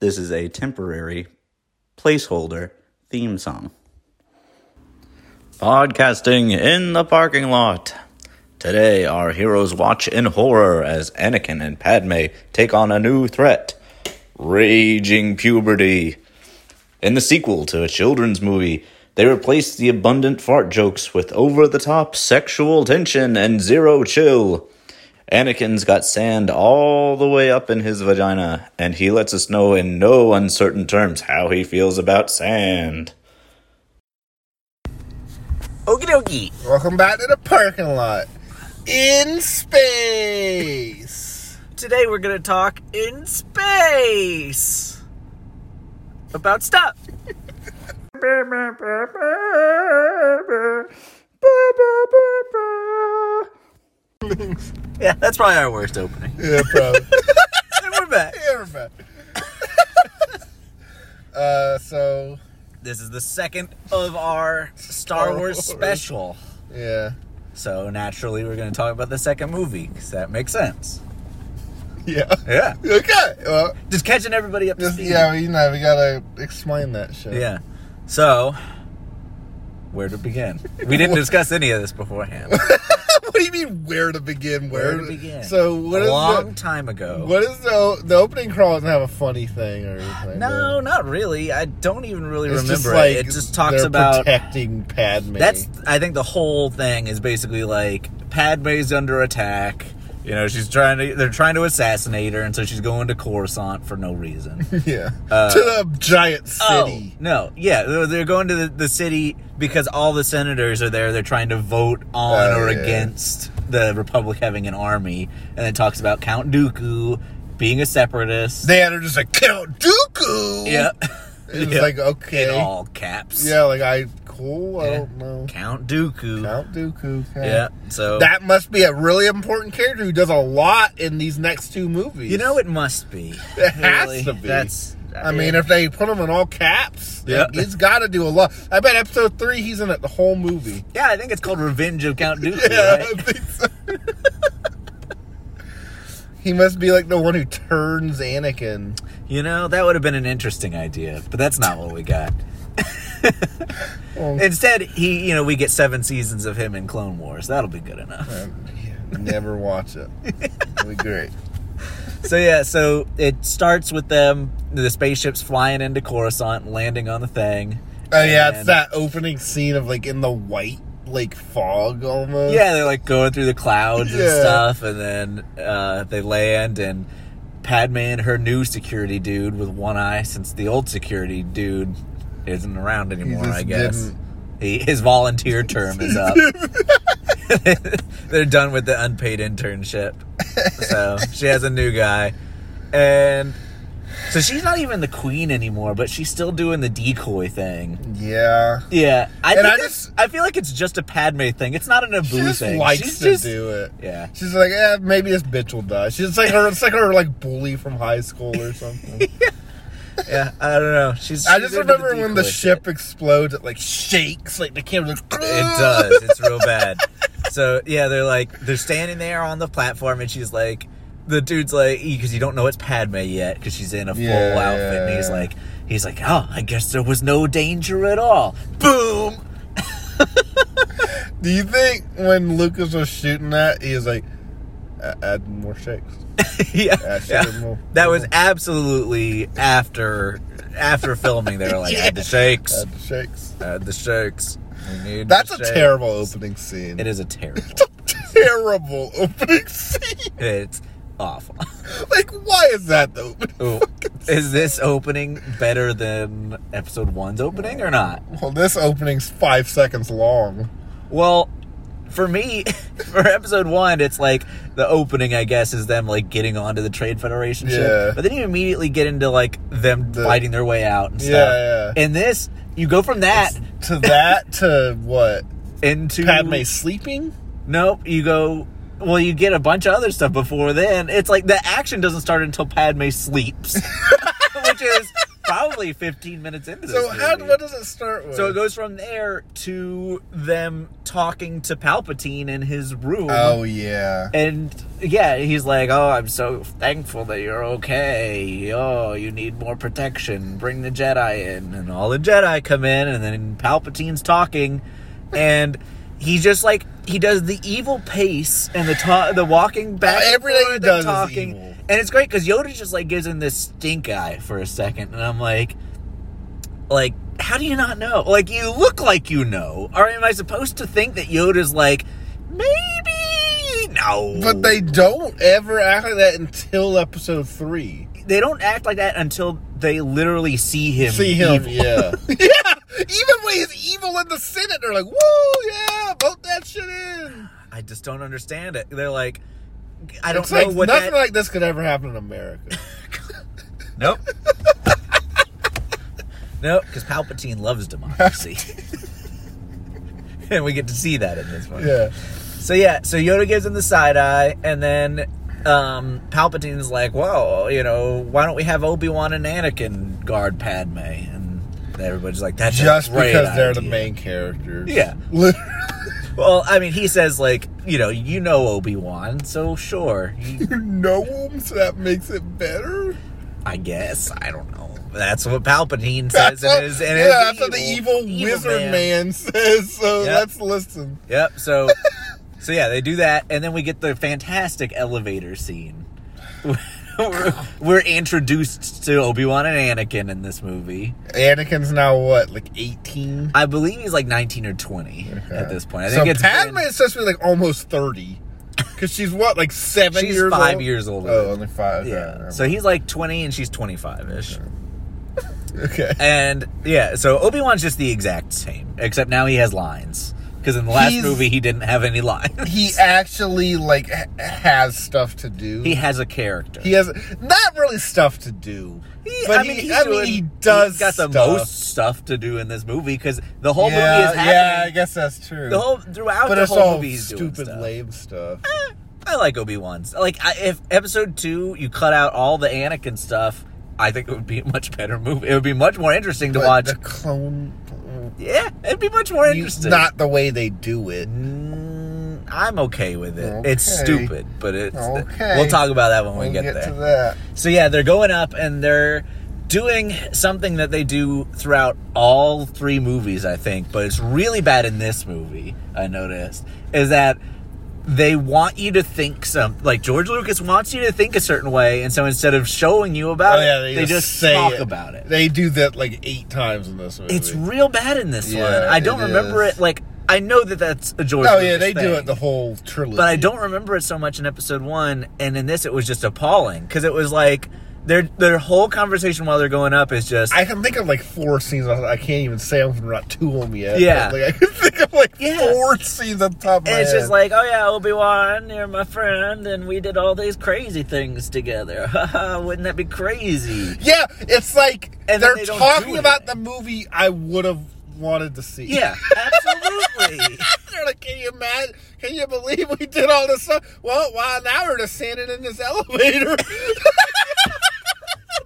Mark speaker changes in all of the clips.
Speaker 1: This is a temporary placeholder theme song.
Speaker 2: Podcasting in the parking lot. Today, our heroes watch in horror as Anakin and Padme take on a new threat raging puberty. In the sequel to a children's movie, they replace the abundant fart jokes with over the top sexual tension and zero chill. Anakin's got sand all the way up in his vagina, and he lets us know in no uncertain terms how he feels about sand.
Speaker 3: Okie dokie.
Speaker 4: Welcome back to the parking lot in space.
Speaker 3: Today we're gonna talk in space about stuff. yeah, that's probably our worst opening.
Speaker 4: Yeah, probably.
Speaker 3: and we're back.
Speaker 4: yeah, we're back. uh, so
Speaker 3: This is the second of our Star
Speaker 4: Star
Speaker 3: Wars
Speaker 4: Wars.
Speaker 3: special.
Speaker 4: yeah,
Speaker 3: So naturally, we're gonna talk about the second movie because that makes sense.
Speaker 4: yeah.
Speaker 3: Yeah,
Speaker 4: Okay. Well,
Speaker 3: just catching everybody up to
Speaker 4: just
Speaker 3: speed.
Speaker 4: yeah. well, You know, we gotta explain that shit.
Speaker 3: Yeah. So, where to begin? We didn't discuss any of this beforehand.
Speaker 4: what do you mean? Where to begin?
Speaker 3: Where to begin?
Speaker 4: So what
Speaker 3: a
Speaker 4: is
Speaker 3: long
Speaker 4: the,
Speaker 3: time ago.
Speaker 4: what is the the opening crawl? Doesn't have a funny thing or anything.
Speaker 3: No,
Speaker 4: does it?
Speaker 3: not really. I don't even really
Speaker 4: It's
Speaker 3: remember
Speaker 4: just
Speaker 3: it.
Speaker 4: like
Speaker 3: It just talks
Speaker 4: they're
Speaker 3: about
Speaker 4: protecting Padme.
Speaker 3: that's. I think the whole thing is basically like Padme's under attack. You know, she's trying to. They're trying to assassinate her, and so she's going to Coruscant for no reason.
Speaker 4: yeah to the giant city.
Speaker 3: uh, Oh, no, yeah, they're, they're going to the, the city because all the senators are there. They're trying to vote on
Speaker 4: Oh,
Speaker 3: or
Speaker 4: yeah.
Speaker 3: against the Republic having an army, and it talks about Count Dooku being a separatist.
Speaker 4: They had her just like Count Dooku.
Speaker 3: yeah,
Speaker 4: It was
Speaker 3: Yeah.
Speaker 4: like okay.
Speaker 3: in all caps.
Speaker 4: Yeah, like I cool. I
Speaker 3: Yeah.
Speaker 4: don't know.
Speaker 3: Count Dooku.
Speaker 4: Count Dooku. okay.
Speaker 3: Yeah, so
Speaker 4: That must be a really important character who does a lot in these next two movies.
Speaker 3: you know it must be.
Speaker 4: It has to be.
Speaker 3: That's.
Speaker 4: I mean, if they put him in all caps,
Speaker 3: Yeah.
Speaker 4: he's got to do a lot. I bet episode three, he's in it the whole movie.
Speaker 3: yeah, I think it's called Revenge of Count Dooku.
Speaker 4: Yeah,
Speaker 3: right?
Speaker 4: I think so. he must be like the one who turns Anakin.
Speaker 3: You know that would have been an interesting idea, but that's not what we got.
Speaker 4: Well,
Speaker 3: Instead, he, you know, we get seven seasons of him in Clone Wars. That'll be good enough.
Speaker 4: yeah, never watch it. It'll be great.
Speaker 3: So yeah, so it starts with them, the spaceships flying into Coruscant, landing on the thing.
Speaker 4: Oh yeah, it's
Speaker 3: And-
Speaker 4: that opening scene of like in the white like fog almost.
Speaker 3: Yeah, they're like going through the clouds and
Speaker 4: Yeah.
Speaker 3: stuff, and then uh, they land and. Padme and her new security dude with one eye, since the old security dude isn't around anymore.
Speaker 4: just
Speaker 3: I guess
Speaker 4: didn't-
Speaker 3: he, his volunteer term is up. They're done with the unpaid internship, so she has a new guy, and so she's not even the queen anymore, but she's still doing the decoy thing.
Speaker 4: Yeah.
Speaker 3: Yeah, I
Speaker 4: And
Speaker 3: think
Speaker 4: I
Speaker 3: it's-
Speaker 4: just-
Speaker 3: I feel like it's just a Padme thing. It's not an Abu
Speaker 4: She just
Speaker 3: thing.
Speaker 4: likes
Speaker 3: She's
Speaker 4: to
Speaker 3: just-
Speaker 4: do it.
Speaker 3: Yeah.
Speaker 4: She's like, eh, maybe this bitch will die. She's like her, it's like her like bully from high school or something.
Speaker 3: Yeah, I don't know. She's.
Speaker 4: I
Speaker 3: she's
Speaker 4: just
Speaker 3: into
Speaker 4: remember when the
Speaker 3: decoy
Speaker 4: ship explodes, it like shakes, like the camera's like.
Speaker 3: It does. It's real bad. So yeah, they're like they're standing there on the platform, and she's like, the dude's like, because you don't know it's Padme yet, because she's in a full
Speaker 4: Yeah.
Speaker 3: outfit, and he's like, he's like, oh, I guess there was no danger at all. Boom.
Speaker 4: Do you think when Lucas was shooting that, he was like, "A- add more shakes?
Speaker 3: yeah,
Speaker 4: Add shit
Speaker 3: yeah.
Speaker 4: more.
Speaker 3: That was absolutely after after filming. They were like, add the shakes,
Speaker 4: add the shakes.
Speaker 3: add Uh, the shakes. We need
Speaker 4: That's
Speaker 3: the
Speaker 4: a
Speaker 3: shakes."
Speaker 4: terrible opening scene.
Speaker 3: It is a terrible.
Speaker 4: terrible opening scene.
Speaker 3: it's awful.
Speaker 4: Like, why is that the opening?
Speaker 3: Ooh, is this opening better than episode one's opening or not?
Speaker 4: Well, this opening's five seconds long.
Speaker 3: Well, for me, for episode one, it's like the opening, I guess, is them like getting onto the Trade Federation
Speaker 4: Yeah.
Speaker 3: ship. But then you immediately get into like them
Speaker 4: The-
Speaker 3: fighting their way out and stuff.
Speaker 4: Yeah, yeah.
Speaker 3: And this, you go from that
Speaker 4: To that, to what?
Speaker 3: into
Speaker 4: Padme sleeping?
Speaker 3: Nope, you go. Well, you get a bunch of other stuff before then. It's like the action doesn't start until Padme sleeps, which is probably 15 minutes into this.
Speaker 4: So how,
Speaker 3: movie.
Speaker 4: what does it start with?
Speaker 3: So it goes from there to them talking to Palpatine in his room.
Speaker 4: Oh yeah.
Speaker 3: And yeah, he's like, "Oh, I'm so thankful that you're okay. Oh, you need more protection. Bring the Jedi in." And all the Jedi come in, and then Palpatine's talking, and he's just like he does the evil pace and the ta- the walking back, and
Speaker 4: Oh, Everything he
Speaker 3: forth and
Speaker 4: does is
Speaker 3: talking,
Speaker 4: evil.
Speaker 3: and it's great because Yoda just like gives him this stink eye for a second, and I'm like, like how do you not know like you look like you know or am i supposed to think that yoda's like maybe no
Speaker 4: But they don't ever act like that until episode three.
Speaker 3: they don't act like that until they literally see him
Speaker 4: See him,
Speaker 3: evil.
Speaker 4: yeah, yeah. Even when he's evil in the Senate, they're like, "Woo, yeah, vote that shit in."
Speaker 3: i just don't understand it they're like i don't
Speaker 4: It's
Speaker 3: know
Speaker 4: like
Speaker 3: what
Speaker 4: nothing
Speaker 3: that
Speaker 4: like this could ever happen in America.
Speaker 3: nope nope because palpatine loves democracy and we get to see that in this one
Speaker 4: yeah,
Speaker 3: So yeah, so Yoda gives him the side eye, and then um, Palpatine's like, "Well, you know, why don't we have Obi Wan and Anakin guard Padme?" And everybody's like, "That's a
Speaker 4: just
Speaker 3: great
Speaker 4: because they're the
Speaker 3: idea."
Speaker 4: main characters.
Speaker 3: Yeah. Well, I mean, he says like, you know, you know Obi Wan, so sure, you-
Speaker 4: you know him, so that makes it better.
Speaker 3: I guess I don't know. That's what Palpatine says,
Speaker 4: That's what-
Speaker 3: and is and
Speaker 4: yeah,
Speaker 3: is
Speaker 4: that's what the evil, wizard man. says. So
Speaker 3: Yep.
Speaker 4: let's listen.
Speaker 3: Yep. So, so yeah, they do that, and then we get the fantastic elevator scene. we're, we're introduced to Obi Wan and Anakin in this movie.
Speaker 4: Anakin's now what, like eighteen?
Speaker 3: I believe he's like nineteen or twenty at this point. I think
Speaker 4: so
Speaker 3: it's
Speaker 4: Padme
Speaker 3: been-
Speaker 4: is supposed to be like almost thirty, because she's what, like seven
Speaker 3: she's
Speaker 4: years
Speaker 3: five
Speaker 4: old?
Speaker 3: years older.
Speaker 4: Oh, only five.
Speaker 3: yeah.
Speaker 4: Yeah.
Speaker 3: So he's like twenty, and she's twenty five ish.
Speaker 4: okay.
Speaker 3: And yeah, so Obi Wan's just the exact same, except now he has lines. Because in the last
Speaker 4: He's-
Speaker 3: movie, he didn't have any lines.
Speaker 4: he actually like ha- has stuff to do.
Speaker 3: He
Speaker 4: He,
Speaker 3: has a character.
Speaker 4: has not really stuff to do,
Speaker 3: He-
Speaker 4: but
Speaker 3: I
Speaker 4: he,
Speaker 3: mean, he's
Speaker 4: I mean,
Speaker 3: doing-
Speaker 4: he does.
Speaker 3: He's got the
Speaker 4: stuff.
Speaker 3: most stuff to do in this movie because the whole
Speaker 4: yeah,
Speaker 3: movie is
Speaker 4: yeah, I
Speaker 3: happening.
Speaker 4: guess that's true.
Speaker 3: the whole throughout
Speaker 4: but
Speaker 3: the
Speaker 4: it's
Speaker 3: whole
Speaker 4: all
Speaker 3: movie, he's doing
Speaker 4: stupid,
Speaker 3: stuff. Ah,
Speaker 4: lame stuff.
Speaker 3: I like Obi Wan's. Like I, if episode two, you cut out all the Anakin stuff, I think it would be a much better movie. It would be much more interesting to
Speaker 4: But
Speaker 3: watch.
Speaker 4: the clone,
Speaker 3: yeah, it'd be much more
Speaker 4: you-
Speaker 3: interesting.
Speaker 4: not the way they do it.
Speaker 3: Mm, I'm okay with it. It's
Speaker 4: Okay.
Speaker 3: stupid, but it's.
Speaker 4: Okay.
Speaker 3: We'll talk about that when we
Speaker 4: We'll
Speaker 3: get, there.
Speaker 4: to that.
Speaker 3: So yeah, they're going up and they're doing something that they do throughout all three movies, I think, but it's really bad in this movie, I noticed, is that they want you to think some like George Lucas wants you to think a certain way, and so instead of showing you about
Speaker 4: Oh yeah,
Speaker 3: it, they, just,
Speaker 4: say
Speaker 3: talk
Speaker 4: it.
Speaker 3: about it.
Speaker 4: They do that like eight times in this movie. Oh,
Speaker 3: It's real bad in this
Speaker 4: Yeah,
Speaker 3: one. I don't
Speaker 4: it
Speaker 3: remember
Speaker 4: is.
Speaker 3: it like I know that that's a George.
Speaker 4: oh
Speaker 3: Lucas
Speaker 4: yeah, they do
Speaker 3: thing
Speaker 4: it the whole trilogy.
Speaker 3: but I don't remember it so much in episode one. And in this, it was just appalling because it was like their their whole conversation while they're going up is just
Speaker 4: I can think of like four scenes. I I can't even say them. Not two of them yet.
Speaker 3: Yeah.
Speaker 4: but, like I can think of like
Speaker 3: Yeah.
Speaker 4: four scenes on top. Of my
Speaker 3: and it's
Speaker 4: head.
Speaker 3: just like, oh yeah, Obi Wan, you're my friend, and we did all these crazy things together. Haha, Wouldn't that be crazy?
Speaker 4: yeah, it's like
Speaker 3: And then
Speaker 4: they're
Speaker 3: they don't
Speaker 4: talking
Speaker 3: do
Speaker 4: about the
Speaker 3: anything.
Speaker 4: movie I would have wanted to see.
Speaker 3: Yeah, absolutely.
Speaker 4: they're like, can you imagine? Can you believe we did all this stuff? Well, wow, now we're just standing in this elevator.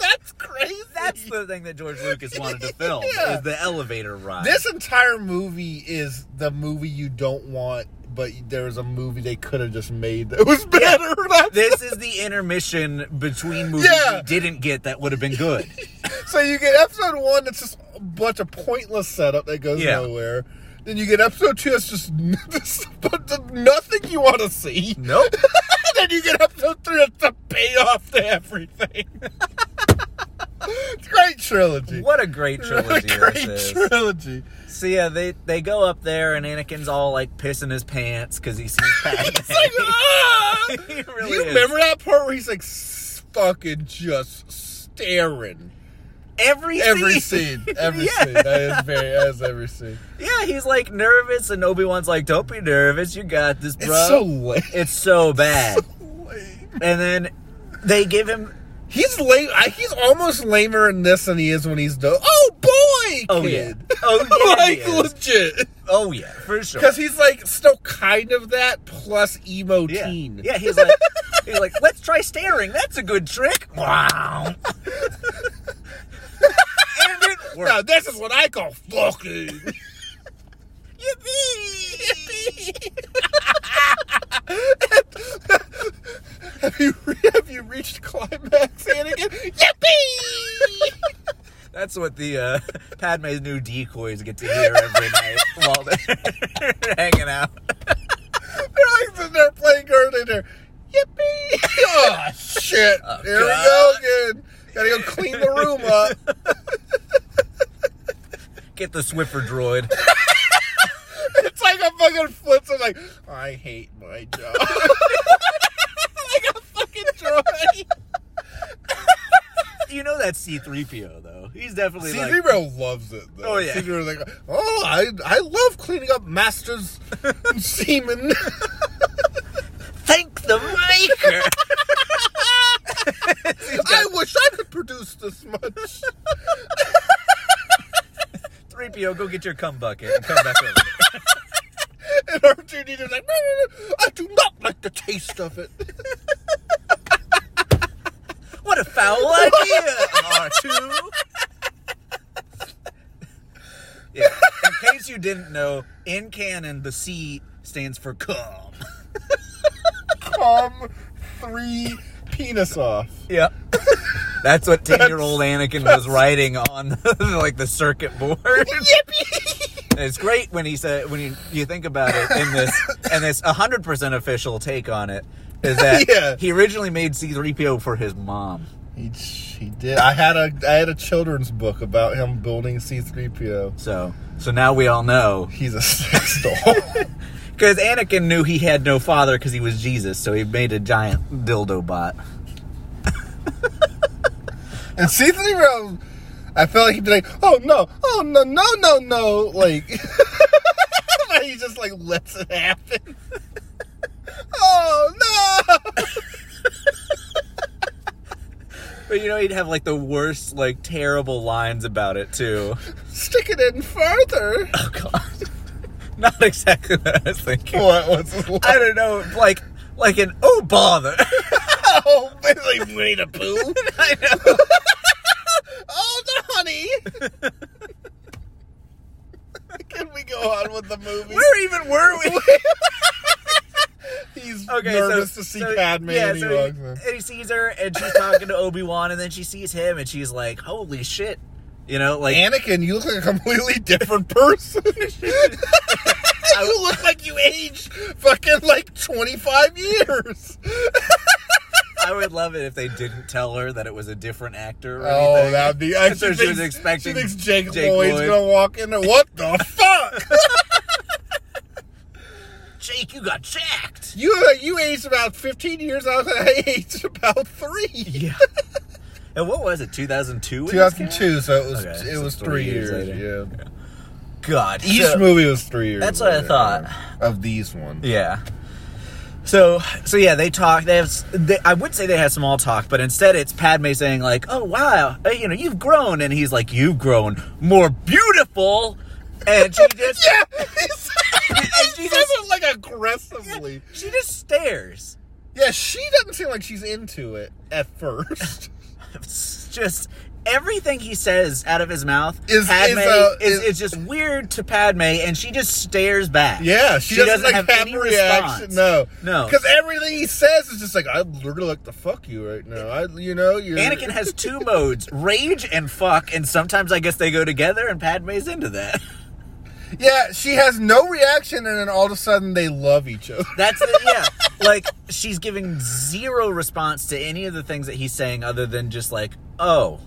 Speaker 4: That's crazy.
Speaker 3: That's the thing that George Lucas wanted to film
Speaker 4: Yeah.
Speaker 3: is the elevator ride.
Speaker 4: This entire movie is the movie you don't want, but there was a movie they could have just made that was better. That's-
Speaker 3: This is the intermission between movies
Speaker 4: Yeah.
Speaker 3: we didn't get that would have been good.
Speaker 4: so you get episode one that's just a bunch of pointless setup that goes
Speaker 3: Yeah.
Speaker 4: nowhere. Then you get episode two that's just, just a bunch of nothing you want to see.
Speaker 3: Nope.
Speaker 4: then you get episode three that's the payoff to everything. it's a great trilogy.
Speaker 3: What a great
Speaker 4: a
Speaker 3: trilogy
Speaker 4: great
Speaker 3: this is.
Speaker 4: trilogy.
Speaker 3: So yeah, they they go up there and Anakin's all like pissing his pants because he sees
Speaker 4: It's like,
Speaker 3: Padme.
Speaker 4: ah!
Speaker 3: He
Speaker 4: Do
Speaker 3: really
Speaker 4: you
Speaker 3: is.
Speaker 4: remember that part where he's like s- fucking just staring?
Speaker 3: every
Speaker 4: Every
Speaker 3: scene.
Speaker 4: scene, every
Speaker 3: Yeah.
Speaker 4: scene. That is very, that is every scene.
Speaker 3: Yeah, he's like nervous, and Obi Wan's like, "Don't be nervous, you got this,
Speaker 4: It's
Speaker 3: bro."
Speaker 4: so late.
Speaker 3: It's so bad.
Speaker 4: lame.
Speaker 3: and then they give him
Speaker 4: He's lame. I, he's almost lamer in this than he is when he's the. Oh boy! funny kid.
Speaker 3: Oh, yeah. Oh, yeah, he
Speaker 4: like
Speaker 3: is.
Speaker 4: legit.
Speaker 3: Oh yeah, for sure.
Speaker 4: Because he's like still kind of that plus emo
Speaker 3: yeah.
Speaker 4: teen.
Speaker 3: yeah, he's like, he's like, let's try staring. That's a good trick. Wow. and it worked.
Speaker 4: Now this is what I call fucking. have you re- have you reached climax, Anakin? Yippee!
Speaker 3: That's what the uh, Padme's new decoys get to hear every night while they're hanging out.
Speaker 4: They're like sitting there playing guard in there. Yippee! oh shit! Here
Speaker 3: God.
Speaker 4: we go again. Gotta go clean the room up.
Speaker 3: Get the Swiffer droid.
Speaker 4: It's like a fucking flip. I'm like, I hate my job. like a fucking droid.
Speaker 3: You know that's C-3PO though. He's definitely like,
Speaker 4: C-3PO loves it. Though.
Speaker 3: Oh, yeah.
Speaker 4: C-3PO's like, oh, I I love cleaning up masters and semen.
Speaker 3: thank the maker.
Speaker 4: I wish I could produce this much.
Speaker 3: 3PO, go get your cum bucket and come back over.
Speaker 4: And R2D2's like, no, no, no, I do not like the taste of it.
Speaker 3: What a foul idea, R2. yeah. In case you didn't know, in canon, the C stands for cum.
Speaker 4: Calm three penis off.
Speaker 3: Yeah. That's what 10 year old Anakin was writing on like the circuit board. And it's great when he said when you, you think about it in this and this 100% official take on it is that
Speaker 4: Yeah.
Speaker 3: he originally made C3PO for his mom.
Speaker 4: He, he did. I had a I had a children's book about him building C-3PO.
Speaker 3: So so now we all know
Speaker 4: He's a sex doll.
Speaker 3: cuz Anakin knew he had no father cuz he was Jesus, so he made a giant dildo bot.
Speaker 4: and C-3PO, I felt like he'd be like, oh no, oh no, no, no, no. Like, but he just like lets it happen. oh no!
Speaker 3: But you know he'd have like the worst like terrible lines about it too.
Speaker 4: Stick it in further.
Speaker 3: Oh god. Not exactly what I was thinking.
Speaker 4: what was his
Speaker 3: I
Speaker 4: line?
Speaker 3: don't know, like like an oh bother.
Speaker 4: Oh, it's like Winnie the Pooh.
Speaker 3: I know.
Speaker 4: Oh, no, honey. Can we go on with the movie?
Speaker 3: Where even were we?
Speaker 4: He's
Speaker 3: Okay, so-
Speaker 4: nervous to see
Speaker 3: so-
Speaker 4: Padme,
Speaker 3: yeah,
Speaker 4: and he
Speaker 3: so
Speaker 4: walks in.
Speaker 3: and he sees her, and she's talking to Obi Wan, and then she sees him, and she's like, "Holy shit!" You know, like
Speaker 4: Anakin, you look like a completely different person. you look like you aged fucking like 25 years.
Speaker 3: I would love it if they didn't tell her that it was a different actor. Or
Speaker 4: Oh,
Speaker 3: anything.
Speaker 4: that'd be. I
Speaker 3: So
Speaker 4: she
Speaker 3: she was
Speaker 4: thinks-
Speaker 3: expecting
Speaker 4: She thinks Jake,
Speaker 3: Jake
Speaker 4: Lloyd's
Speaker 3: Lloyd.
Speaker 4: gonna walk in there. What the fuck?
Speaker 3: Jake, you got jacked.
Speaker 4: you uh, you aged about 15 years. I was- I aged about three.
Speaker 3: Yeah. and what was it? Two thousand two.
Speaker 4: 2002, so it was
Speaker 3: Okay,
Speaker 4: it
Speaker 3: so
Speaker 4: was
Speaker 3: three
Speaker 4: three,
Speaker 3: years
Speaker 4: years.
Speaker 3: later.
Speaker 4: Yeah.
Speaker 3: God.
Speaker 4: Each
Speaker 3: so-
Speaker 4: movie was three years.
Speaker 3: That's what I
Speaker 4: later,
Speaker 3: thought.
Speaker 4: of these ones.
Speaker 3: Yeah. So so yeah, they talk. They have. s- They, I would say they have small talk, but instead it's Padme saying like, "Oh wow, uh, you know you've grown," and he's like, "You've grown more beautiful," and she just
Speaker 4: Yeah, he's-
Speaker 3: and she
Speaker 4: he
Speaker 3: just
Speaker 4: says it like aggressively.
Speaker 3: she just stares.
Speaker 4: Yeah, she doesn't seem like she's into it at first.
Speaker 3: It's just everything he says out of his mouth
Speaker 4: Is- is,
Speaker 3: Padme
Speaker 4: uh,
Speaker 3: is,
Speaker 4: is-
Speaker 3: it's just weird to Padme, and she just stares back.
Speaker 4: Yeah, she, doesn't, like have,
Speaker 3: any
Speaker 4: a reaction.
Speaker 3: response.
Speaker 4: No,
Speaker 3: No.
Speaker 4: because everything he says is just like I'd literally like to fuck you right now. I, you know, you're
Speaker 3: Anakin has two modes: rage and fuck, and sometimes I guess they go together. And Padme's into that.
Speaker 4: Yeah, she has no reaction, and then all of a sudden they love each other.
Speaker 3: That's it. Yeah, like she's giving zero response to any of the things that he's saying, other than just like, "Oh,"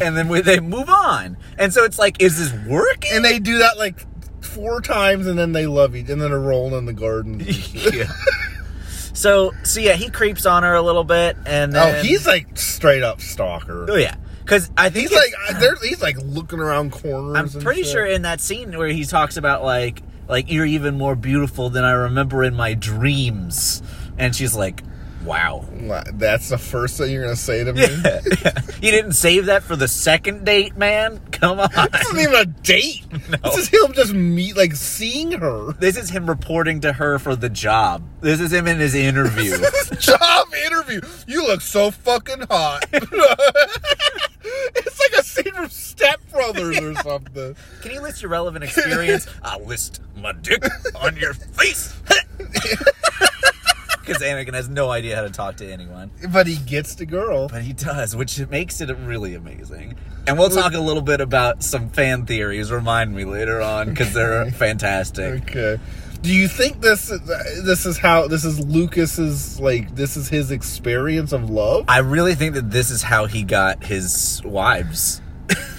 Speaker 3: and then we, they move on. And so it's like, is this working?
Speaker 4: And they do that like four times, and then they love each, and then they're rolling in the garden.
Speaker 3: yeah. So, so yeah, he creeps on her a little bit, and
Speaker 4: oh,
Speaker 3: then,
Speaker 4: he's like straight up stalker.
Speaker 3: oh yeah, because I think
Speaker 4: He's
Speaker 3: it's-
Speaker 4: like I- they're, he's like looking around corners.
Speaker 3: I'm
Speaker 4: and
Speaker 3: pretty
Speaker 4: shit.
Speaker 3: sure in that scene where he talks about like like you're even more beautiful than I remember in my dreams, and she's like, Wow.
Speaker 4: Wha- That's the first thing you're gonna say to me.
Speaker 3: Yeah. you didn't save that for the second date, man? Come on.
Speaker 4: This isn't even a date. This is him just meet, like seeing her.
Speaker 3: This is him reporting to her for the job. This is him in his interview.
Speaker 4: Job interview. You look so fucking hot. it's like a scene from Step Brothers or something.
Speaker 3: Can you list your relevant experience? I'll list my dick on your face. Because Anakin has no idea how to talk to anyone.
Speaker 4: But he gets the girl.
Speaker 3: But he does, which makes it really amazing. And we'll talk a little bit about some fan theories, remind me later on, because they're fantastic.
Speaker 4: Okay. Do you think this is- this is how this is Lucas's like this is his experience of love?
Speaker 3: I really think that this is how he got his wives.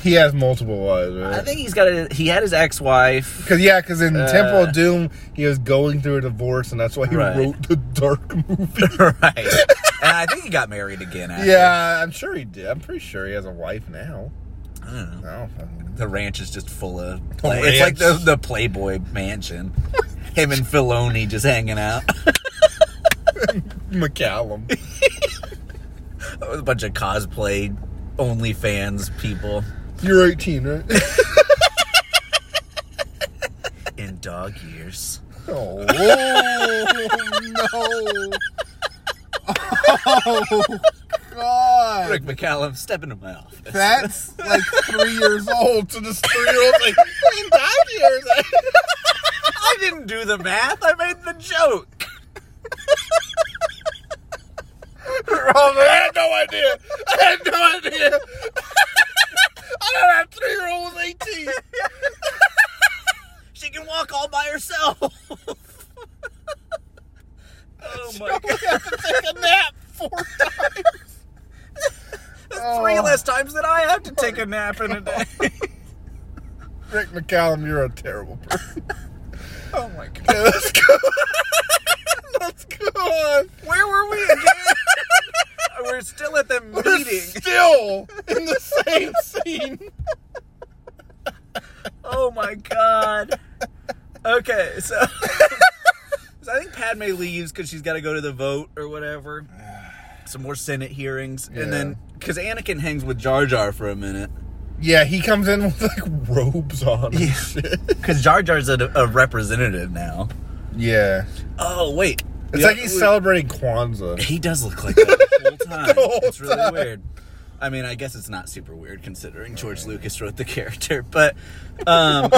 Speaker 4: He has multiple wives,
Speaker 3: I
Speaker 4: right?
Speaker 3: think Uh, he's got a, he had his ex-wife.
Speaker 4: Cause yeah, cause in Temple of Doom he was going through a divorce, and that's why he
Speaker 3: Right.
Speaker 4: wrote the Dark movie.
Speaker 3: right. And I think he got married again after.
Speaker 4: yeah, I'm sure he did. I'm pretty sure he has a wife now.
Speaker 3: I don't know.
Speaker 4: I don't fucking
Speaker 3: The ranch is just full of
Speaker 4: The
Speaker 3: play. It's like the,
Speaker 4: ranch.
Speaker 3: the Playboy mansion. Him and Filoni just hanging out.
Speaker 4: McCallum.
Speaker 3: a bunch of cosplay OnlyFans people
Speaker 4: You're 18, right?
Speaker 3: in dog years.
Speaker 4: Oh, no. Oh, God.
Speaker 3: Rick McCallum, step into my office.
Speaker 4: That's like three years old. So this three year old's like, in five years.
Speaker 3: I didn't do the math. I made the joke.
Speaker 4: Wrong. Oh, I had no idea. I had no idea. I don't have three year old was 18.
Speaker 3: She can walk all by herself. oh my god.
Speaker 4: We have to take a nap four times.
Speaker 3: Three less times than I have to take a nap in a day.
Speaker 4: Rick McCallum, you're a terrible person.
Speaker 3: oh my god.
Speaker 4: Okay, let's go. let's go on.
Speaker 3: Where were we again? We're still at the
Speaker 4: We're
Speaker 3: meeting.
Speaker 4: still in the same scene.
Speaker 3: Oh my god. Okay, so, so I think Padme leaves because she's got to go to the vote or whatever. Some more Senate hearings,
Speaker 4: Yeah.
Speaker 3: and then because Anakin hangs with Jar Jar for a minute.
Speaker 4: Yeah, he comes in with like robes on. and
Speaker 3: Yeah.
Speaker 4: shit.
Speaker 3: Because Jar Jar's a, a representative now.
Speaker 4: yeah.
Speaker 3: Oh wait,
Speaker 4: It's
Speaker 3: Yeah,
Speaker 4: like he's
Speaker 3: we-
Speaker 4: celebrating Kwanzaa.
Speaker 3: He does look like that the whole time.
Speaker 4: whole
Speaker 3: it's really
Speaker 4: time.
Speaker 3: weird. I mean, I guess it's not super weird considering George Lucas wrote the character, but um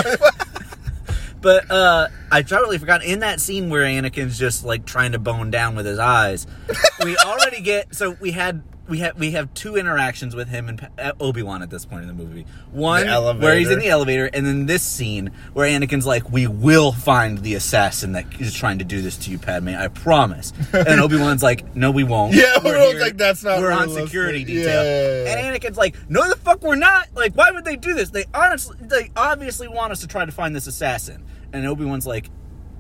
Speaker 3: But uh I totally forgot in that scene where Anakin's just like trying to bone down with his eyes. We already get so we had we have we have two interactions with him and Pa- uh, Obi-Wan at this point in the movie. One
Speaker 4: The
Speaker 3: where he's in
Speaker 4: elevator.
Speaker 3: the elevator and then this scene where Anakin's like we will find the assassin that is trying to do this to you Padme, I promise. And Obi-Wan's like no we won't.
Speaker 4: Yeah,
Speaker 3: We're
Speaker 4: Obi-Wan's
Speaker 3: here.
Speaker 4: like, "That's not
Speaker 3: We're on
Speaker 4: realistic."
Speaker 3: security
Speaker 4: Yeah,
Speaker 3: detail.
Speaker 4: yeah, yeah.
Speaker 3: And Anakin's like no the fuck we're not. Like why would they do this? They honestly they obviously want us to try to find this assassin. And Obi-Wan's like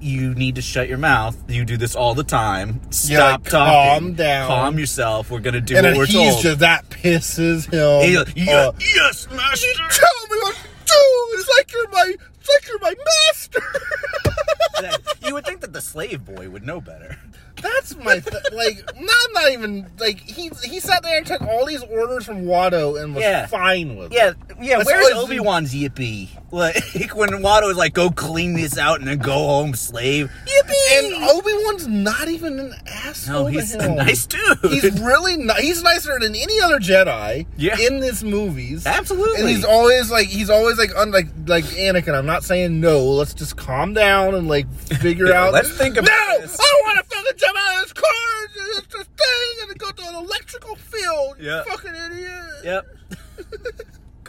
Speaker 3: you need to shut your mouth. You do this all the time. Stop
Speaker 4: Yeah, like,
Speaker 3: talking.
Speaker 4: calm down."
Speaker 3: Calm yourself. We're gonna do
Speaker 4: And
Speaker 3: what
Speaker 4: then
Speaker 3: we're
Speaker 4: he's
Speaker 3: told.
Speaker 4: just uh, that pisses him.
Speaker 3: And he's like, "Yeah,
Speaker 4: off.
Speaker 3: yes, master.
Speaker 4: Tell me what to do. It's like you're my, it's like you're my master.
Speaker 3: you would think that the slave boy would know better.
Speaker 4: That's my th- like. Not not even like he he sat there and took all these orders from Watto and was
Speaker 3: Yeah.
Speaker 4: fine with. it.
Speaker 3: Yeah, yeah.
Speaker 4: That's
Speaker 3: where's
Speaker 4: what-
Speaker 3: Obi Wan's yippee? Like when Watto was like, "Go clean this out and then go home, slave."
Speaker 4: And Obi Wan's not even an asshole.
Speaker 3: No,
Speaker 4: to
Speaker 3: he's a
Speaker 4: him.
Speaker 3: nice dude.
Speaker 4: He's really ni- he's nicer than any other Jedi
Speaker 3: Yeah.
Speaker 4: in this movies.
Speaker 3: Absolutely.
Speaker 4: And he's always like he's always like un- like like Anakin. I'm not saying no. Let's just calm down and like figure out.
Speaker 3: Let's think about
Speaker 4: no.
Speaker 3: this.
Speaker 4: I don't want to fucking jump out of this car. It's this thing and go to an electrical field. you
Speaker 3: Yeah.
Speaker 4: fucking idiot.
Speaker 3: Yep. God.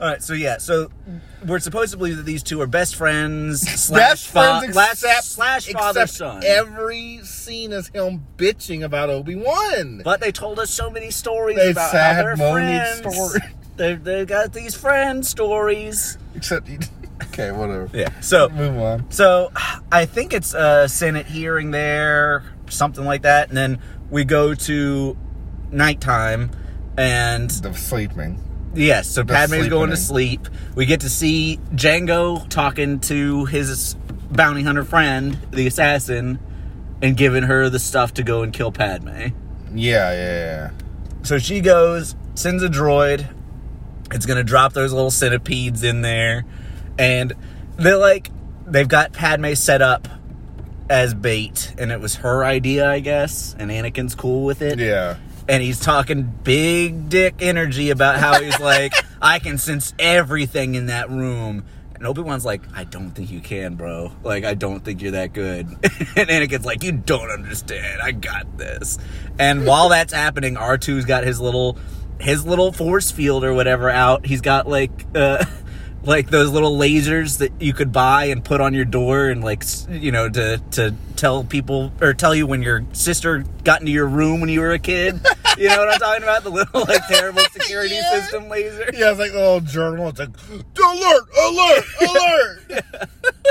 Speaker 3: All right. So yeah. So we're supposed to believe that these two are best friends slash
Speaker 4: Best
Speaker 3: fa-
Speaker 4: friends
Speaker 3: la-
Speaker 4: except,
Speaker 3: slash father
Speaker 4: except
Speaker 3: son.
Speaker 4: every scene is him bitching about Obi Wan.
Speaker 3: But they told us so many stories
Speaker 4: They
Speaker 3: about
Speaker 4: sad
Speaker 3: how they're
Speaker 4: moaning
Speaker 3: friends.
Speaker 4: story.
Speaker 3: They've, they've got these friend stories.
Speaker 4: Except he, okay, whatever.
Speaker 3: Yeah. So
Speaker 4: Move on.
Speaker 3: So I think it's a Senate hearing there, something like that. And then we go to nighttime. And
Speaker 4: The sleeping.
Speaker 3: yes, so Padme's
Speaker 4: sleep
Speaker 3: going to
Speaker 4: meeting.
Speaker 3: sleep. We get to see Django talking to his bounty hunter friend, the assassin, and given her the stuff to go and kill Padme.
Speaker 4: Yeah, yeah, yeah.
Speaker 3: So she goes, sends a droid. It's gonna drop those little centipedes in there, and they're like, they've got Padme set up as bait, and it was her idea, I guess. And Anakin's cool with it
Speaker 4: Yeah.
Speaker 3: and he's talking big dick energy about how he's like, I can sense everything in that room. And Obi Wan's like, I don't think you can, bro. Like, I don't think you're that good. and Anakin's like, You don't understand. I got this. And while that's happening, R2's got his little his little force field or whatever out. He's got like uh like those little lasers that you could buy and put on your door and like s- you know to to tell people or tell you when your sister got into your room when you were a kid. You know what I'm talking about? The little like terrible security system laser.
Speaker 4: Yeah, it's like the little journal. It's like, alert, alert, alert.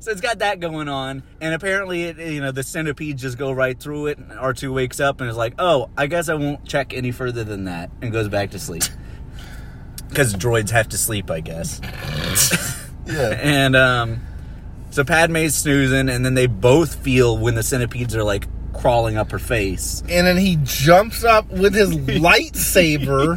Speaker 3: So it's got that going on, and apparently, it, you know, the centipedes just go right through it. And R two wakes up and is like, "Oh, I guess I won't check any further than that," and goes back to sleep. Because droids have to sleep, I guess.
Speaker 4: yeah.
Speaker 3: And um, so Padme's snoozing, and then they both feel when the centipedes are like crawling up her face.
Speaker 4: And then he jumps up with his lightsaber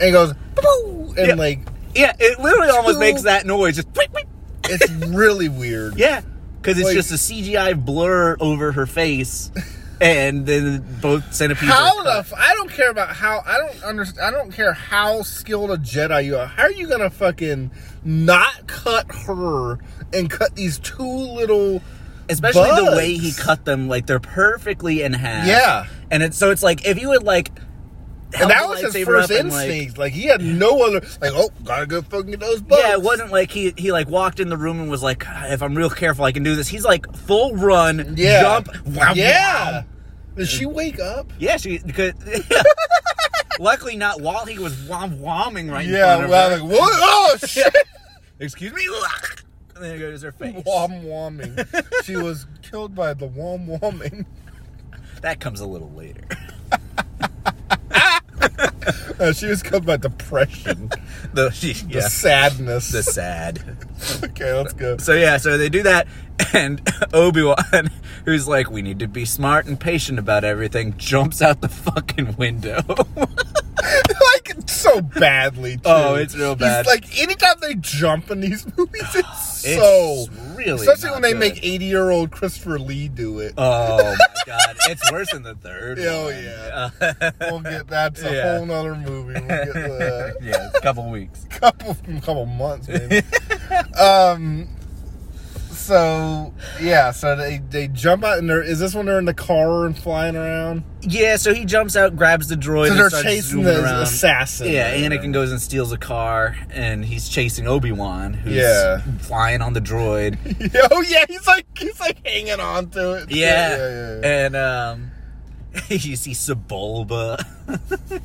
Speaker 4: and goes, "Boo!" and
Speaker 3: Yeah.
Speaker 4: like,
Speaker 3: Yeah, it literally almost
Speaker 4: Two-
Speaker 3: makes that noise. Just "Tweet, tweet."
Speaker 4: it's really weird.
Speaker 3: yeah, because it's
Speaker 4: Like-
Speaker 3: just a CGI blur over her face, and then both centipedes. are
Speaker 4: How
Speaker 3: caught.
Speaker 4: the f- I don't care about how I don't understand. I don't care how skilled a Jedi you are. How are you gonna fucking not cut her and cut these two little?
Speaker 3: especially the
Speaker 4: Bugs.
Speaker 3: way he cut them like they're perfectly in half
Speaker 4: Yeah.
Speaker 3: and it's so it's like if you would like held
Speaker 4: And that
Speaker 3: the
Speaker 4: was his
Speaker 3: lightsaber
Speaker 4: first
Speaker 3: up and, like-
Speaker 4: instinct. Like, he had no other. Like oh, gotta go fucking get those bugs.
Speaker 3: yeah it wasn't like he he like walked in the room and was like "God, if i'm real careful i can do this he's like full run
Speaker 4: Yeah.
Speaker 3: jump wow
Speaker 4: yeah.
Speaker 3: wow.
Speaker 4: Did she wake up?
Speaker 3: yeah she because luckily not while he was wom womming right in front
Speaker 4: Yeah.
Speaker 3: of
Speaker 4: Well,
Speaker 3: her.
Speaker 4: like what? Oh shit!
Speaker 3: excuse me and then it goes her face
Speaker 4: Wom womming. She was killed by the wom womming.
Speaker 3: that comes a little later
Speaker 4: Uh, she was killed by depression.
Speaker 3: the yeah,
Speaker 4: The sadness.
Speaker 3: the sad
Speaker 4: Okay, let's go.
Speaker 3: So yeah, so they do that, and Obi Wan, who's like, "We need to be smart and patient about everything," jumps out the fucking window.
Speaker 4: like so badly. Too.
Speaker 3: Oh, it's real bad.
Speaker 4: He's, like anytime they jump in these movies, it's,
Speaker 3: It's
Speaker 4: so
Speaker 3: really
Speaker 4: especially
Speaker 3: not
Speaker 4: when they
Speaker 3: good.
Speaker 4: make eighty-year-old Christopher Lee do it.
Speaker 3: oh my god, it's worse than the third.
Speaker 4: Hell
Speaker 3: one.
Speaker 4: yeah. we'll get that's a
Speaker 3: yeah.
Speaker 4: whole nother movie. We'll get to that.
Speaker 3: yeah, a couple weeks.
Speaker 4: couple couple months, maybe. um. So yeah, so they they jump out and they're is this when they're in the car and flying around?
Speaker 3: Yeah, so he jumps out, grabs the droid,
Speaker 4: So
Speaker 3: and
Speaker 4: they're
Speaker 3: starts
Speaker 4: chasing
Speaker 3: zooming
Speaker 4: the
Speaker 3: around.
Speaker 4: assassin.
Speaker 3: Yeah, Anakin goes and steals a car, and he's chasing Obi Wan, who's
Speaker 4: Yeah.
Speaker 3: flying on the droid.
Speaker 4: oh yeah, he's like he's like hanging on to it.
Speaker 3: Yeah.
Speaker 4: yeah, yeah.
Speaker 3: And um you see Sebulba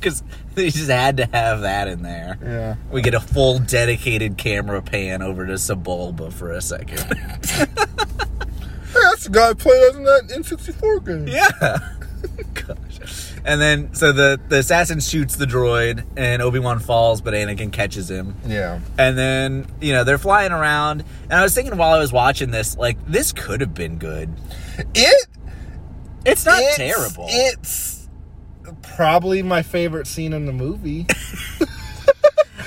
Speaker 3: cuz they just had to have that in there.
Speaker 4: Yeah.
Speaker 3: We get a full dedicated camera pan over to Sebulba for a second.
Speaker 4: Hey, that's the guy who played us in that N64 game.
Speaker 3: yeah. Gosh. And then so the the assassin shoots the droid and Obi-Wan falls but Anakin catches him.
Speaker 4: Yeah.
Speaker 3: And then, you know, they're flying around and I was thinking while I was watching this like this could have been good.
Speaker 4: It,
Speaker 3: It's not
Speaker 4: it's,
Speaker 3: terrible.
Speaker 4: It's probably my favorite scene in the movie.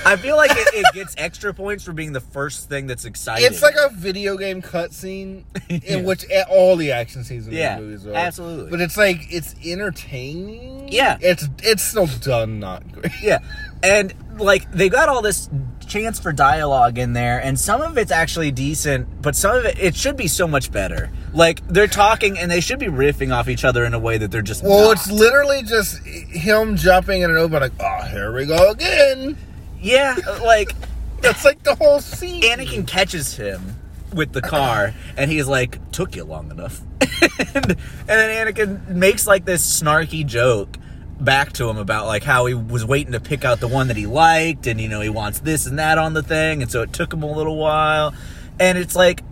Speaker 3: I feel like it, it gets extra points for being the first thing that's exciting.
Speaker 4: it's like a video game cutscene in which a- all the action scenes in
Speaker 3: Yeah,
Speaker 4: the movies are.
Speaker 3: absolutely.
Speaker 4: But it's like it's entertaining.
Speaker 3: Yeah.
Speaker 4: It's it's still done not great.
Speaker 3: yeah, and like they got all this chance for dialogue in there, and some of it's actually decent, but some of it it should be so much better. Like they're talking and they should be riffing off each other in a way that they're just
Speaker 4: Well,
Speaker 3: not.
Speaker 4: it's literally just him jumping in an open like, oh, here we go again.
Speaker 3: yeah, like
Speaker 4: That's like the whole scene.
Speaker 3: Anakin catches him with the car, and he's like, "Took you long enough," and, and then Anakin makes like this snarky joke back to him about like how he was waiting to pick out the one that he liked, and you know he wants this and that on the thing, and so it took him a little while, and it's like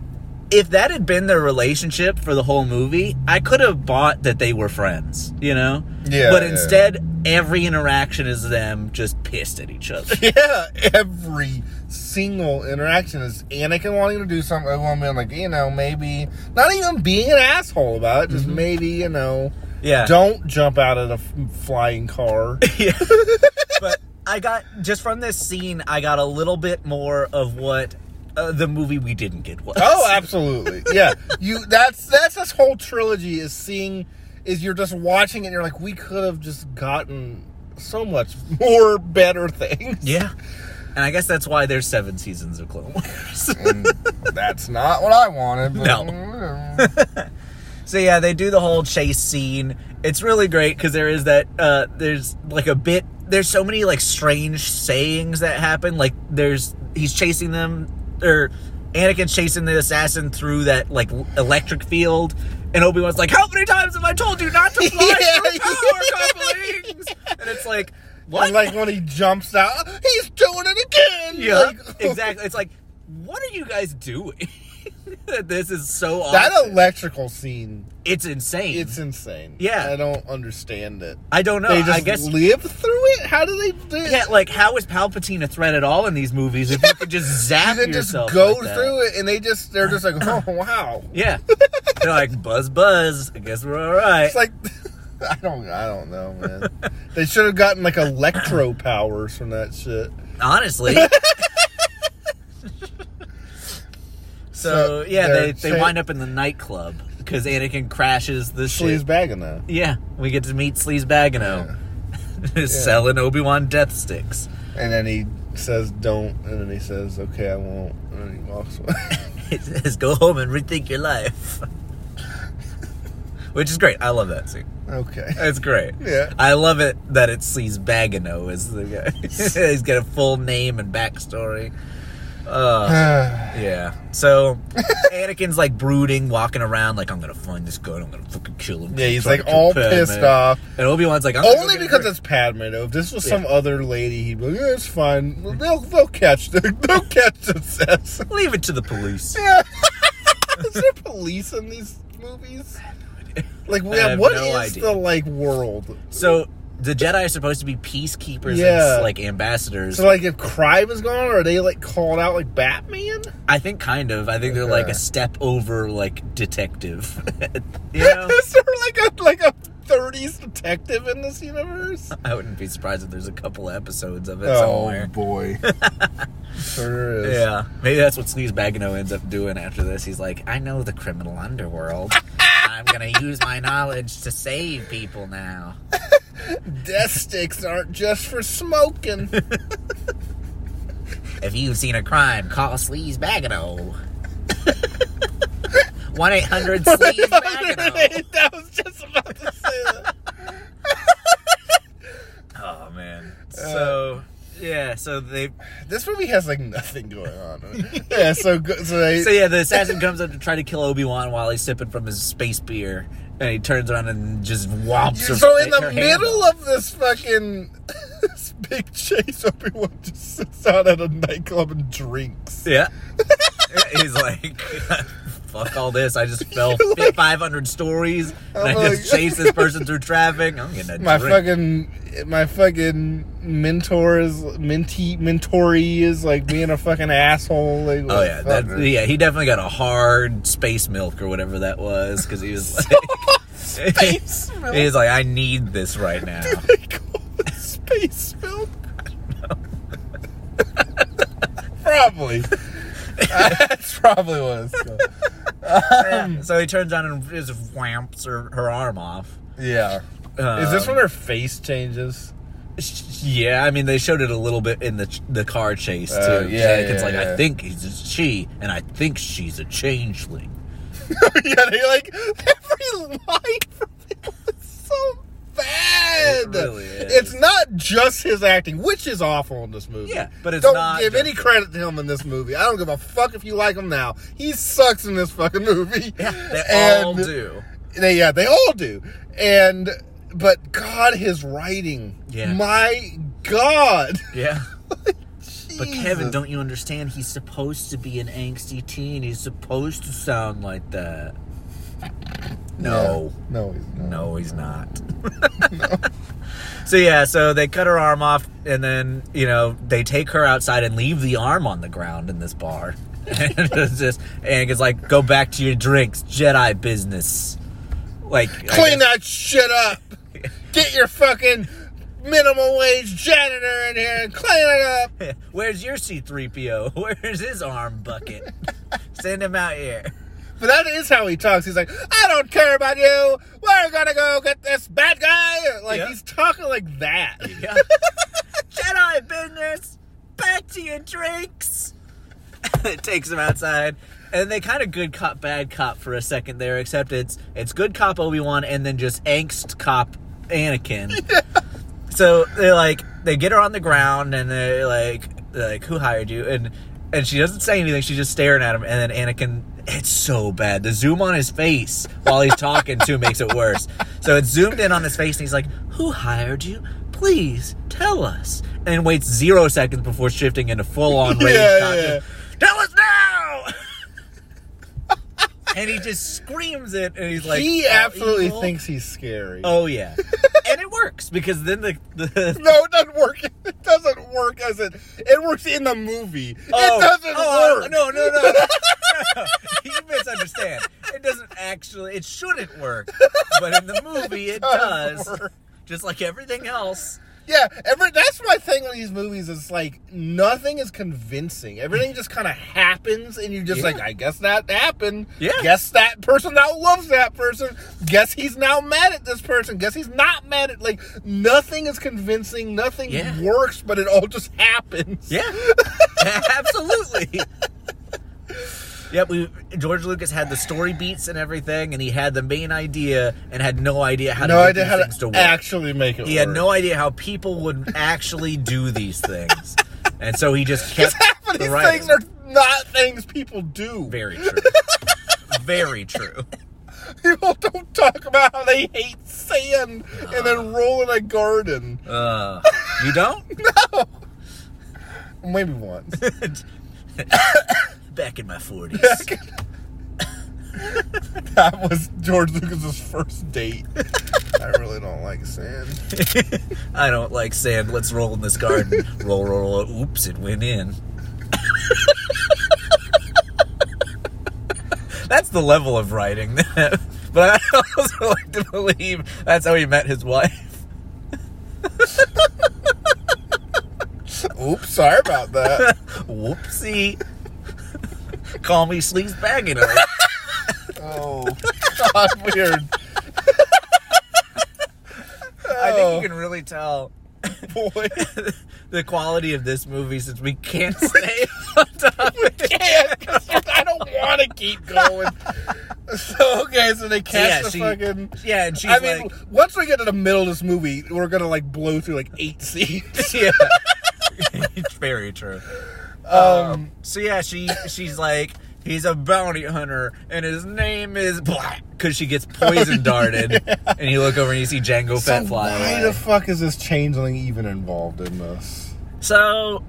Speaker 3: if that had been their relationship for the whole movie, I could have bought that they were friends, you know?
Speaker 4: Yeah,
Speaker 3: But
Speaker 4: yeah.
Speaker 3: instead, every interaction is them just pissed at each other.
Speaker 4: Yeah, every single interaction is Anakin wanting to do something, everyone being like, you know, maybe not even being an asshole about it, just maybe, you know,
Speaker 3: Mm-hmm. Yeah.
Speaker 4: don't jump out of the f- flying car.
Speaker 3: but I got just from this scene, I got a little bit more of what uh, the movie we didn't get was.
Speaker 4: oh, absolutely, yeah. You that's that's this whole trilogy is seeing is you're just watching it, and you're like, we could have just gotten so much more better things.
Speaker 3: yeah. And I guess that's why there's seven seasons of Clone Wars.
Speaker 4: That's not what I wanted. But
Speaker 3: No. so yeah, they do the whole chase scene. It's really great because there is that. Uh, there's like a bit. There's so many like strange sayings that happen. Like there's he's chasing them or. Anakin's chasing the assassin through that like l- electric field, and Obi Wan's like, "How many times have I told you not to fly through
Speaker 4: Yeah.
Speaker 3: power couplings?" And it's like, "What?"
Speaker 4: And like when he jumps out, he's doing it again.
Speaker 3: Yeah,
Speaker 4: Like,
Speaker 3: exactly. It's like, what are you guys doing? this is so
Speaker 4: That
Speaker 3: awesome.
Speaker 4: electrical scene,
Speaker 3: it's insane.
Speaker 4: it's insane.
Speaker 3: Mm-hmm. Yeah.
Speaker 4: I don't understand it.
Speaker 3: I don't know.
Speaker 4: they just
Speaker 3: I guess
Speaker 4: live through it. How do they do it?
Speaker 3: yeah, like how is Palpatine a threat at all in these movies if you could just zap
Speaker 4: they just
Speaker 3: yourself?
Speaker 4: go
Speaker 3: like that?
Speaker 4: through it, and they just they're just like, oh wow.
Speaker 3: Yeah, they're like buzz buzz. I guess we're all right.
Speaker 4: It's like I don't I don't know, man. they should have gotten like electro powers from that shit.
Speaker 3: Honestly. so
Speaker 4: So,
Speaker 3: yeah,
Speaker 4: they're
Speaker 3: they, they
Speaker 4: saying-
Speaker 3: wind up in the nightclub because Anakin crashes the ship.
Speaker 4: Please bag in that.
Speaker 3: Yeah, we get to meet Sleaze Bagano selling Obi Wan death sticks.
Speaker 4: And then he says don't, and then he says okay, I won't, and then he walks away.
Speaker 3: It says, "Go home and rethink your life," which is great. I love that scene.
Speaker 4: okay.
Speaker 3: It's great.
Speaker 4: Yeah.
Speaker 3: I love it that it sees Bagano as the guy. He's got a full name and backstory. Uh, Yeah. So Anakin's like brooding, walking around, like I'm gonna find this gun. I'm gonna fucking kill him.
Speaker 4: Yeah, he's,
Speaker 3: Try to
Speaker 4: like,
Speaker 3: kill
Speaker 4: all
Speaker 3: Padme."
Speaker 4: pissed off.
Speaker 3: and Obi Wan's like, I'm gonna
Speaker 4: Only
Speaker 3: go get
Speaker 4: because
Speaker 3: her."
Speaker 4: it's Padme. Though if this was some other lady, he'd be like, yeah, "It's fine. They'll they'll catch the they'll catch the assassin."
Speaker 3: leave it to the police.
Speaker 4: Is there police in these movies? Like,
Speaker 3: I
Speaker 4: yeah,
Speaker 3: have
Speaker 4: what is
Speaker 3: no idea.
Speaker 4: the like world?
Speaker 3: So the Jedi are supposed to be peacekeepers
Speaker 4: Yeah.
Speaker 3: and like ambassadors.
Speaker 4: So, like, if crime is gone, are they like called out like Batman?
Speaker 3: I think kind of. I think they're like
Speaker 4: Okay.
Speaker 3: a step over like detective. you know?
Speaker 4: is there like a like a '30s detective in this universe?
Speaker 3: I wouldn't be surprised if there's a couple episodes of it
Speaker 4: Oh
Speaker 3: somewhere.
Speaker 4: boy, sure is.
Speaker 3: Yeah, maybe that's what Sneeze Bagano ends up doing after this. He's like, I know the criminal underworld. I'm gonna use my knowledge to save people now.
Speaker 4: Death sticks aren't just for smoking.
Speaker 3: If you've seen a crime, call Sleaze Bagano. 1 800 Sleaze Bagano.
Speaker 4: I was just about to say that.
Speaker 3: Oh, man.
Speaker 4: Uh,
Speaker 3: So, yeah, so they
Speaker 4: This movie has like nothing going on. in it. yeah, so go- so they
Speaker 3: So yeah, the assassin comes up to try to kill Obi Wan while he's sipping from his space beer, and he turns around and just whomps. her-
Speaker 4: so in the
Speaker 3: her hand
Speaker 4: middle
Speaker 3: off.
Speaker 4: of this fucking this big chase, Obi Wan just sits out at a nightclub and drinks.
Speaker 3: yeah, he's like, "Fuck all this! I just fell five hundred stories, and
Speaker 4: I'm
Speaker 3: I just
Speaker 4: like-
Speaker 3: chased this person through traffic. I'm getting a
Speaker 4: My
Speaker 3: drink."
Speaker 4: fucking my fucking mentor is mentee mentoree is like being a fucking asshole. Like,
Speaker 3: Oh
Speaker 4: like,
Speaker 3: yeah,
Speaker 4: fuck
Speaker 3: that,
Speaker 4: it.
Speaker 3: yeah. He definitely got a hard space milk or whatever that was because he was like,
Speaker 4: Space milk.
Speaker 3: he's like, I need this right now.
Speaker 4: They call it space milk. probably. That's probably what it's called. um,
Speaker 3: so he turns around and just whamps her, her arm off.
Speaker 4: Yeah. is this
Speaker 3: Um,
Speaker 4: when her face changes?
Speaker 3: Yeah, I mean they showed it a little bit in the the car chase too.
Speaker 4: Uh, yeah,
Speaker 3: Anakin's
Speaker 4: yeah,
Speaker 3: like, I
Speaker 4: yeah.
Speaker 3: think he's a she, and I think she's a changeling.
Speaker 4: yeah, they like every line from him is so bad.
Speaker 3: It really is.
Speaker 4: It's not just his acting, which is awful in this movie.
Speaker 3: Yeah, but it's
Speaker 4: don't
Speaker 3: not
Speaker 4: give
Speaker 3: just-
Speaker 4: any credit to him in this movie. I don't give a fuck if you like him now. He sucks in this fucking movie. Yeah,
Speaker 3: They all do.
Speaker 4: They, yeah, they all do. And but God, his writing.
Speaker 3: Yeah.
Speaker 4: My God.
Speaker 3: Yeah. But Kevin, don't you understand? He's supposed to be an angsty teen. He's supposed to sound like that. No.
Speaker 4: No, he's not.
Speaker 3: No, he's not. so yeah, so they cut her arm off, and then you know they take her outside and leave the arm on the ground in this bar. and it's just and it's like, go back to your drinks, Jedi business. Like I
Speaker 4: Clean that shit up. Get your fucking minimum wage janitor in here and clean it up.
Speaker 3: guess- Where's your C3PO? Where's his arm bucket? Send him out here.
Speaker 4: But that is how he talks. He's like, I don't care about you. We're gonna go get this bad guy. Like
Speaker 3: Yeah.
Speaker 4: he's talking like that.
Speaker 3: Yeah. Jedi business. Back to your drinks. it takes him outside, and they kind of good cop, bad cop for a second there. Except it's it's good cop Obi Wan, and then just angst cop Anakin. So they're like they get her on the ground, and they're like they're like who hired you? And and she doesn't say anything. She's just staring at him, and then Anakin. It's so bad. The zoom on his face while he's talking too makes it worse. So it's zoomed in on his face, and he's like, "Who hired you? Please tell us." And then waits zero seconds before shifting into full on rage.
Speaker 4: Yeah,
Speaker 3: cop.
Speaker 4: yeah.
Speaker 3: Tell us now! and he just screams it, and he's like,
Speaker 4: he
Speaker 3: "Oh,
Speaker 4: absolutely
Speaker 3: evil."
Speaker 4: thinks he's scary.
Speaker 3: Oh yeah, and it works because then the, the
Speaker 4: No, it doesn't work. It doesn't work as it. It works in the movie.
Speaker 3: Oh,
Speaker 4: it doesn't
Speaker 3: oh,
Speaker 4: work.
Speaker 3: No, no, no. no. You misunderstand. It doesn't actually. It shouldn't work, but in the movie, it,
Speaker 4: does
Speaker 3: does.
Speaker 4: work.
Speaker 3: Just like everything else.
Speaker 4: Yeah, every, that's my thing with these movies. It's like nothing is convincing. Everything just kind of happens, and you're just
Speaker 3: Yeah.
Speaker 4: like, I guess that happened.
Speaker 3: Yeah.
Speaker 4: Guess that person now loves that person. Guess he's now mad at this person. Guess he's not mad at like nothing is convincing. Nothing
Speaker 3: Yeah.
Speaker 4: works, but it all just happens.
Speaker 3: Yeah, absolutely. Yep, we George Lucas had the story beats and everything, and he had the main idea and had no idea how
Speaker 4: No
Speaker 3: to
Speaker 4: idea
Speaker 3: get
Speaker 4: how
Speaker 3: these things
Speaker 4: to
Speaker 3: to work.
Speaker 4: actually make it.
Speaker 3: he had
Speaker 4: work.
Speaker 3: no idea how people would actually do these things, and so he just kept
Speaker 4: Half of
Speaker 3: the
Speaker 4: these
Speaker 3: writing.
Speaker 4: things are not things people do.
Speaker 3: Very true. Very true.
Speaker 4: People don't talk about how they hate sand and then roll in a garden.
Speaker 3: Uh, you don't?
Speaker 4: Maybe once.
Speaker 3: Back in my 40s.
Speaker 4: that was George Lucas's first date. I really don't like sand.
Speaker 3: I don't like sand. Let's roll in this garden. roll, roll, roll. Oops, it went in. that's the level of writing. but I also like to believe that's how he met his wife.
Speaker 4: Oops, sorry about that.
Speaker 3: Whoopsie. Call me Sleaze Bagging.
Speaker 4: Oh, God, weird.
Speaker 3: I
Speaker 4: Oh.
Speaker 3: think you can really tell
Speaker 4: Boy,
Speaker 3: the quality of this movie since we can't stay on topic.
Speaker 4: yeah, 'cause I don't want to keep going. So okay, so they
Speaker 3: yeah,
Speaker 4: catch the
Speaker 3: she-
Speaker 4: fucking.
Speaker 3: Yeah, and she's
Speaker 4: I mean,
Speaker 3: like,
Speaker 4: once we get to the middle of this movie, we're gonna like blow through like eight scenes.
Speaker 3: yeah. it's very true.
Speaker 4: Um,
Speaker 3: So yeah, she she's like he's a bounty hunter and his name is Black because she gets poison darted and you look over and you see Django
Speaker 4: Oh, so
Speaker 3: Fat fly.
Speaker 4: why
Speaker 3: away.
Speaker 4: the fuck is this changeling even involved in this?
Speaker 3: so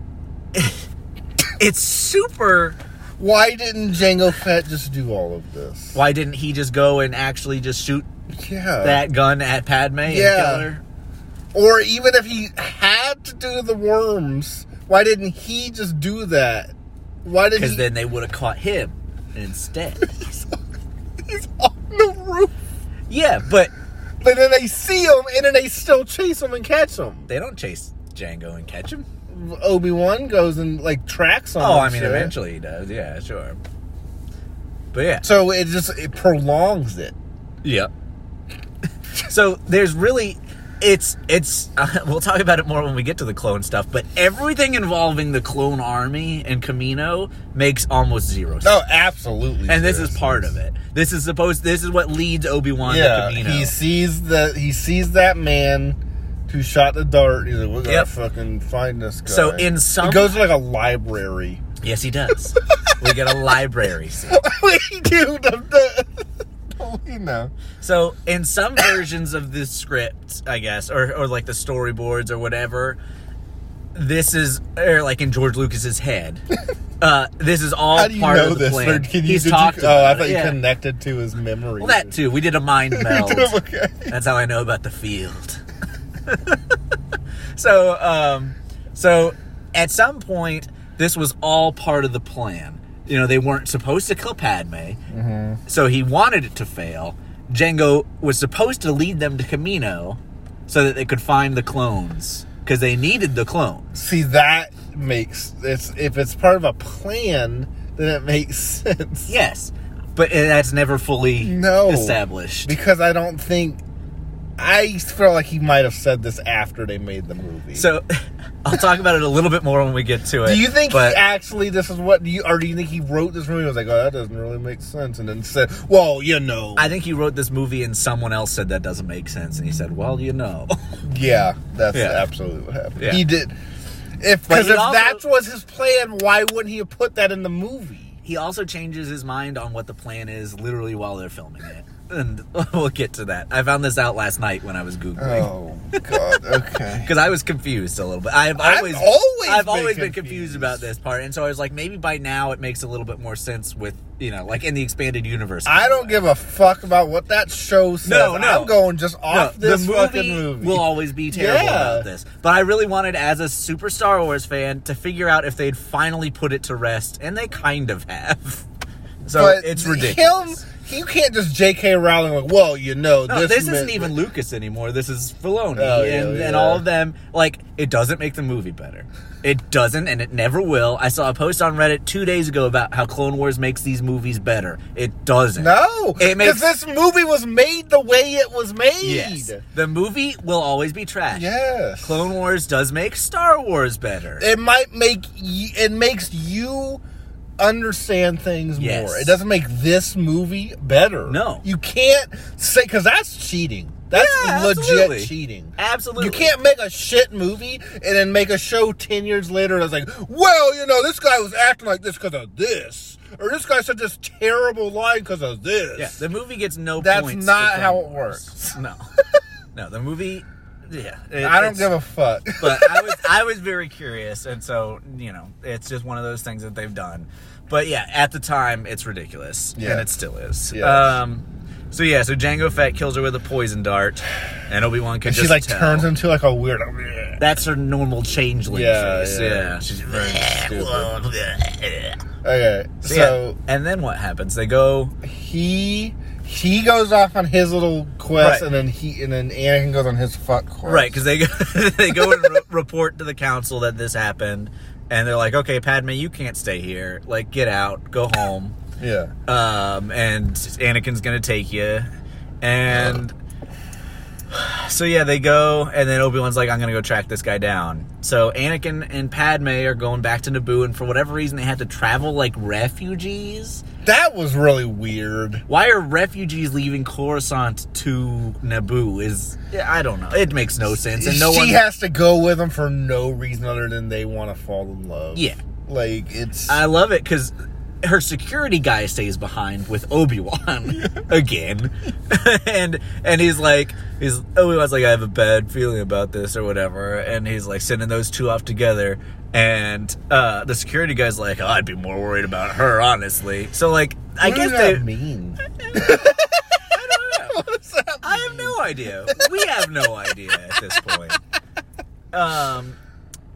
Speaker 3: it's super.
Speaker 4: Why didn't Django Fett just do all of this?
Speaker 3: Why didn't he just go and actually just shoot
Speaker 4: Yeah.
Speaker 3: that gun at Padme and
Speaker 4: Yeah.
Speaker 3: kill her?
Speaker 4: Or even if he had to do the worms, why didn't he just do that? Why did
Speaker 3: Because
Speaker 4: he?
Speaker 3: then they would have caught him instead.
Speaker 4: he's on the roof.
Speaker 3: yeah, but
Speaker 4: But then they see him, and then they still chase him and catch him.
Speaker 3: they don't chase Django and catch him.
Speaker 4: Obi Wan goes and like tracks him.
Speaker 3: Oh,
Speaker 4: and
Speaker 3: I mean,
Speaker 4: shit.
Speaker 3: eventually he does. Yeah, sure. But yeah,
Speaker 4: So it just it prolongs it.
Speaker 3: Yep. so there's really, it's it's. Uh, we'll talk about it more when we get to the clone stuff. But everything involving the clone army and Camino makes almost zero sense.
Speaker 4: No, Oh, absolutely.
Speaker 3: and this is part of it. This is supposed. This is what leads Obi Wan
Speaker 4: Yeah,
Speaker 3: to Camino.
Speaker 4: he sees the he sees that man who shot the dart. He's like, we gotta
Speaker 3: Yep.
Speaker 4: fucking find this guy.
Speaker 3: So in some-
Speaker 4: he goes to like a library.
Speaker 3: yes, he does. we get a library scene.
Speaker 4: we do the, the we know.
Speaker 3: So in some versions of this script, I guess, or or like the storyboards or whatever, this is or like in George Lucas's head. Uh, this is all
Speaker 4: How do you
Speaker 3: part
Speaker 4: know
Speaker 3: of the
Speaker 4: this?
Speaker 3: plan.
Speaker 4: Or can you,
Speaker 3: He's
Speaker 4: did
Speaker 3: talked
Speaker 4: you,
Speaker 3: about
Speaker 4: oh, I
Speaker 3: it,
Speaker 4: thought you
Speaker 3: yeah.
Speaker 4: connected to his memory.
Speaker 3: Well, that too. We did a mind meld.
Speaker 4: okay.
Speaker 3: That's how I know about the field. so, um, so at some point, this was all part of the plan. You know, they weren't supposed to kill Padme,
Speaker 4: Mm-hmm.
Speaker 3: so he wanted it to fail. Django was supposed to lead them to Camino, so that they could find the clones because they needed the clones.
Speaker 4: See, that makes it's if it's part of a plan, then it makes sense.
Speaker 3: Yes, but that's never fully
Speaker 4: No.
Speaker 3: established.
Speaker 4: Because I don't think I feel like he might have said this after they made the movie.
Speaker 3: So, I'll talk about it a little bit more when we get to it.
Speaker 4: do you think
Speaker 3: but-
Speaker 4: he actually this is what do you or do you think he wrote this movie? and was like, oh, that doesn't really make sense, and then said, well, you know,
Speaker 3: I think he wrote this movie and someone else said that doesn't make sense, and he said, "Well, you know."
Speaker 4: yeah, that's
Speaker 3: Yeah.
Speaker 4: absolutely what happened.
Speaker 3: Yeah.
Speaker 4: He did. If
Speaker 3: But
Speaker 4: because
Speaker 3: he
Speaker 4: if
Speaker 3: also-
Speaker 4: that was his plan, why wouldn't he have put that in the movie?
Speaker 3: he also changes his mind on what the plan is literally while they're filming it, and we'll get to that. I found this out last night when I was googling
Speaker 4: Oh God. Okay.
Speaker 3: because I was confused a little bit. I've
Speaker 4: I've
Speaker 3: always,
Speaker 4: always
Speaker 3: I've
Speaker 4: been
Speaker 3: always been confused
Speaker 4: confused.
Speaker 3: about this part, and so I was like, maybe by now it makes a little bit more sense with you know, like in the expanded universe.
Speaker 4: I don't give a fuck about what that show says.
Speaker 3: No, no.
Speaker 4: I'm going just
Speaker 3: No,
Speaker 4: off
Speaker 3: the
Speaker 4: this
Speaker 3: movie,
Speaker 4: fucking movie.
Speaker 3: will always be terrible
Speaker 4: Yeah.
Speaker 3: about this. But I really wanted, as a super Star Wars fan, to figure out if they'd finally put it to rest, and they kind of have. So
Speaker 4: but
Speaker 3: it's ridiculous.
Speaker 4: Him, you can't just J.K. Rowling like, well, you know,
Speaker 3: no,
Speaker 4: this,
Speaker 3: this, isn't
Speaker 4: meant-
Speaker 3: even Lucas anymore. This is Filoni
Speaker 4: Oh, yeah,
Speaker 3: and, and
Speaker 4: yeah.
Speaker 3: all of them. Like, it doesn't make the movie better. It doesn't, and it never will. I saw a post on Reddit two days ago about how Clone Wars makes these movies better. It doesn't.
Speaker 4: No,
Speaker 3: It makes-
Speaker 4: because this movie was made the way it was made.
Speaker 3: Yes. The movie will always be trash.
Speaker 4: Yes.
Speaker 3: Clone Wars does make Star Wars better.
Speaker 4: It might make y- it makes you understand things
Speaker 3: Yes.
Speaker 4: more. It doesn't make this movie better.
Speaker 3: No.
Speaker 4: you can't say because that's cheating. That's
Speaker 3: Yeah,
Speaker 4: legit
Speaker 3: absolutely.
Speaker 4: cheating.
Speaker 3: Absolutely.
Speaker 4: You can't make a shit movie and then make a show 10 years later that's like, well, you know, this guy was acting like this because of this. Or this guy said this terrible line because of this.
Speaker 3: Yeah, the movie gets no
Speaker 4: That's
Speaker 3: points.
Speaker 4: not
Speaker 3: for
Speaker 4: how
Speaker 3: Clone
Speaker 4: it
Speaker 3: Wars. No. no, the movie. Yeah. it-
Speaker 4: I don't
Speaker 3: it's-
Speaker 4: give a fuck.
Speaker 3: but I was I was very curious, and so you know, it's just one of those things that they've done. But yeah, at the time, it's ridiculous,
Speaker 4: Yeah.
Speaker 3: and it still is.
Speaker 4: Yes.
Speaker 3: Um, so yeah, so Django Fett kills her with a poison dart, and Obi Wan can
Speaker 4: And
Speaker 3: just
Speaker 4: she like
Speaker 3: tell.
Speaker 4: turns into like a weirdo.
Speaker 3: That's her normal changeling
Speaker 4: Yeah,
Speaker 3: face.
Speaker 4: yeah.
Speaker 3: Yeah.
Speaker 4: She's very stupid. Okay,
Speaker 3: So,
Speaker 4: so
Speaker 3: yeah, and then what happens? They go.
Speaker 4: he he goes off on his little
Speaker 3: Right.
Speaker 4: quest, and then he and then Anakin goes on his fuck quest.
Speaker 3: Right, because they go, they go and re- report to the council that this happened, and they're like, "Okay, Padme, you can't stay here. Like, get out, go home."
Speaker 4: yeah,
Speaker 3: Um, and Anakin's gonna take you, and so yeah, they go, and then Obi Wan's like, "I'm gonna go track this guy down." So Anakin and Padme are going back to Naboo, and for whatever reason, they had to travel like refugees.
Speaker 4: that was really weird.
Speaker 3: Why are refugees leaving Coruscant to Naboo? Is I don't know. It makes no sense, and no
Speaker 4: she
Speaker 3: one
Speaker 4: has to go with him for no reason other than they want to fall in love.
Speaker 3: Yeah.
Speaker 4: like it's
Speaker 3: I love it because her security guy stays behind with Obi Wan again, and and he's like, he's Obi Wan's like, I have a bad feeling about this or whatever, and he's like sending those two off together, and uh, the security guy's like, I'd be more worried about her honestly. So like, I
Speaker 4: What
Speaker 3: guess
Speaker 4: does that
Speaker 3: they,
Speaker 4: mean.
Speaker 3: I have no idea. We have no idea at this point. Um,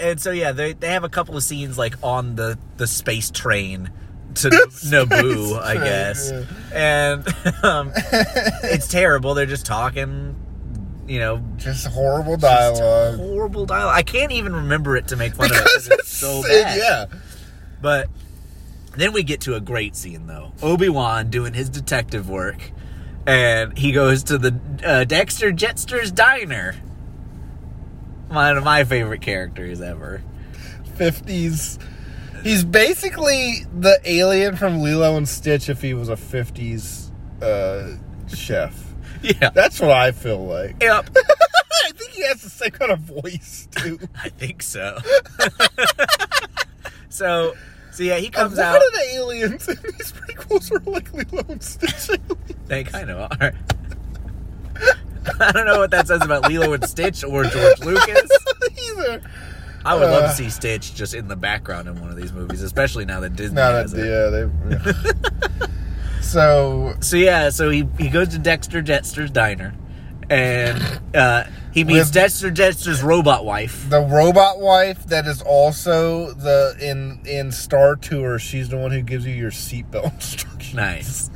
Speaker 3: and so yeah, they they have a couple of scenes like on the the space train to Naboo, I
Speaker 4: train,
Speaker 3: guess, and um, it's terrible. They're just talking, you know.
Speaker 4: Just horrible
Speaker 3: just
Speaker 4: dialogue.
Speaker 3: horrible dialogue. I can't even remember it to make fun of it 'cause it's so bad.
Speaker 4: yeah,
Speaker 3: But then we get to a great scene, though. Obi Wan doing his detective work, and he goes to the uh, Dexter Jetster's diner. One of my favorite characters ever.
Speaker 4: fifties. He's basically the alien from Lilo and Stitch if he was a fifties uh, chef.
Speaker 3: Yeah.
Speaker 4: That's what I feel like.
Speaker 3: Yep.
Speaker 4: I think he has the same kind of voice too.
Speaker 3: I think so. so, so yeah, he
Speaker 4: A
Speaker 3: comes
Speaker 4: lot
Speaker 3: out.
Speaker 4: of the aliens in these prequels are like Lilo and Stitch. aliens.
Speaker 3: They kind of are. I don't know what that says about Lilo and Stitch or George Lucas.
Speaker 4: Either.
Speaker 3: I would love to see Stitch just in the background in one of these movies, especially now that Disney
Speaker 4: Not
Speaker 3: has
Speaker 4: a,
Speaker 3: it.
Speaker 4: yeah, they. so
Speaker 3: So yeah, so he, he goes to Dexter Jetster's diner, and uh, he meets
Speaker 4: With-
Speaker 3: Dexter Jetster's robot wife.
Speaker 4: the robot wife that is also the in in Star Tour, she's the one who gives you your seatbelt instructions.
Speaker 3: Nice.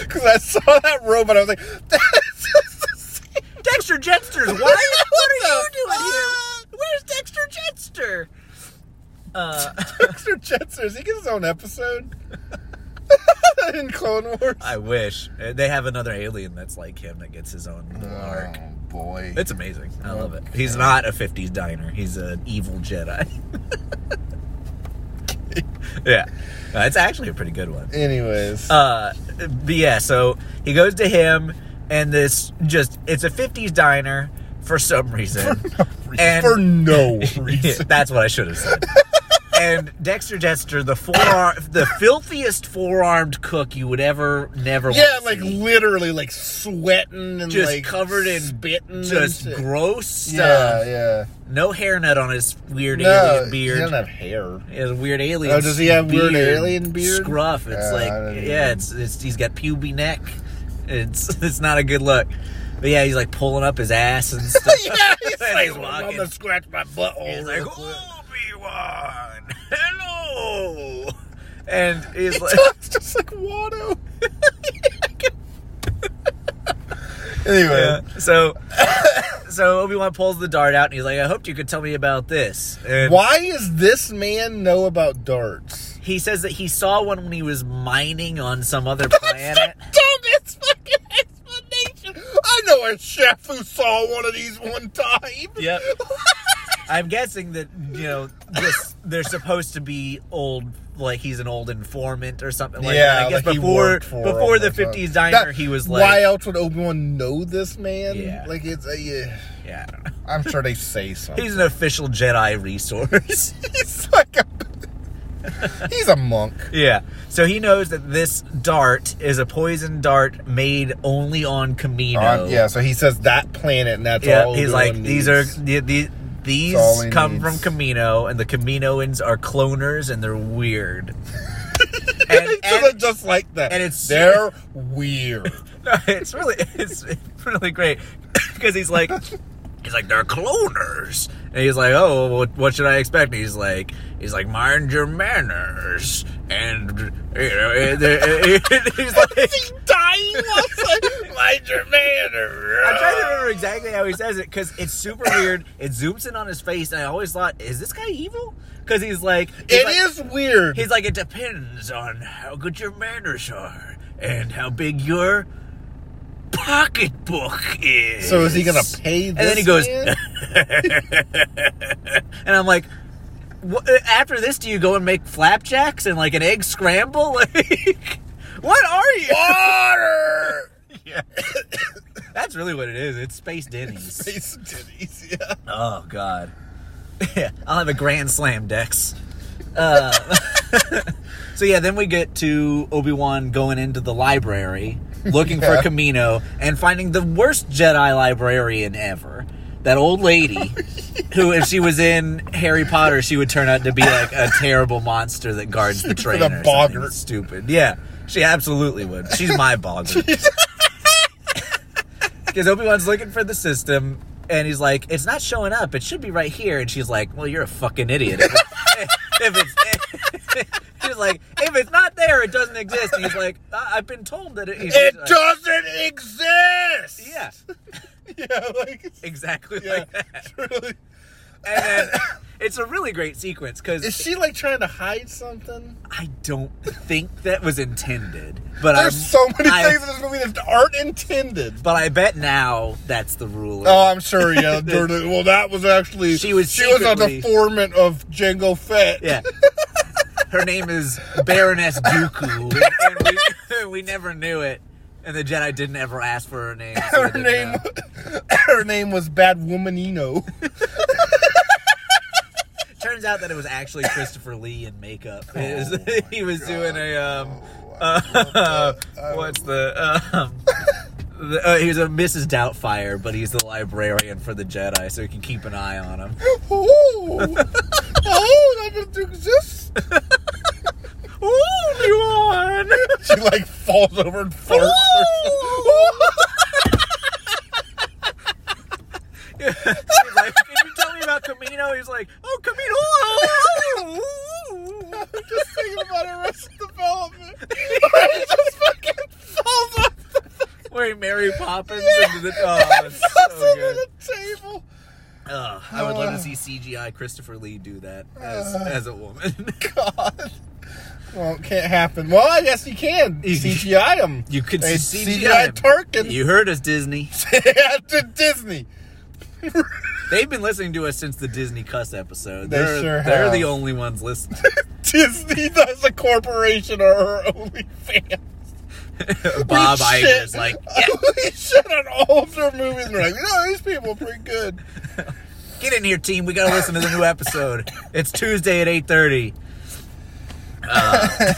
Speaker 4: Because I saw that robot, I was like, that's just the same.
Speaker 3: Dexter Jetster's wife. What are you
Speaker 4: What the
Speaker 3: doing here? Where's Dexter Jetster? Uh,
Speaker 4: Dexter Jetster, does he get his own episode? in Clone Wars.
Speaker 3: I wish Uh, they have another alien that's like him that gets his own little arc.
Speaker 4: Oh, boy.
Speaker 3: It's amazing. I love it. He's not a 50s diner. He's an evil Jedi. yeah. Uh, it's actually a pretty good one.
Speaker 4: Anyways.
Speaker 3: Uh, but yeah, so he goes to him, and this just, it's a 50s diner for some reason. and-
Speaker 4: for no
Speaker 3: Yeah,
Speaker 4: reason.
Speaker 3: that's what I should have said. and Dexter Jester, the forearm, the filthiest four-armed cook you would ever, never
Speaker 4: yeah,
Speaker 3: want
Speaker 4: like
Speaker 3: to see.
Speaker 4: literally, like sweating and
Speaker 3: Just
Speaker 4: like
Speaker 3: covered in-
Speaker 4: spitting,
Speaker 3: just
Speaker 4: and shit.
Speaker 3: gross stuff.
Speaker 4: Yeah, yeah.
Speaker 3: No hairnet on his weird
Speaker 4: No,
Speaker 3: alien
Speaker 4: he
Speaker 3: beard.
Speaker 4: doesn't have hair.
Speaker 3: He has a weird alien.
Speaker 4: Oh, does he have weird
Speaker 3: beard,
Speaker 4: alien beard?
Speaker 3: Scruff. It's
Speaker 4: Yeah,
Speaker 3: like
Speaker 4: I don't
Speaker 3: yeah,
Speaker 4: even-
Speaker 3: it's, it's he's got puby neck. It's it's not a good look. But yeah, he's like pulling up his ass and stuff.
Speaker 4: yeah, he's
Speaker 3: And
Speaker 4: like,
Speaker 3: he's
Speaker 4: I'm
Speaker 3: walking.
Speaker 4: gonna scratch my butthole.
Speaker 3: He's like,
Speaker 4: real quick."
Speaker 3: Obi Wan, hello, and he's like,
Speaker 4: It's just like Watto. anyway,
Speaker 3: Yeah. so so Obi Wan pulls the dart out and he's like, I hoped you could tell me about this. And
Speaker 4: why is this man know about darts?
Speaker 3: He says that he saw one when he was mining on some other planet.
Speaker 4: Dumbest fucking explanation. I know a chef who saw one of these one time.
Speaker 3: Yep. I'm guessing that you know this. They're supposed to be old, like he's an old informant or something like that. I guess
Speaker 4: like he
Speaker 3: before
Speaker 4: worked for
Speaker 3: before
Speaker 4: him
Speaker 3: the
Speaker 4: or something.
Speaker 3: '50s diner,
Speaker 4: That-
Speaker 3: he was
Speaker 4: why
Speaker 3: like,
Speaker 4: else would Obi Wan know this man?
Speaker 3: Yeah.
Speaker 4: like it's a. Yeah.
Speaker 3: yeah, I don't know.
Speaker 4: I'm sure they say something.
Speaker 3: he's an official Jedi resource.
Speaker 4: He's like a. he's a monk.
Speaker 3: yeah, so he knows that this dart is a poison dart made only on Kamino.
Speaker 4: On- yeah, so he says that planet, and that's
Speaker 3: Yeah,
Speaker 4: all.
Speaker 3: he's
Speaker 4: Obi-Wan
Speaker 3: like these are
Speaker 4: needs.
Speaker 3: the, the, these
Speaker 4: all he
Speaker 3: come
Speaker 4: needs.
Speaker 3: from Camino, and the Caminoans are cloners, and they're weird. and,
Speaker 4: He says
Speaker 3: and-
Speaker 4: it just like that,
Speaker 3: and it's-
Speaker 4: they're weird.
Speaker 3: no, it's really it's really great because he's like he's like they're cloners, and he's like, oh, what, what should I expect? And he's like he's like mind your manners, and you know, and- and he's like.
Speaker 4: Dying, mind your manner.
Speaker 3: I'm trying to remember exactly how he says it because it's super weird. It zooms in on his face, and I always thought, is this guy evil? Because he's like, he's
Speaker 4: It
Speaker 3: like-
Speaker 4: is weird.
Speaker 3: He's like, it depends on how good your manners are and how big your pocketbook is.
Speaker 4: so is he gonna pay?
Speaker 3: And
Speaker 4: This
Speaker 3: then he goes,
Speaker 4: man?
Speaker 3: and I'm like, "Wha- uh, after this, do you go and make flapjacks and like an egg scramble? Like, what are you?
Speaker 4: water.
Speaker 3: That's really what it is. It's space Denny's.
Speaker 4: Face titties. Yeah.
Speaker 3: Oh God. Yeah, I'll have a grand slam, Dex. Uh, so yeah, then we get to Obi Wan going into the library looking for
Speaker 4: Yeah.
Speaker 3: Camino and finding the worst Jedi librarian ever. That old lady, who if she was in Harry Potter, she would turn out to be like a terrible monster that guards the train.
Speaker 4: a
Speaker 3: or something
Speaker 4: boggart.
Speaker 3: Stupid. Yeah, she absolutely would. She's my boggart. Because Obi Wan's looking for the system, and he's like, "It's not showing up. It should be right here." And she's like, "Well, you're a fucking idiot." If it- if it's, she's like, "If it's not there, it doesn't exist." And he's like, I- "I've been told that it." he's
Speaker 4: It
Speaker 3: like,
Speaker 4: doesn't exist.
Speaker 3: Yeah,
Speaker 4: Yeah. Like. it's-
Speaker 3: exactly
Speaker 4: Yeah.
Speaker 3: like that.
Speaker 4: it's really-
Speaker 3: And then it's a really great sequence because
Speaker 4: Is she like trying to hide something?
Speaker 3: I don't think that was intended, but I'm,
Speaker 4: There's so many
Speaker 3: I-
Speaker 4: things in this movie that aren't intended.
Speaker 3: But I bet now that's the rule.
Speaker 4: Oh, I'm sure. Yeah, Jordan- well, that was actually
Speaker 3: She was
Speaker 4: she was a
Speaker 3: secretly-
Speaker 4: deformant of Jango Fett.
Speaker 3: Yeah. Her name is Baroness Dooku, and we, we never knew it. And the Jedi didn't ever ask for her name. uh, so we
Speaker 4: her
Speaker 3: didn't
Speaker 4: name
Speaker 3: know.
Speaker 4: her name was Bad Womanino.
Speaker 3: Turns out that it was actually Christopher Lee in makeup.
Speaker 4: Oh
Speaker 3: It was- he was doing a um, uh, what's the um, The- Uh, he's a Mrs. Doubtfire, but he's the librarian for the Jedi, so he can keep an eye on him.
Speaker 4: Oh, oh, that just exists.
Speaker 3: Only one.
Speaker 4: She like falls over and farts.
Speaker 3: He's like, can you tell me about Camino? oh, He's like, oh, Camino.
Speaker 4: I'm just thinking about Arrested Development. It just fucking falls off the,
Speaker 3: Where he Mary Poppins into the oh,
Speaker 4: falls
Speaker 3: it's so
Speaker 4: under
Speaker 3: good.
Speaker 4: the table.
Speaker 3: Ugh, I would love to see CGI Christopher Lee do that
Speaker 4: Uh.
Speaker 3: as as a woman.
Speaker 4: God. Well, it can't happen. Well, I guess you can CGI them.
Speaker 3: You could
Speaker 4: They
Speaker 3: CGI,
Speaker 4: CGI Tarkin.
Speaker 3: You heard us, Disney.
Speaker 4: to Disney.
Speaker 3: They've been listening to us since the Disney cuss episode.
Speaker 4: They
Speaker 3: are
Speaker 4: sure
Speaker 3: They're
Speaker 4: have.
Speaker 3: the only ones listening.
Speaker 4: Disney as a corporation or her only fan.
Speaker 3: Bob
Speaker 4: We
Speaker 3: Iger
Speaker 4: shit-
Speaker 3: is like, yeah,
Speaker 4: we shit on all of their movies. We're like, no, these people are pretty good.
Speaker 3: get in here, team. We gotta listen to the new episode. It's Tuesday at eight thirty. Uh,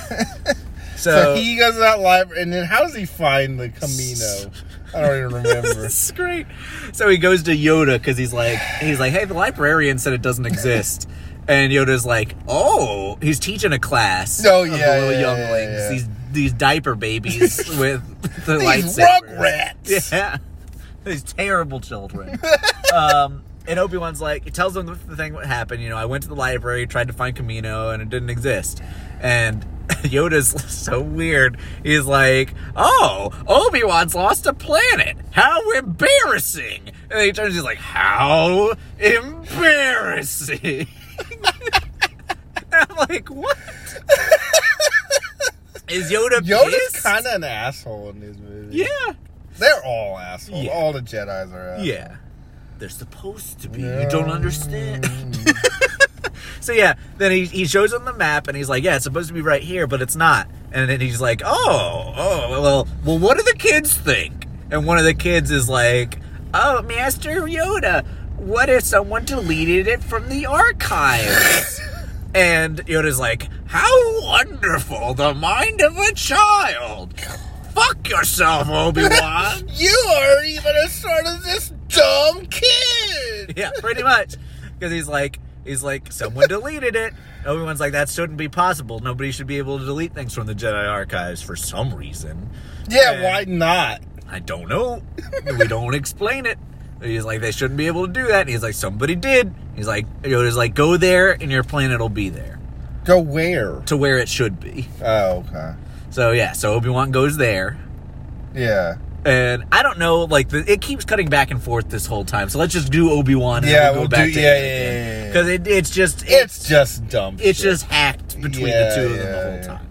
Speaker 4: So
Speaker 3: so,
Speaker 4: he goes to that library, and then how does he find the Camino? I don't even remember.
Speaker 3: This is great. So he goes to Yoda because he's like, he's like, hey, the librarian said it doesn't exist. And Yoda's like, oh, he's teaching a class.
Speaker 4: Oh,
Speaker 3: of
Speaker 4: yeah, yeah,
Speaker 3: little
Speaker 4: yeah,
Speaker 3: younglings,
Speaker 4: yeah, yeah.
Speaker 3: these these diaper babies with the
Speaker 4: These
Speaker 3: lightsaber.
Speaker 4: rugrats.
Speaker 3: Yeah, these terrible children. um, and Obi Wan's like, he tells them the thing what happened. You know, I went to the library, tried to find Camino, and it didn't exist. And Yoda's so weird. He's like, "Oh, Obi Wan's lost a planet. How embarrassing!" And then he turns. He's like, "How embarrassing!" I'm like, "What?" Is Yoda
Speaker 4: Yoda's
Speaker 3: pissed?
Speaker 4: kind of an asshole in these movies.
Speaker 3: yeah.
Speaker 4: They're all assholes.
Speaker 3: Yeah.
Speaker 4: All the Jedi's are assholes.
Speaker 3: Yeah. They're supposed to be. You don't understand. so yeah, then he, he shows him the map and he's like, Yeah, it's supposed to be right here, but it's not. And then he's like, Oh, oh well well what do the kids think? And one of the kids is like, Oh, Master Yoda, what if someone deleted it from the archives? and Yoda's like, How wonderful the mind of a child. Fuck yourself, Obi-Wan.
Speaker 4: You are even as smart as this dumb kid.
Speaker 3: yeah, pretty much. Because he's like, he's like, someone deleted it. Everyone's like, that shouldn't be possible. Nobody should be able to delete things from the Jedi archives for some reason.
Speaker 4: Yeah,
Speaker 3: Yeah.
Speaker 4: why not?
Speaker 3: I don't know. we don't explain it. He's like, they shouldn't be able to do that. And he's like, somebody did. He's like, Yoda's like, go there, and your planet will be there
Speaker 4: Go where?
Speaker 3: to where it should be.
Speaker 4: Oh, okay.
Speaker 3: So yeah, so Obi Wan goes there.
Speaker 4: Yeah.
Speaker 3: And I don't know, like the, it keeps cutting back and forth this whole time. So let's just do Obi Wan.
Speaker 4: Yeah,
Speaker 3: and we'll
Speaker 4: we'll
Speaker 3: go back
Speaker 4: do-
Speaker 3: to
Speaker 4: yeah,
Speaker 3: Anakin.
Speaker 4: yeah, yeah, yeah, yeah.
Speaker 3: 'Cause it, it's just
Speaker 4: It's just dumb.
Speaker 3: it's
Speaker 4: shit.
Speaker 3: just hacked between
Speaker 4: Yeah,
Speaker 3: the two of them
Speaker 4: yeah,
Speaker 3: the whole
Speaker 4: yeah.
Speaker 3: time.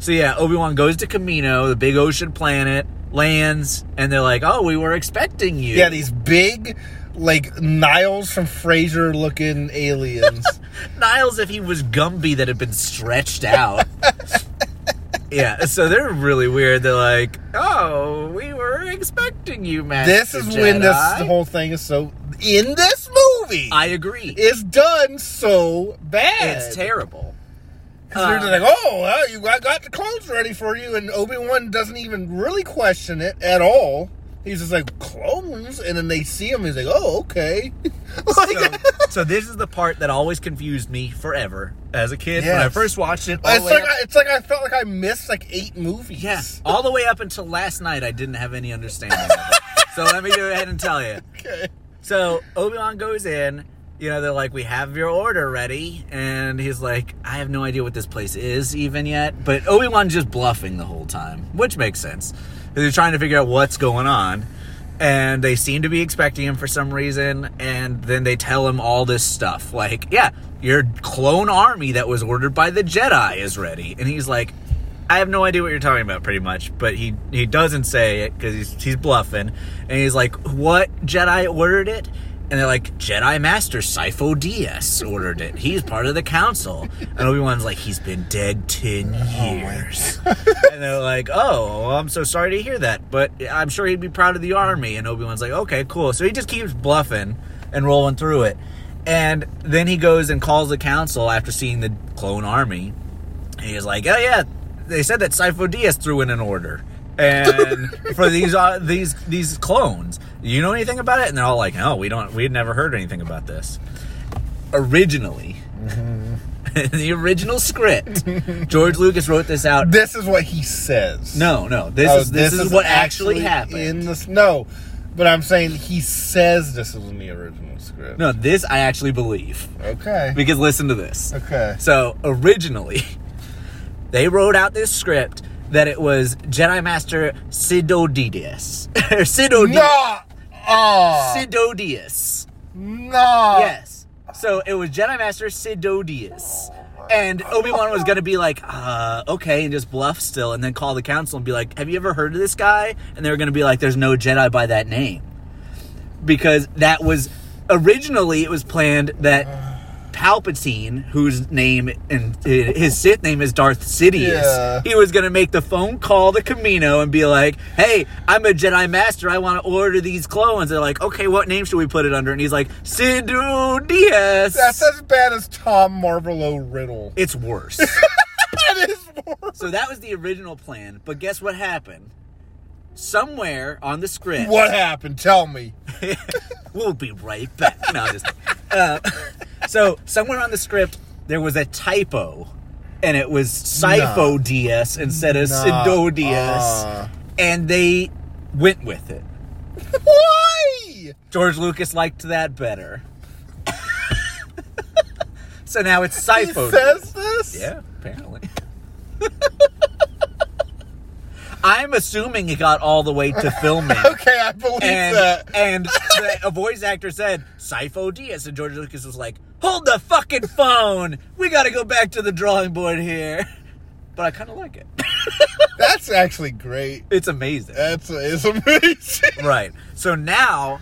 Speaker 3: So yeah, Obi Wan goes to Camino, the big ocean planet, lands, and they're like, "Oh, we were expecting you."
Speaker 4: Yeah, these big, like Niles from Frasier looking aliens.
Speaker 3: Niles, if he was Gumby, that had been stretched out. yeah, so they're really weird. They're like, "Oh, we were expecting you, man."
Speaker 4: this is when this whole thing is so. In this movie,
Speaker 3: I agree.
Speaker 4: is done so bad.
Speaker 3: it's terrible.
Speaker 4: Because they're just like, oh, well, you, I got the clothes ready for you, and Obi Wan doesn't even really question it at all. He's just like clones, and then they see him. He's like, oh, okay. like,
Speaker 3: So, so this is the part that always confused me forever as a kid when I
Speaker 4: Yes.
Speaker 3: first watched it. all the
Speaker 4: it's
Speaker 3: way
Speaker 4: like
Speaker 3: up-
Speaker 4: I, it's like I felt like I missed like eight movies.
Speaker 3: Yeah, all the way up until last night, I didn't have any understanding. of it. So let me go ahead and tell you.
Speaker 4: Okay.
Speaker 3: So Obi Wan goes in. You know, they're like, "We have your order ready," and he's like, "I have no idea what this place is even yet." But Obi Wan's just bluffing the whole time, which makes sense. They're trying to figure out what's going on, and they seem to be expecting him for some reason. And then they tell him all this stuff, like, "Yeah, your clone army that was ordered by the Jedi is ready," and he's like, I have no idea what you're talking about, pretty much. But he he doesn't say it because he's he's bluffing, and he's like, "What Jedi ordered it?" And they're like, "Jedi Master Sifo Dyas ordered it. He's part of the Council." And Obi Wan's like, "He's been dead ten years." and they're like, "Oh, well, I'm so sorry to hear that, but I'm sure he'd be proud of the army." And Obi Wan's like, "Okay, cool." So he just keeps bluffing and rolling through it, and then he goes and calls the Council after seeing the clone army. And he was like, oh yeah, they said that Sifo Dyas threw in an order. and for these uh, these these clones. You know anything about it? And they're all like, "No, we don't. We had never heard anything about this." Originally, Mm-hmm. in the original script, George Lucas wrote this out.
Speaker 4: This is what he says.
Speaker 3: No, no, this
Speaker 4: Oh,
Speaker 3: is this, is, what actually happened.
Speaker 4: In this, no, but I'm saying he says this was in the original script.
Speaker 3: no, this I actually believe
Speaker 4: Okay.
Speaker 3: because listen to this.
Speaker 4: Okay.
Speaker 3: So originally, they wrote out this script that it was Jedi Master Sidodius. Sidodius.
Speaker 4: Nah. Ah.
Speaker 3: Sidodius.
Speaker 4: Nah.
Speaker 3: Yes. So it was Jedi Master Sidodius. And Obi-Wan was going to be like, uh, okay, and just bluff still, and then call the council and be like, have you ever heard of this guy? And they were going to be like, there's no Jedi by that name. Because that was originally, it was planned that Palpatine, whose name and his Sith name is Darth Sidious,
Speaker 4: Yeah.
Speaker 3: he was going to make the phone call to Camino and be like, hey, I'm a Jedi Master. I want to order these clones. They're like, okay, what name should we put it under? And he's like, Sidu Diaz.
Speaker 4: That's as bad as Tom Marvolo Riddle.
Speaker 3: it's worse.
Speaker 4: That is worse.
Speaker 3: so that was the original plan. But guess what happened? Somewhere on the script,
Speaker 4: What happened? Tell me.
Speaker 3: we'll be right back. No, I'm just, uh, so somewhere on the script, there was a typo, and it was Sifo Diaz instead of
Speaker 4: Nah.
Speaker 3: Sido Diaz,
Speaker 4: Uh.
Speaker 3: and they went with it.
Speaker 4: Why?
Speaker 3: George Lucas liked that better. so now it's
Speaker 4: He
Speaker 3: Sifo.
Speaker 4: says this?
Speaker 3: Yeah, apparently. I'm assuming it got all the way to filming.
Speaker 4: Okay, I believe
Speaker 3: And
Speaker 4: that.
Speaker 3: and the, a voice actor said Sifo Diaz, and George Lucas was like, "Hold the fucking phone! We got to go back to the drawing board here." But I kind of like it.
Speaker 4: That's actually great.
Speaker 3: It's amazing,
Speaker 4: That's it's amazing.
Speaker 3: right? So now,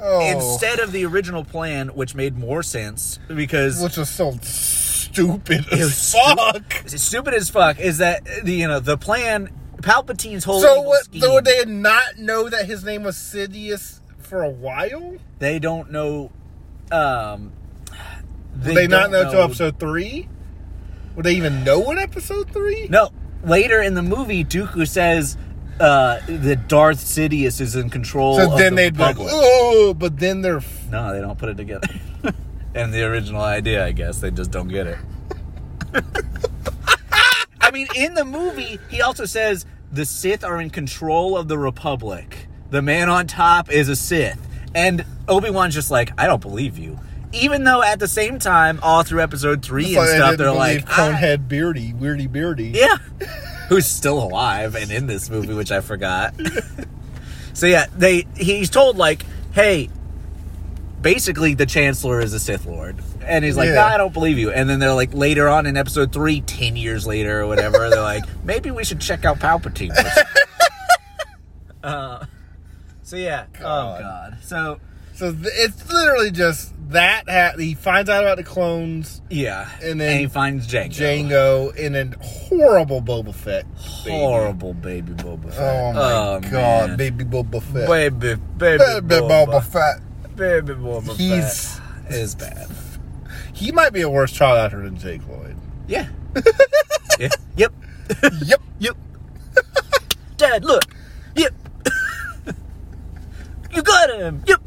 Speaker 4: Oh,
Speaker 3: instead of the original plan, which made more sense because
Speaker 4: which is so stupid
Speaker 3: It was
Speaker 4: as
Speaker 3: stu-
Speaker 4: fuck.
Speaker 3: stupid as fuck is that uh, the you know the plan Palpatine's whole
Speaker 4: So
Speaker 3: evil
Speaker 4: what?
Speaker 3: scheme,
Speaker 4: So they did not know that his name was Sidious for a while.
Speaker 3: they don't know um
Speaker 4: Did they
Speaker 3: don't
Speaker 4: not know until episode three. Would they even know in episode three?
Speaker 3: No, later in the movie Dooku says uh that Darth Sidious is in control
Speaker 4: So
Speaker 3: of
Speaker 4: then
Speaker 3: the
Speaker 4: they'd be like,
Speaker 3: Republic.
Speaker 4: oh, but then they're f-
Speaker 3: No, they don't put it together. and the original idea, I guess, they just don't get it. I mean, in the movie, he also says the Sith are in control of the Republic. The man on top is a Sith. And Obi-Wan's just like, I don't believe you. Even though at the same time, all through episode three
Speaker 4: it's
Speaker 3: and
Speaker 4: like they
Speaker 3: stuff,
Speaker 4: didn't
Speaker 3: they're
Speaker 4: believe
Speaker 3: like, "Ah, "I-
Speaker 4: Conehead Beardy, Weirdy Beardy.
Speaker 3: yeah. Who's still alive and in this movie, which I forgot. so yeah, they he's told like, hey, basically the Chancellor is a Sith Lord. And he's like,
Speaker 4: Yeah.
Speaker 3: nah, I don't believe you. And then they're like later on in episode three, ten years later or whatever, they're like, maybe we should check out Palpatine. or something." uh, so yeah.
Speaker 4: God.
Speaker 3: Oh god. So
Speaker 4: So th- it's literally just that. Ha- he finds out about the clones,
Speaker 3: yeah.
Speaker 4: And
Speaker 3: And
Speaker 4: then
Speaker 3: then he finds Jango.
Speaker 4: Django, and then horrible Boba Fett.
Speaker 3: Horrible baby Boba Fett.
Speaker 4: Oh my god,
Speaker 3: man.
Speaker 4: baby Boba Fett.
Speaker 3: Baby, baby,
Speaker 4: baby
Speaker 3: Boba.
Speaker 4: Boba Fett.
Speaker 3: Baby Boba
Speaker 4: He's-
Speaker 3: Fett is bad.
Speaker 4: He might be a worse child actor than Jake Lloyd.
Speaker 3: Yeah. yeah. Yep.
Speaker 4: yep.
Speaker 3: Yep. Dad, look. Yep. you got him. Yep.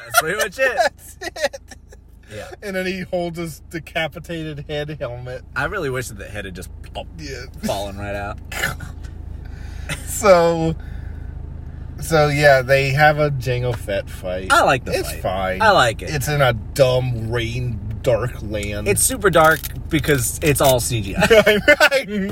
Speaker 3: That's pretty much it. That's it. Yeah.
Speaker 4: And then he holds his decapitated head helmet.
Speaker 3: I really wish that the head had just pop,
Speaker 4: Yeah.
Speaker 3: fallen right out.
Speaker 4: So. So yeah, they have a Django Fett fight.
Speaker 3: I like the
Speaker 4: It's
Speaker 3: fight.
Speaker 4: fine.
Speaker 3: I like it.
Speaker 4: It's in a dumb rain, dark land.
Speaker 3: It's super dark because it's all CGI.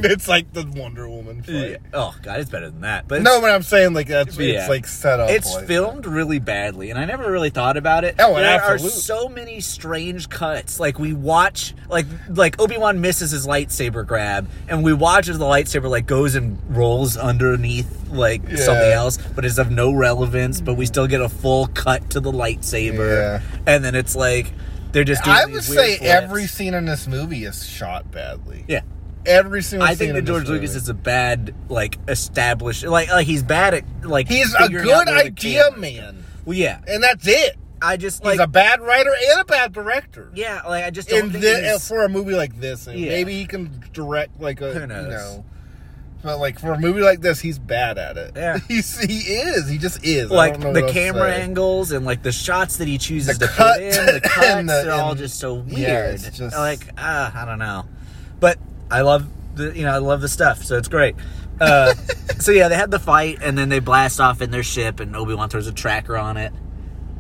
Speaker 4: it's like the Wonder Woman fight.
Speaker 3: Yeah. Oh god, it's better than that. But
Speaker 4: No, but I'm saying like that's
Speaker 3: Yeah.
Speaker 4: it's like set up.
Speaker 3: it's
Speaker 4: like-
Speaker 3: filmed really badly, and I never really thought about it.
Speaker 4: Oh,
Speaker 3: there
Speaker 4: absolute.
Speaker 3: are so many strange cuts. Like we watch, like like Obi Wan misses his lightsaber grab, and we watch as the lightsaber like goes and rolls underneath like
Speaker 4: Yeah.
Speaker 3: something else, but it's of no relevance. But we still get a full cut to the lightsaber,
Speaker 4: Yeah.
Speaker 3: and then it's like they're just. Doing
Speaker 4: I
Speaker 3: these
Speaker 4: would
Speaker 3: weird
Speaker 4: say
Speaker 3: flips.
Speaker 4: every scene in this movie is shot badly.
Speaker 3: Yeah,
Speaker 4: Every single.
Speaker 3: I
Speaker 4: scene
Speaker 3: think that
Speaker 4: in this
Speaker 3: George
Speaker 4: movie.
Speaker 3: Lucas is a bad like established like like he's bad at like
Speaker 4: He's a
Speaker 3: figuring out
Speaker 4: good
Speaker 3: where the
Speaker 4: idea
Speaker 3: camera-
Speaker 4: man,
Speaker 3: Well, yeah,
Speaker 4: and that's it.
Speaker 3: I just
Speaker 4: He's
Speaker 3: like
Speaker 4: a bad writer and a bad director.
Speaker 3: yeah, like I just don't
Speaker 4: in
Speaker 3: think
Speaker 4: thi-
Speaker 3: he's-
Speaker 4: for a movie like this, and
Speaker 3: Yeah.
Speaker 4: maybe he can direct like a
Speaker 3: Who
Speaker 4: you
Speaker 3: knows?
Speaker 4: know. But like for a movie like this, he's bad at it.
Speaker 3: Yeah.
Speaker 4: he's, he is. He just is. I
Speaker 3: like
Speaker 4: don't know
Speaker 3: the
Speaker 4: what else to
Speaker 3: camera
Speaker 4: say.
Speaker 3: angles and like the shots that he chooses
Speaker 4: The
Speaker 3: to
Speaker 4: cut
Speaker 3: put in, the cuts,
Speaker 4: and the-
Speaker 3: they're all
Speaker 4: and-
Speaker 3: just so weird.
Speaker 4: yeah, it's just-
Speaker 3: Like uh, I don't know, but I love the you know I love the stuff, so it's great. Uh, so yeah, they had the fight and then they blast off in their ship, and Obi Wan throws a tracker on it.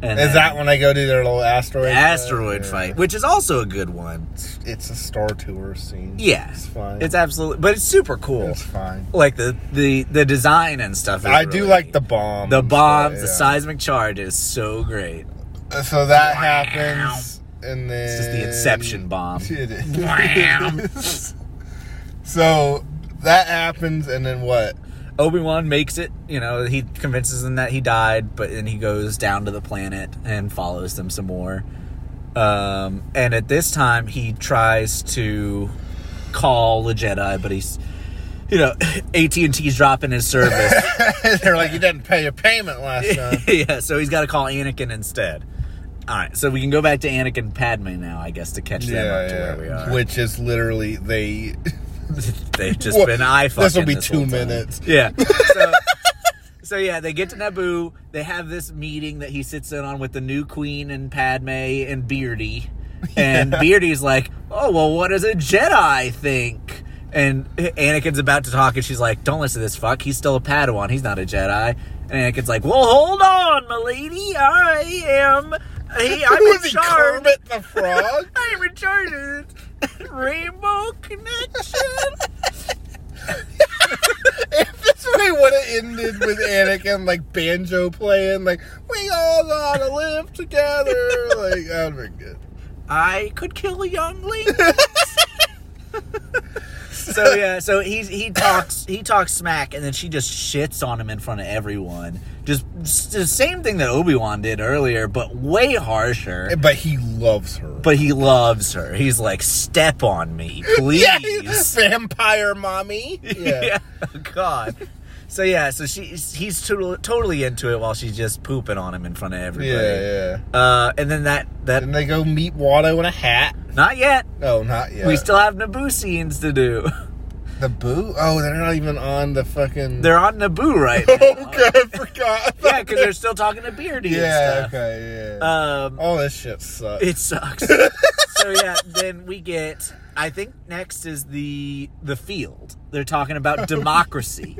Speaker 3: And
Speaker 4: Is that when they go do their little asteroid
Speaker 3: the
Speaker 4: fight?
Speaker 3: asteroid
Speaker 4: Yeah.
Speaker 3: fight, which is also a good one?
Speaker 4: It's, it's a Star Tour scene.
Speaker 3: Yeah,
Speaker 4: it's fine.
Speaker 3: It's absolutely, but it's super cool.
Speaker 4: It's fine.
Speaker 3: like the the the design and stuff. Is
Speaker 4: I do
Speaker 3: really-
Speaker 4: like the bomb.
Speaker 3: the bombs. The
Speaker 4: size.
Speaker 3: seismic charge is so great.
Speaker 4: Uh, So that happens, and then
Speaker 3: It's just the inception bomb.
Speaker 4: It is. so that happens, and then what?
Speaker 3: Obi Wan makes it. You know, he convinces them that he died, but then he goes down to the planet and follows them some more. Um, and at this time, he tries to call the Jedi, but he's, you know, AT and T's dropping his service.
Speaker 4: They're like, you didn't pay your payment last time.
Speaker 3: yeah, so he's got to call Anakin instead. All right, so we can go back to Anakin and Padme now, I guess, to catch them up to where we are.
Speaker 4: Which is literally they.
Speaker 3: They've just
Speaker 4: Well,
Speaker 3: been eye fucking.
Speaker 4: this will be
Speaker 3: whole
Speaker 4: two
Speaker 3: time.
Speaker 4: minutes.
Speaker 3: Yeah. So, so yeah, they get to Naboo. They have this meeting that he sits in on with the new queen and Padme and Beardy. And Beardy's like, "Oh well, what does a Jedi think?" And Anakin's about to talk, and she's like, "Don't listen to this fuck. He's still a Padawan. He's not a Jedi." And Anakin's like, "Well, hold on, milady. I am. He, I'm
Speaker 4: Was
Speaker 3: in
Speaker 4: he
Speaker 3: charge.
Speaker 4: Kermit the Frog?
Speaker 3: I'm in charge of this Rainbow Connection."
Speaker 4: That's what I would have ended with Anakin, like banjo playing, like we all gotta live together. Like that would have been good.
Speaker 3: I could kill a youngling. so yeah, so he he talks he talks smack, and then she just shits on him in front of everyone. Just, just the same thing that Obi Wan did earlier, but way harsher.
Speaker 4: But he loves her.
Speaker 3: But he loves her. He's like, step on me, please.
Speaker 4: yeah, he's vampire mommy.
Speaker 3: yeah. Oh, God. So yeah, so she he's to- totally into it while she's just pooping on him in front of everybody.
Speaker 4: Yeah, yeah.
Speaker 3: Uh, and then that that
Speaker 4: And they go meet Watto in a hat.
Speaker 3: not yet.
Speaker 4: No, not yet.
Speaker 3: We still have Naboo scenes to do.
Speaker 4: the boo. Oh, they're not even on the fucking.
Speaker 3: They're on Naboo right now.
Speaker 4: oh god, I forgot.
Speaker 3: yeah, because they're still talking to Beardy
Speaker 4: yeah.
Speaker 3: and stuff.
Speaker 4: Okay. Yeah.
Speaker 3: Um,
Speaker 4: All this shit sucks.
Speaker 3: it sucks. so yeah, then we get. I think next is the the field. They're talking about democracy,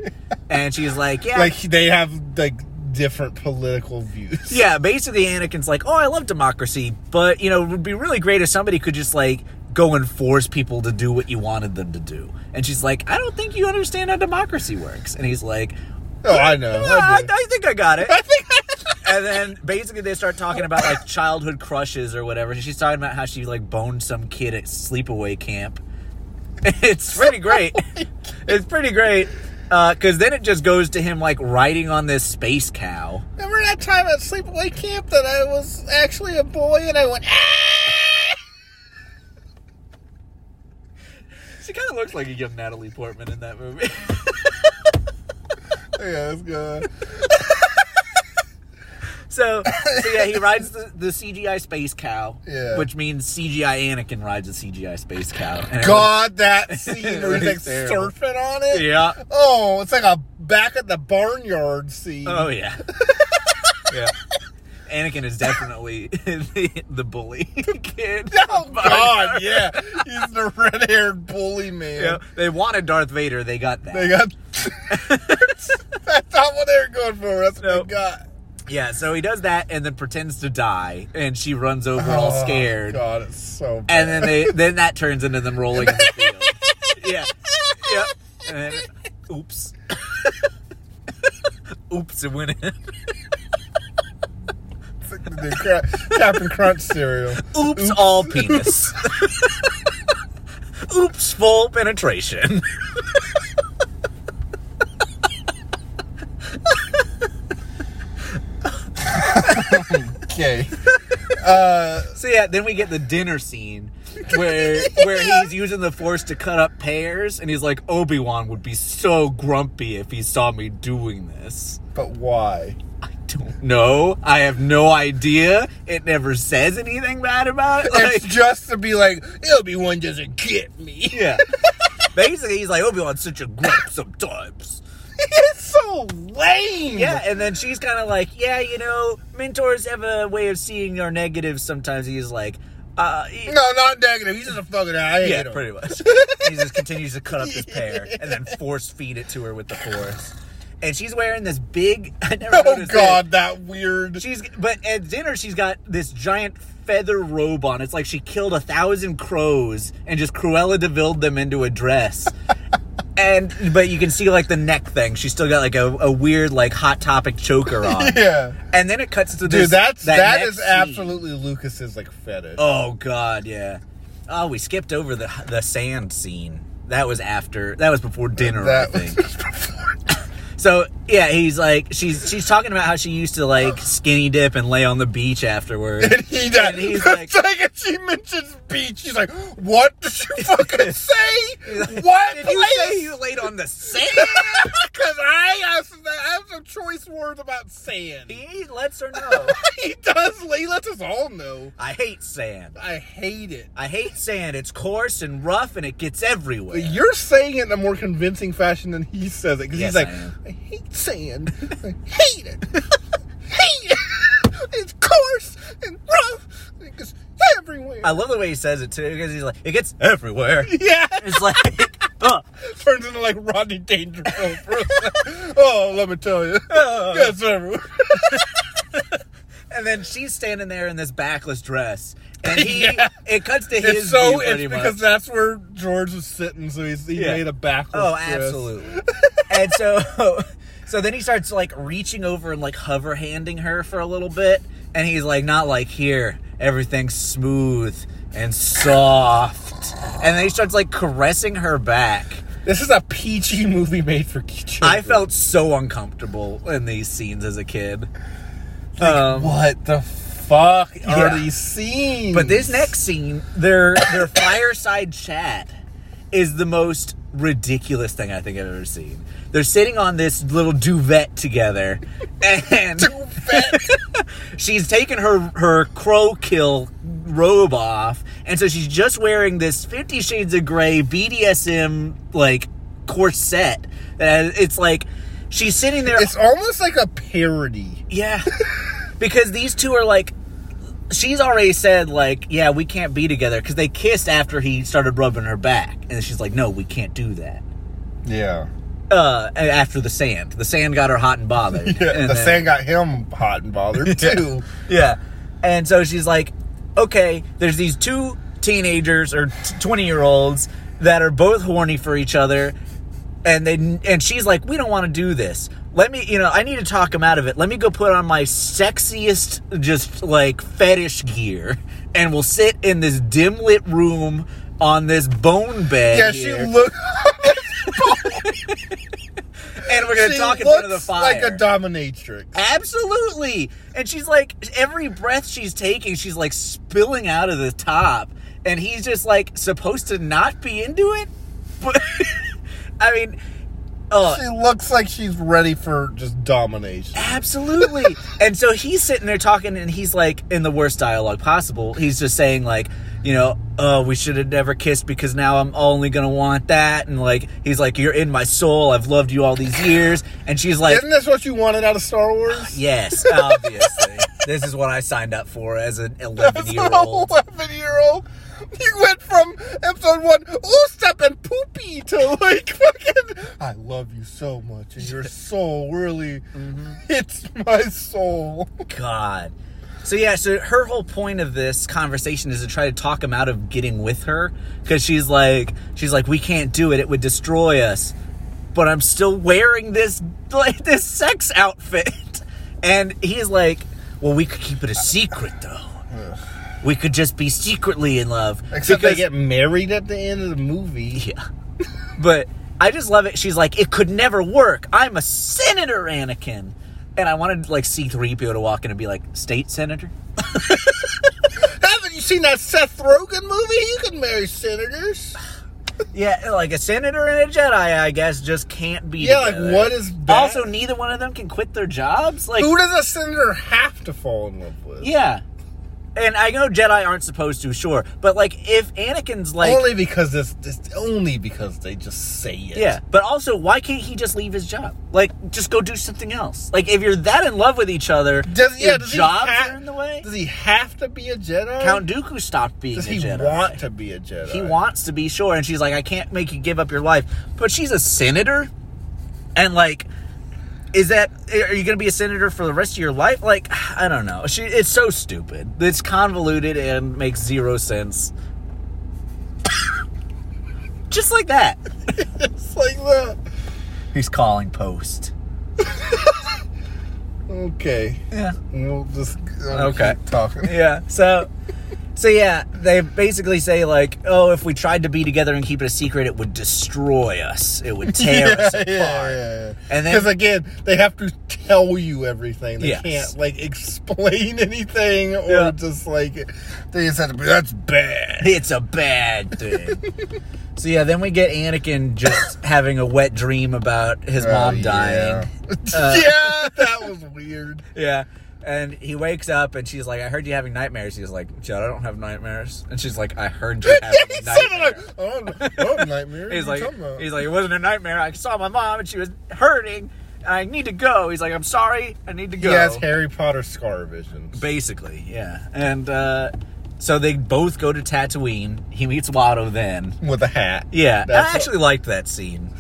Speaker 3: and she's like, "Yeah,
Speaker 4: like they have like different political views.
Speaker 3: yeah." Basically, Anakin's like, "Oh, I love democracy, but you know, it would be really great if somebody could just like go and force people to do what you wanted them to do." And she's like, "I don't think you understand how democracy works." And he's like,
Speaker 4: Oh, I know.
Speaker 3: "Yeah,
Speaker 4: I
Speaker 3: I,
Speaker 4: do.
Speaker 3: I think I got it. and then basically they start talking about like childhood crushes or whatever. She's talking about how she like boned some kid at sleepaway camp. It's pretty great. it's pretty great. Because then it just goes to him like riding on this space cow.
Speaker 4: Remember that time at sleepaway camp that I was actually a boy and I went. Ah!
Speaker 3: She kind of looks like a young Natalie Portman in that movie.
Speaker 4: Yeah, that's good.
Speaker 3: so, so yeah, he rides the, the CGI space cow,
Speaker 4: Yeah.
Speaker 3: which means CGI Anakin rides a CGI space cow. And it
Speaker 4: God, that scene where he's like
Speaker 3: It's terrible.
Speaker 4: surfing on it.
Speaker 3: was- yeah.
Speaker 4: Oh, it's like a back at the barnyard scene.
Speaker 3: Oh yeah. yeah. Anakin is definitely the, the bully kid.
Speaker 4: Oh God, yeah, he's the red-haired bully man.
Speaker 3: Yeah, they wanted Darth Vader. They got that.
Speaker 4: They got. That's not what they were going for. That's what
Speaker 3: Nope.
Speaker 4: they got.
Speaker 3: yeah, so he does that and then pretends to die, and she runs over all
Speaker 4: Oh,
Speaker 3: scared,
Speaker 4: God, it's so. Bad.
Speaker 3: and then they then that turns into them rolling in the field. Yeah, yeah. And then, oops, oops, it went in.
Speaker 4: The cra- Captain Crunch cereal.
Speaker 3: Oops, all penis. Oops, full penetration.
Speaker 4: Okay. Uh,
Speaker 3: So yeah, then we get the dinner scene where where he's using the force to cut up pears, and he's like, Obi Wan would be so grumpy if he saw me doing this.
Speaker 4: but why?
Speaker 3: I don't know. I have no idea. It never says anything bad about it. Like,
Speaker 4: it's just to be like, Obi Wan doesn't get me.
Speaker 3: yeah. Basically, he's like Obi Wan's such a grump sometimes.
Speaker 4: it's so lame.
Speaker 3: Yeah, and then she's kind of like, yeah, you know, mentors have a way of seeing our negatives. Sometimes he's like, uh, he-
Speaker 4: No, not negative. He's just a fucking. I hate
Speaker 3: yeah,
Speaker 4: him.
Speaker 3: pretty much. he just continues to cut up this pear and then force feed it to her with the force. And she's wearing this big. I never
Speaker 4: Oh
Speaker 3: noticed it.
Speaker 4: God, that weird.
Speaker 3: She's but at dinner she's got this giant feather robe on. It's like she killed a thousand crows and just Cruella Deville them into a dress. and but you can see like the neck thing. She's still got like a, a weird like hot topic choker on.
Speaker 4: yeah,
Speaker 3: And then it cuts to this.
Speaker 4: dude, that's
Speaker 3: that
Speaker 4: that
Speaker 3: next
Speaker 4: is
Speaker 3: scene.
Speaker 4: absolutely Lucas's like fetish.
Speaker 3: Oh God, yeah. Oh, we skipped over the the sand scene. That was after. That was before dinner.
Speaker 4: that
Speaker 3: I think. So yeah, he's like she's she's talking about how she used to like skinny dip and lay on the beach afterward.
Speaker 4: And he does.
Speaker 3: And he's
Speaker 4: like,
Speaker 3: like-
Speaker 4: and she mentions beach. She's like, "What did you fucking say? What
Speaker 3: Did you say
Speaker 4: place?"
Speaker 3: you laid on the sand?
Speaker 4: Because I have some, I have some choice words about sand.
Speaker 3: he lets her know.
Speaker 4: He does. He lets us all know.
Speaker 3: I hate sand.
Speaker 4: I hate it.
Speaker 3: I hate sand. It's coarse and rough, and it gets
Speaker 4: But
Speaker 3: everywhere.
Speaker 4: You're saying it in a more convincing fashion than he says it because
Speaker 3: Yes,
Speaker 4: he's like,
Speaker 3: I
Speaker 4: I,
Speaker 3: am.
Speaker 4: hate sand. I hate it. hate it. It's coarse and rough. It goes everywhere.
Speaker 3: I love the way he says it too, because he's like, it gets everywhere.
Speaker 4: yeah.
Speaker 3: It's like, oh,
Speaker 4: turns into like Rodney Dangerfield. For a second. oh, let me tell you.
Speaker 3: Uh.
Speaker 4: Yes, everyone.
Speaker 3: and then she's standing there in this backless dress, and he.
Speaker 4: Yeah.
Speaker 3: It cuts to
Speaker 4: It's
Speaker 3: his
Speaker 4: so
Speaker 3: view
Speaker 4: it's
Speaker 3: pretty
Speaker 4: because
Speaker 3: much.
Speaker 4: that's where George was sitting, so he's, he
Speaker 3: Yeah.
Speaker 4: made a backless.
Speaker 3: Oh,
Speaker 4: dress.
Speaker 3: absolutely. and so, so then he starts like reaching over and like hover handing her for a little bit, and he's like, not like here, everything's smooth and soft, and then he starts like caressing her back.
Speaker 4: This is a PG movie made for children.
Speaker 3: I felt so uncomfortable in these scenes as a kid. Um,
Speaker 4: what the fuck are
Speaker 3: Yeah.
Speaker 4: these scenes?
Speaker 3: But this next scene, their their fireside chat is the most ridiculous thing I think I've ever seen. They're sitting on this little duvet together, and she's taken her her crow kill robe off, and so she's just wearing this Fifty Shades of Grey BDSM like corset. And it's like she's sitting there.
Speaker 4: It's almost like a parody.
Speaker 3: Yeah. because these two are like she's already said like, yeah, we can't be together cuz they kissed after he started rubbing her back. And she's like, "No, we can't do that."
Speaker 4: Yeah.
Speaker 3: Uh and after the sand. The sand got her hot and bothered. And
Speaker 4: the
Speaker 3: then-
Speaker 4: sand got him hot and bothered too.
Speaker 3: Yeah. And so she's like, "Okay, there's these two teenagers or 20-year-olds that are both horny for each other." And they and she's like, "We don't want to do this. Let me, you know, I need to talk him out of it. Let me go put on my sexiest just like fetish gear and we'll sit in this dim lit room on this bone bed
Speaker 4: Yeah, she
Speaker 3: here,
Speaker 4: looked.
Speaker 3: and we're going to
Speaker 4: she
Speaker 3: talk in front
Speaker 4: looks
Speaker 3: of the fire."
Speaker 4: like a dominatrix.
Speaker 3: Absolutely. And she's like, every breath she's taking, she's like spilling out of the top. And he's just like supposed to not be into it. But I mean, uh,
Speaker 4: She looks like she's ready for just domination.
Speaker 3: absolutely. and so he's sitting there talking and he's like in the worst dialogue possible. He's just saying, like, you know, oh, we should have never kissed because now I'm only going to want that. And like, he's like, you're in my soul. I've loved you all these years. And she's like,
Speaker 4: Isn't this what you wanted out of Star Wars?
Speaker 3: Yes, obviously. this is what I signed up for as an 11 year old.
Speaker 4: eleven year old. You went from episode one, oh step and poopy, to like fucking. I love you so much, and your soul really
Speaker 3: Mm-hmm.
Speaker 4: hits my soul.
Speaker 3: God. So, yeah, so her whole point of this conversation is to try to talk him out of getting with her because she's like, she's like, we can't do it. It would destroy us. But I'm still wearing this, like, this sex outfit. And he's like, well, we could keep it a secret, though. We could just be secretly in love.
Speaker 4: Except they
Speaker 3: because-
Speaker 4: get married at the end of the movie.
Speaker 3: Yeah. But I just love it. She's like, it could never work. I'm a senator, Anakin. And I wanted like C3PO to walk in and be like, state senator?
Speaker 4: Haven't you seen that Seth Rogen movie? You can marry senators.
Speaker 3: Yeah, like a senator and a Jedi, I guess, just can't be.
Speaker 4: Yeah, like,
Speaker 3: together.
Speaker 4: what is that?
Speaker 3: Also, neither one of them can quit their jobs. Like,
Speaker 4: Who does a senator have to fall in love with?
Speaker 3: yeah. And I know Jedi aren't supposed to, sure, but like if Anakin's like,
Speaker 4: only because this, this. Only because they just say it.
Speaker 3: yeah, but also why can't he just leave his job? Like, just go do something else. Like, if you're that in love with each other,
Speaker 4: Does,
Speaker 3: your
Speaker 4: yeah, does
Speaker 3: jobs
Speaker 4: he ha-
Speaker 3: are in the way.
Speaker 4: Does he have to be a Jedi?
Speaker 3: Count Dooku stopped being
Speaker 4: does
Speaker 3: a
Speaker 4: he
Speaker 3: Jedi.
Speaker 4: want to be a Jedi?
Speaker 3: He wants to be sure, and she's like, I can't make you give up your life. But she's a senator, and like, is that are you going to be a senator for the rest of your life? Like, I don't know. She, it's so stupid. It's convoluted and makes zero sense. Just like that.
Speaker 4: It's like that.
Speaker 3: He's calling post.
Speaker 4: Okay.
Speaker 3: Yeah.
Speaker 4: We'll just I'll
Speaker 3: Okay.
Speaker 4: keep talking.
Speaker 3: yeah. So, so yeah, they basically say like, oh, if we tried to be together and keep it a secret, it would destroy us. It would tear us apart. And
Speaker 4: And
Speaker 3: then-
Speaker 4: because again, they have to tell you everything. They
Speaker 3: Yes.
Speaker 4: can't like explain anything or
Speaker 3: Yeah.
Speaker 4: just like they just have to be. That's bad.
Speaker 3: It's a bad thing. so yeah, then we get Anakin just having a wet dream about his mom
Speaker 4: Oh,
Speaker 3: dying. Uh,
Speaker 4: Yeah. yeah, that was weird.
Speaker 3: Yeah. And he wakes up and she's like, I heard you having nightmares. He's like, Judd, I don't have nightmares. And she's like, I heard you having
Speaker 4: he said it like,
Speaker 3: nightmares.
Speaker 4: oh, no, no nightmare.
Speaker 3: He's
Speaker 4: What
Speaker 3: like,
Speaker 4: you talking about?
Speaker 3: he's like, it wasn't a nightmare. I saw my mom and she was hurting. And I need to go. He's like, I'm sorry. I need to
Speaker 4: he
Speaker 3: go.
Speaker 4: has Harry Potter scar vision.
Speaker 3: Basically, yeah. And uh, so they both go to Tatooine. He meets Watto then.
Speaker 4: with a hat.
Speaker 3: Yeah,
Speaker 4: That's
Speaker 3: I actually liked that scene.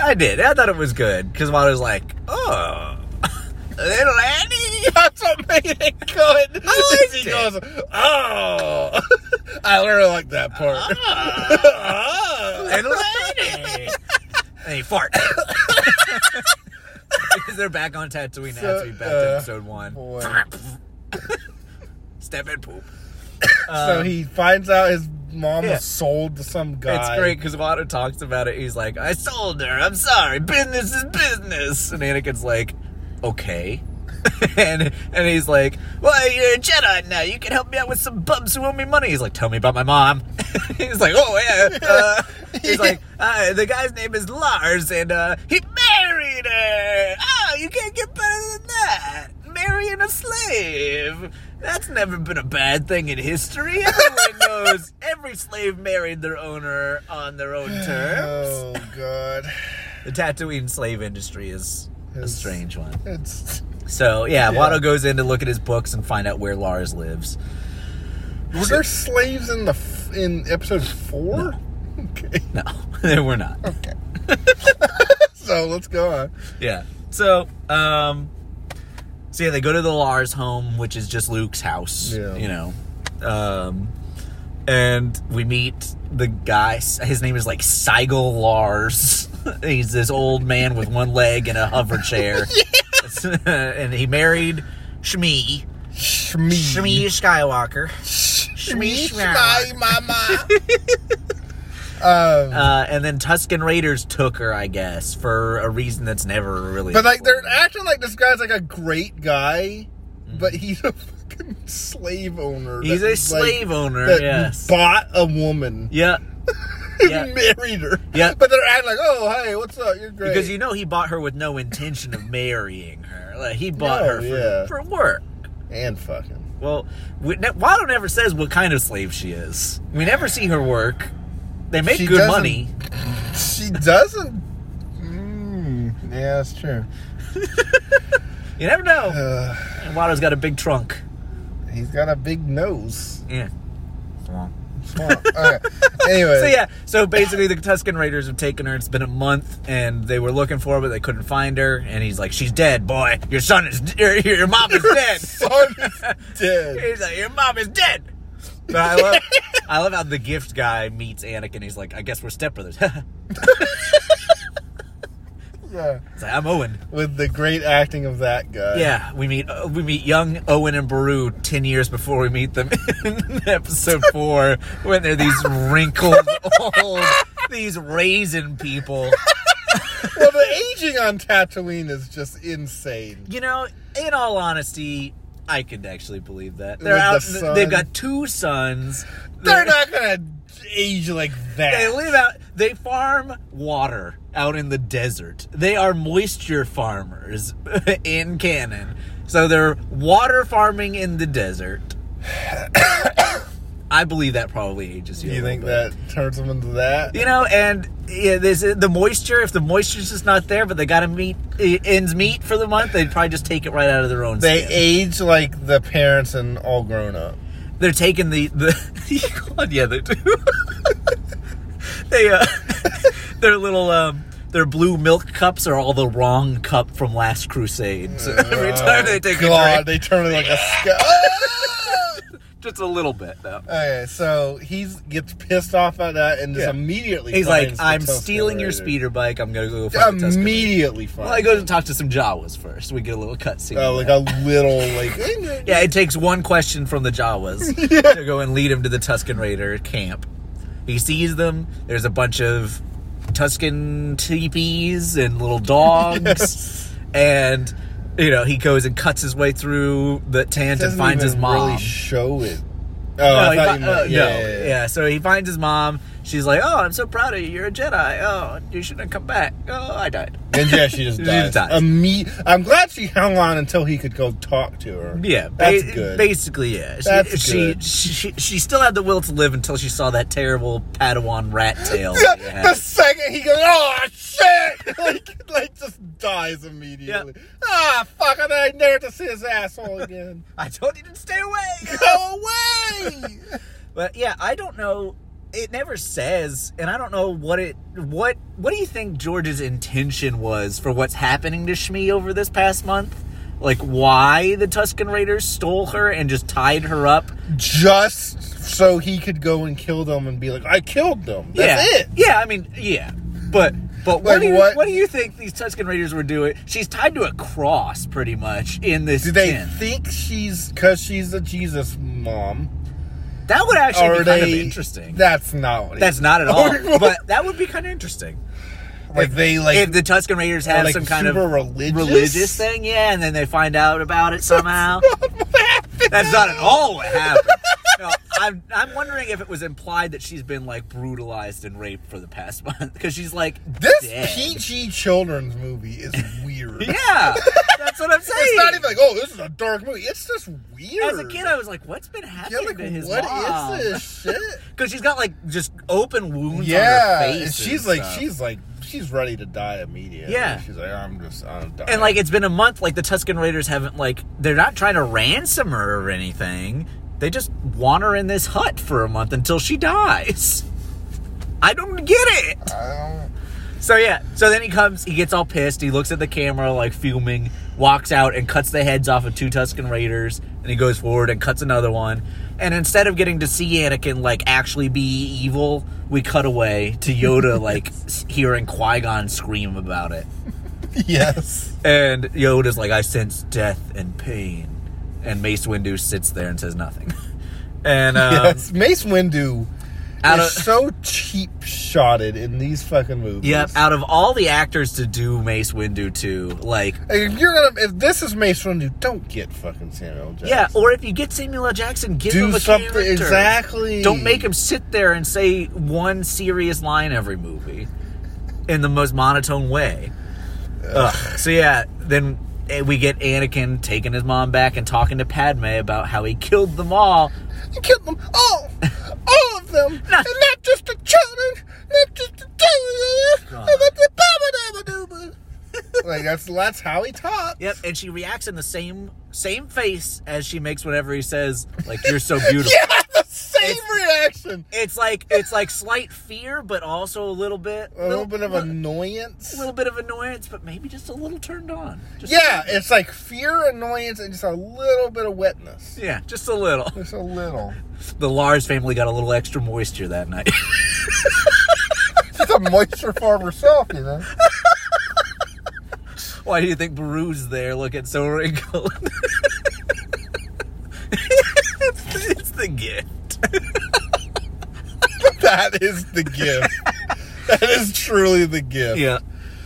Speaker 3: I did. I thought it was good because Mato's like, "Oh, little Annie."
Speaker 4: what, that's what made it good.
Speaker 3: I liked
Speaker 4: he
Speaker 3: it.
Speaker 4: goes, oh, I really like that part.
Speaker 3: Oh, "Uh, Little Annie. and he fart. Because they're back on Tatooine now, so we back to
Speaker 4: uh,
Speaker 3: episode one.
Speaker 4: Boy.
Speaker 3: Step and poop.
Speaker 4: so he finds out his mom
Speaker 3: yeah.
Speaker 4: was sold to some guy.
Speaker 3: It's great because Watto talks about it. He's like, "I sold her. I'm sorry. Business is business." And Anakin's like, "Okay." and and he's like, "Well, you're a Jedi now. You can help me out with some bums who owe me money." He's like, "Tell me about my mom." he's like, "Oh yeah." Uh, he's like, uh, "The guy's name is Lars, and uh, he married her. Oh, you can't get better than that. Marrying a slave." That's never been a bad thing in history. Everyone knows every slave married their owner on their own terms.
Speaker 4: Oh god,
Speaker 3: The Tatooine slave industry is a
Speaker 4: It's-
Speaker 3: strange one.
Speaker 4: it's
Speaker 3: So yeah,
Speaker 4: Yeah.
Speaker 3: Watto goes in to look at his books and find out where Lars lives.
Speaker 4: were there slaves in the f- in episode four? Okay,
Speaker 3: No, they were not.
Speaker 4: okay. so let's go on.
Speaker 3: Yeah. So, um, so yeah, they go to the Lars home, which is just Luke's house.
Speaker 4: Yeah.
Speaker 3: You know, um, and we meet the guy. His name is like Seigel Lars. He's this old man with one leg and a hover chair, and he married Shmi.
Speaker 4: Shmee.
Speaker 3: Shmi Skywalker.
Speaker 4: Shmee.
Speaker 3: Shmee.
Speaker 4: Shmee. Mama. um,
Speaker 3: Uh, and then Tuscan Raiders took her, I guess, for a reason that's never really.
Speaker 4: but like they're acting like this guy's like a great guy, but he's a fucking slave owner.
Speaker 3: Mm. He's
Speaker 4: that,
Speaker 3: a
Speaker 4: like,
Speaker 3: slave owner.
Speaker 4: that
Speaker 3: Yes.
Speaker 4: bought a woman.
Speaker 3: Yeah. Yeah.
Speaker 4: married her.
Speaker 3: Yeah.
Speaker 4: But they're acting like, oh, hey, what's up? You're great.
Speaker 3: Because you know he bought her with no intention of marrying her. Like he bought
Speaker 4: No,
Speaker 3: her for,
Speaker 4: yeah.
Speaker 3: for work.
Speaker 4: and fucking.
Speaker 3: Well, we, ne- Watto never says what kind of slave she is. We never see her work. They make
Speaker 4: She
Speaker 3: good
Speaker 4: doesn't-
Speaker 3: money.
Speaker 4: She doesn't. Mm, yeah, that's true.
Speaker 3: You never know.
Speaker 4: Uh,
Speaker 3: And Watto's got a big trunk.
Speaker 4: he's got a big nose.
Speaker 3: Yeah.
Speaker 4: Swamp. Okay. Anyway.
Speaker 3: So yeah, so basically the Tuscan Raiders have taken her. It's been a month, and they were looking for her, but they couldn't find her. And he's like, "She's dead, boy. Your son is, your, your mom is dead."
Speaker 4: Son is dead.
Speaker 3: He's like, your mom is dead. But I love, I love how the gift guy meets Anakin. He's like, I guess we're stepbrothers. it's
Speaker 4: Yeah.
Speaker 3: like, I'm Owen.
Speaker 4: With the great acting of that guy.
Speaker 3: Yeah, we meet uh, we meet young Owen and Baru ten years before we meet them in episode four when they're these wrinkled old these raisin people.
Speaker 4: Well, the aging on Tatooine is just insane.
Speaker 3: You know, in all honesty, I could actually believe that. They're
Speaker 4: With the
Speaker 3: out
Speaker 4: son.
Speaker 3: they've got two sons.
Speaker 4: They're not gonna age like that.
Speaker 3: They live out. They farm water out in the desert. They are moisture farmers in Canon. So they're water farming in the desert. I believe that probably ages you. a
Speaker 4: Do you
Speaker 3: little
Speaker 4: think
Speaker 3: bit.
Speaker 4: that turns them into that?
Speaker 3: You know, and yeah, this the moisture. If the moisture's just not there, but they got to meet ends meet for the month, they'd probably just take it right out of their own.
Speaker 4: They
Speaker 3: skin.
Speaker 4: age like the parents and all grown up.
Speaker 3: they're taking the the God, yeah they do. they uh, their little um, their blue milk cups are all the wrong cup from Last Crusade. So every time they take a
Speaker 4: Oh, God,
Speaker 3: drink,
Speaker 4: they turn it like a. Sc- Ah!
Speaker 3: just a little bit though.
Speaker 4: okay, so he gets pissed off at that and just
Speaker 3: Yeah.
Speaker 4: immediately.
Speaker 3: He's like,
Speaker 4: finds the
Speaker 3: "I'm
Speaker 4: Tusken
Speaker 3: stealing your
Speaker 4: Raider."
Speaker 3: speeder bike. I'm gonna go find the Tusken." Raider."
Speaker 4: Immediately finds.
Speaker 3: Well, I go to talk to some Jawas first. We get a little cutscene.
Speaker 4: Oh, like a little like.
Speaker 3: Yeah, it takes one question from the Jawas to go and lead him to the Tuscan Raider camp. He sees them. There's a bunch of Tuscan teepees and little dogs, and you know he goes and cuts his way through the tent and
Speaker 4: doesn't
Speaker 3: finds his
Speaker 4: even
Speaker 3: mom.
Speaker 4: Really show it. Oh,
Speaker 3: No,
Speaker 4: I
Speaker 3: he
Speaker 4: thought
Speaker 3: fi-
Speaker 4: you meant,
Speaker 3: uh,
Speaker 4: yeah,
Speaker 3: no.
Speaker 4: yeah, yeah.
Speaker 3: Yeah, so he finds his mom. She's like, "Oh, I'm so proud of you. You're a Jedi. Oh, you shouldn't have come back. Oh, I died."
Speaker 4: And yeah, she just
Speaker 3: She
Speaker 4: dies.
Speaker 3: just dies.
Speaker 4: Imme- I'm glad she hung on until he could go talk to her.
Speaker 3: Yeah,
Speaker 4: that's
Speaker 3: ba-
Speaker 4: good.
Speaker 3: Basically, yeah. She,
Speaker 4: That's
Speaker 3: she,
Speaker 4: good.
Speaker 3: She, she she still had the will to live until she saw that terrible Padawan rat tail.
Speaker 4: Yeah,
Speaker 3: that he had.
Speaker 4: The second he goes, oh shit! like, like just dies immediately. Ah, fuck! I I never to see his asshole again.
Speaker 3: I told you to stay away.
Speaker 4: Go away!
Speaker 3: but yeah, I don't know. It never says, and I don't know what it what what do you think George's intention was for what's happening to Shmi over this past month? Like why the Tuscan Raiders stole her and just tied her up?
Speaker 4: just so he could go and kill them and be like, I killed them. That's
Speaker 3: yeah.
Speaker 4: it.
Speaker 3: Yeah, I mean, yeah. But but what,
Speaker 4: Like
Speaker 3: do you,
Speaker 4: what-
Speaker 3: what? do you think these Tuscan Raiders were doing? She's tied to a cross pretty much in this
Speaker 4: Do they
Speaker 3: tin.
Speaker 4: think she's because she's a Jesus mom?
Speaker 3: that would actually
Speaker 4: Or
Speaker 3: be
Speaker 4: are
Speaker 3: kind
Speaker 4: they
Speaker 3: of interesting.
Speaker 4: That's not what it
Speaker 3: That's
Speaker 4: is.
Speaker 3: not at all. but that would be kind of interesting.
Speaker 4: like they like
Speaker 3: if the Tuscan Raiders
Speaker 4: are,
Speaker 3: have
Speaker 4: like,
Speaker 3: some kind of
Speaker 4: super religious?
Speaker 3: religious thing, yeah, and then they find out about it somehow. That's not at all what happened. No, I'm, I'm wondering if it was implied that she's been like brutalized and raped for the past month because she's like
Speaker 4: this
Speaker 3: dead.
Speaker 4: PG children's movie is weird.
Speaker 3: Yeah, that's what I'm saying.
Speaker 4: It's not even like, oh, this is a dark movie. It's just weird.
Speaker 3: As a kid, I was like, "What's been
Speaker 4: yeah,
Speaker 3: happening
Speaker 4: like,
Speaker 3: to his
Speaker 4: what is
Speaker 3: mom?"
Speaker 4: this shit?
Speaker 3: Because she's got like just open wounds.
Speaker 4: yeah,
Speaker 3: on her face
Speaker 4: and
Speaker 3: and
Speaker 4: she's like,
Speaker 3: stuff.
Speaker 4: she's like, she's ready to die immediately.
Speaker 3: Yeah.
Speaker 4: she's like, I'm just, I'm dying.
Speaker 3: And like it's been a month. Like the Tuscan Raiders haven't like they're not trying to ransom her or anything. They just want her in this hut for a month until she dies. I don't get it.
Speaker 4: I
Speaker 3: So yeah. So then he comes. He gets all pissed. He looks at the camera like fuming. Walks out and cuts the heads off of two Tuscan Raiders. And he goes forward and cuts another one. And instead of getting to see Anakin like actually be evil, we cut away to Yoda like s- hearing Qui Gon scream about it.
Speaker 4: don't- yes,
Speaker 3: And Yoda's like, I sense death and pain. And Mace Windu sits there and says nothing. And um,
Speaker 4: yes. Mace Windu
Speaker 3: out
Speaker 4: is
Speaker 3: of
Speaker 4: so cheap shotted in these fucking movies.
Speaker 3: yep, out of all the actors to do Mace Windu to, like
Speaker 4: If you're gonna, if this is Mace Windu, don't get fucking Samuel L. Jackson.
Speaker 3: yeah, or if you get Samuel L. Jackson, give him
Speaker 4: do
Speaker 3: a
Speaker 4: something
Speaker 3: character.
Speaker 4: exactly.
Speaker 3: Don't make him sit there and say one serious line every movie in the most monotone way. Ugh. So yeah, then eh, we get Anakin taking his mom back and talking to Padme about how he killed them all
Speaker 4: You killed them all, all of them, and
Speaker 3: Not-
Speaker 4: not just the children, not just the children,
Speaker 3: God.
Speaker 4: and not the baba dabba dooba. Like that's that's how he talks.
Speaker 3: Yep, and she reacts in the same same face as she makes whenever he says, like, you're so beautiful.
Speaker 4: Yeah, the same reaction.
Speaker 3: It's like it's like slight fear, but also a little bit
Speaker 4: A little bit of
Speaker 3: a
Speaker 4: annoyance.
Speaker 3: little bit of annoyance, but maybe just a little turned on. Just
Speaker 4: Yeah, it's like fear, annoyance, and just a little bit of wetness.
Speaker 3: Yeah, just a little.
Speaker 4: Just a little.
Speaker 3: The Lars family got a little extra moisture that night.
Speaker 4: She's a moisture farm herself, you know.
Speaker 3: Why do you think Baru's there looking so wrinkled? it's, it's the gift.
Speaker 4: That is the gift. that is truly the gift.
Speaker 3: Yeah.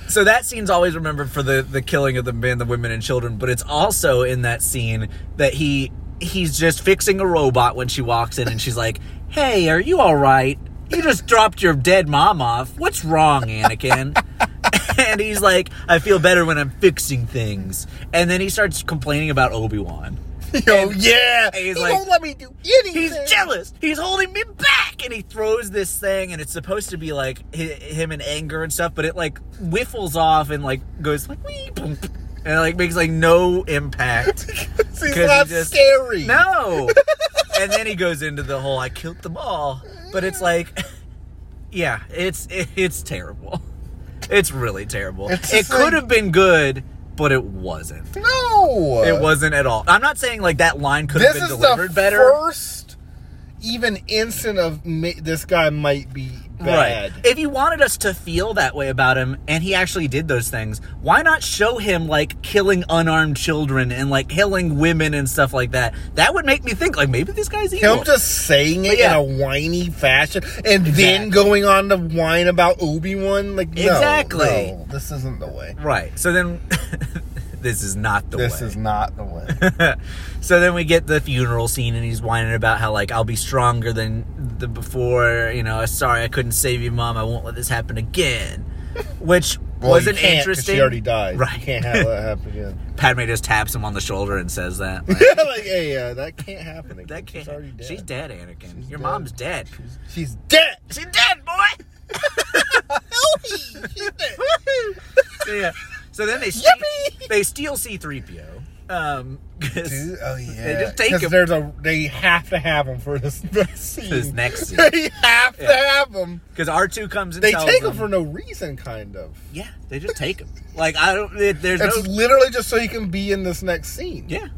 Speaker 3: So that scene's always remembered for the the killing of the men, the women, and children. But it's also in that scene that he he's just fixing a robot when she walks in, and she's like, "Hey, are you all right?" You just dropped your dead mom off. What's wrong, Anakin? and he's like, I feel better when I'm fixing things. And then he starts complaining about Obi Wan.
Speaker 4: Yo, yeah.
Speaker 3: he's
Speaker 4: He
Speaker 3: like-
Speaker 4: won't let me do anything.
Speaker 3: He's jealous. He's holding me back, and he throws this thing, and it's supposed to be like hi- him in anger and stuff, but it like whiffles off and like goes like wee, boom, boom, and it, like makes like no impact.
Speaker 4: He's
Speaker 3: 'Cause
Speaker 4: not
Speaker 3: he just-
Speaker 4: scary.
Speaker 3: No. and then he goes into the whole I killed them all, but it's like, yeah, it's it, it's terrible. It's really terrible.
Speaker 4: It's
Speaker 3: it
Speaker 4: just like-
Speaker 3: could have been good, but it wasn't.
Speaker 4: No.
Speaker 3: It wasn't at all. I'm not saying like that line could have
Speaker 4: This
Speaker 3: been
Speaker 4: is
Speaker 3: delivered
Speaker 4: the
Speaker 3: better.
Speaker 4: first even instant of ma- this guy might be bad.
Speaker 3: Right. If you wanted us to feel that way about him and he actually did those things, why not show him like killing unarmed children and like killing women and stuff like that? That would make me think like maybe this guy's evil.
Speaker 4: Him just saying it
Speaker 3: yeah.
Speaker 4: in a whiny fashion and
Speaker 3: Exactly.
Speaker 4: then going on to whine about Obi Wan, like no,
Speaker 3: Exactly.
Speaker 4: no, this isn't the way.
Speaker 3: right. So then this is not the
Speaker 4: This
Speaker 3: way.
Speaker 4: is not the way.
Speaker 3: so then we get the funeral scene and he's whining about how like I'll be stronger than the before, you know, sorry I couldn't save you mom, I won't let this happen again. Which
Speaker 4: Well, you
Speaker 3: wasn't
Speaker 4: can't 'cause
Speaker 3: interesting.
Speaker 4: She already died.
Speaker 3: Right.
Speaker 4: You can't have that happen again.
Speaker 3: Padme just taps him on the shoulder and says that. like,
Speaker 4: like, yeah, yeah, that can't happen again.
Speaker 3: That can't.
Speaker 4: She's already dead.
Speaker 3: She's dead, Anakin.
Speaker 4: She's
Speaker 3: Your
Speaker 4: dead.
Speaker 3: mom's dead.
Speaker 4: She's dead.
Speaker 3: She's dead, boy.
Speaker 4: She's dead.
Speaker 3: so, yeah. So then they steal,
Speaker 4: Yippee!
Speaker 3: they steal C three PO. Um, 'cause-
Speaker 4: Dude, oh yeah.
Speaker 3: just take
Speaker 4: 'Cause
Speaker 3: him.
Speaker 4: There's a. They have to have him for this, this scene.
Speaker 3: This next scene.
Speaker 4: They have to
Speaker 3: Yeah.
Speaker 4: have him.
Speaker 3: because R two comes and
Speaker 4: They
Speaker 3: tells
Speaker 4: take him
Speaker 3: them-
Speaker 4: for no reason, kind of.
Speaker 3: Yeah, they just take him. Like I don't. It, there's
Speaker 4: It's
Speaker 3: no.
Speaker 4: literally just so he can be in this next scene.
Speaker 3: Yeah.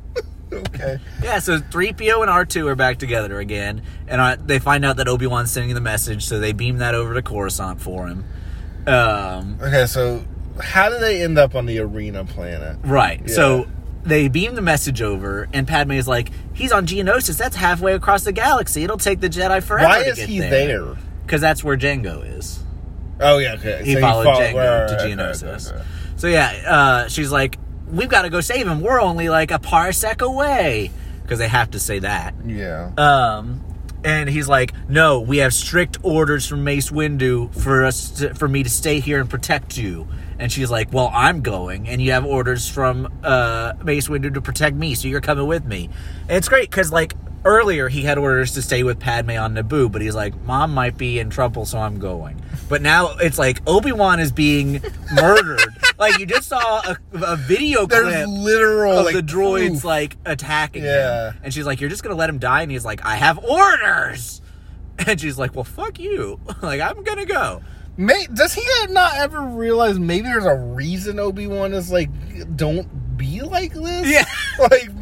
Speaker 4: Okay.
Speaker 3: Yeah, so 3PO and R2 are back together again, and uh, they find out that Obi-Wan's sending the message, so they beam that over to Coruscant for him. Um,
Speaker 4: Okay. So, how do they end up on the arena planet?
Speaker 3: Right.
Speaker 4: Yeah.
Speaker 3: So they beam the message over, and Padme is like, "He's on Geonosis. That's halfway across the galaxy. It'll take the Jedi forever."
Speaker 4: Why
Speaker 3: to
Speaker 4: is
Speaker 3: get
Speaker 4: he
Speaker 3: there?
Speaker 4: there?
Speaker 3: Because that's where Django is.
Speaker 4: Oh yeah. Okay.
Speaker 3: He
Speaker 4: So
Speaker 3: followed
Speaker 4: follow-
Speaker 3: Django
Speaker 4: right,
Speaker 3: to
Speaker 4: right,
Speaker 3: Geonosis.
Speaker 4: right, right, right.
Speaker 3: So yeah, uh, she's like, "We've got to go save him. We're only like a parsec away." Because they have to say that.
Speaker 4: Yeah.
Speaker 3: Um, and he's like, "No, we have strict orders from Mace Windu for us to, for me to stay here and protect you." And she's like, "Well, I'm going, and you have orders from uh, Mace Windu to protect me, so you're coming with me." And it's great because like earlier he had orders to stay with Padme on Naboo, but he's like, "Mom might be in trouble, so I'm going." But now it's like Obi Wan is being murdered. like you just saw a, a video
Speaker 4: There's
Speaker 3: clip
Speaker 4: literal
Speaker 3: of
Speaker 4: like
Speaker 3: Oh, the droids
Speaker 4: proof.
Speaker 3: like attacking
Speaker 4: Yeah.
Speaker 3: him. And she's like, You're just gonna let him die? And he's like, I have orders. And she's like, Well fuck you. like, I'm gonna go.
Speaker 4: May, does he not ever realize maybe there's a reason Obi Wan is like, don't be like this?
Speaker 3: Yeah.
Speaker 4: like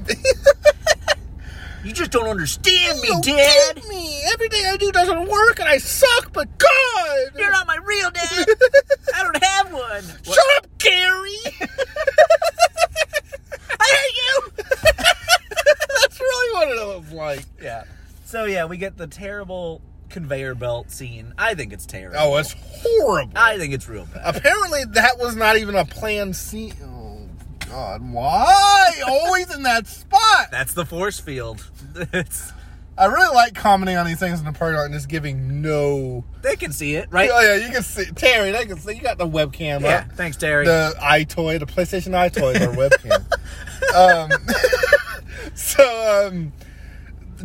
Speaker 3: You just don't understand me,
Speaker 4: you
Speaker 3: Dad.
Speaker 4: get me. Everything I do doesn't work, and I suck. But God,
Speaker 3: You're not my real dad. I don't have one.
Speaker 4: shut up, Gary.
Speaker 3: I hate you!
Speaker 4: That's really what it was like.
Speaker 3: Yeah. So yeah, we get the terrible conveyor belt scene. I think it's terrible.
Speaker 4: Oh, it's horrible.
Speaker 3: I think it's real bad.
Speaker 4: Apparently, that was not even a planned scene. Oh God, why always in that spot?
Speaker 3: That's the force field. it's,
Speaker 4: I really like commenting on these things in the parking lot and just giving no.
Speaker 3: they can see it, right?
Speaker 4: Oh yeah, you can see Terry. They can see you got the webcam
Speaker 3: Yeah.
Speaker 4: up.
Speaker 3: Thanks, Terry.
Speaker 4: The iToy, the PlayStation iToy, is our webcam. Um, so, um,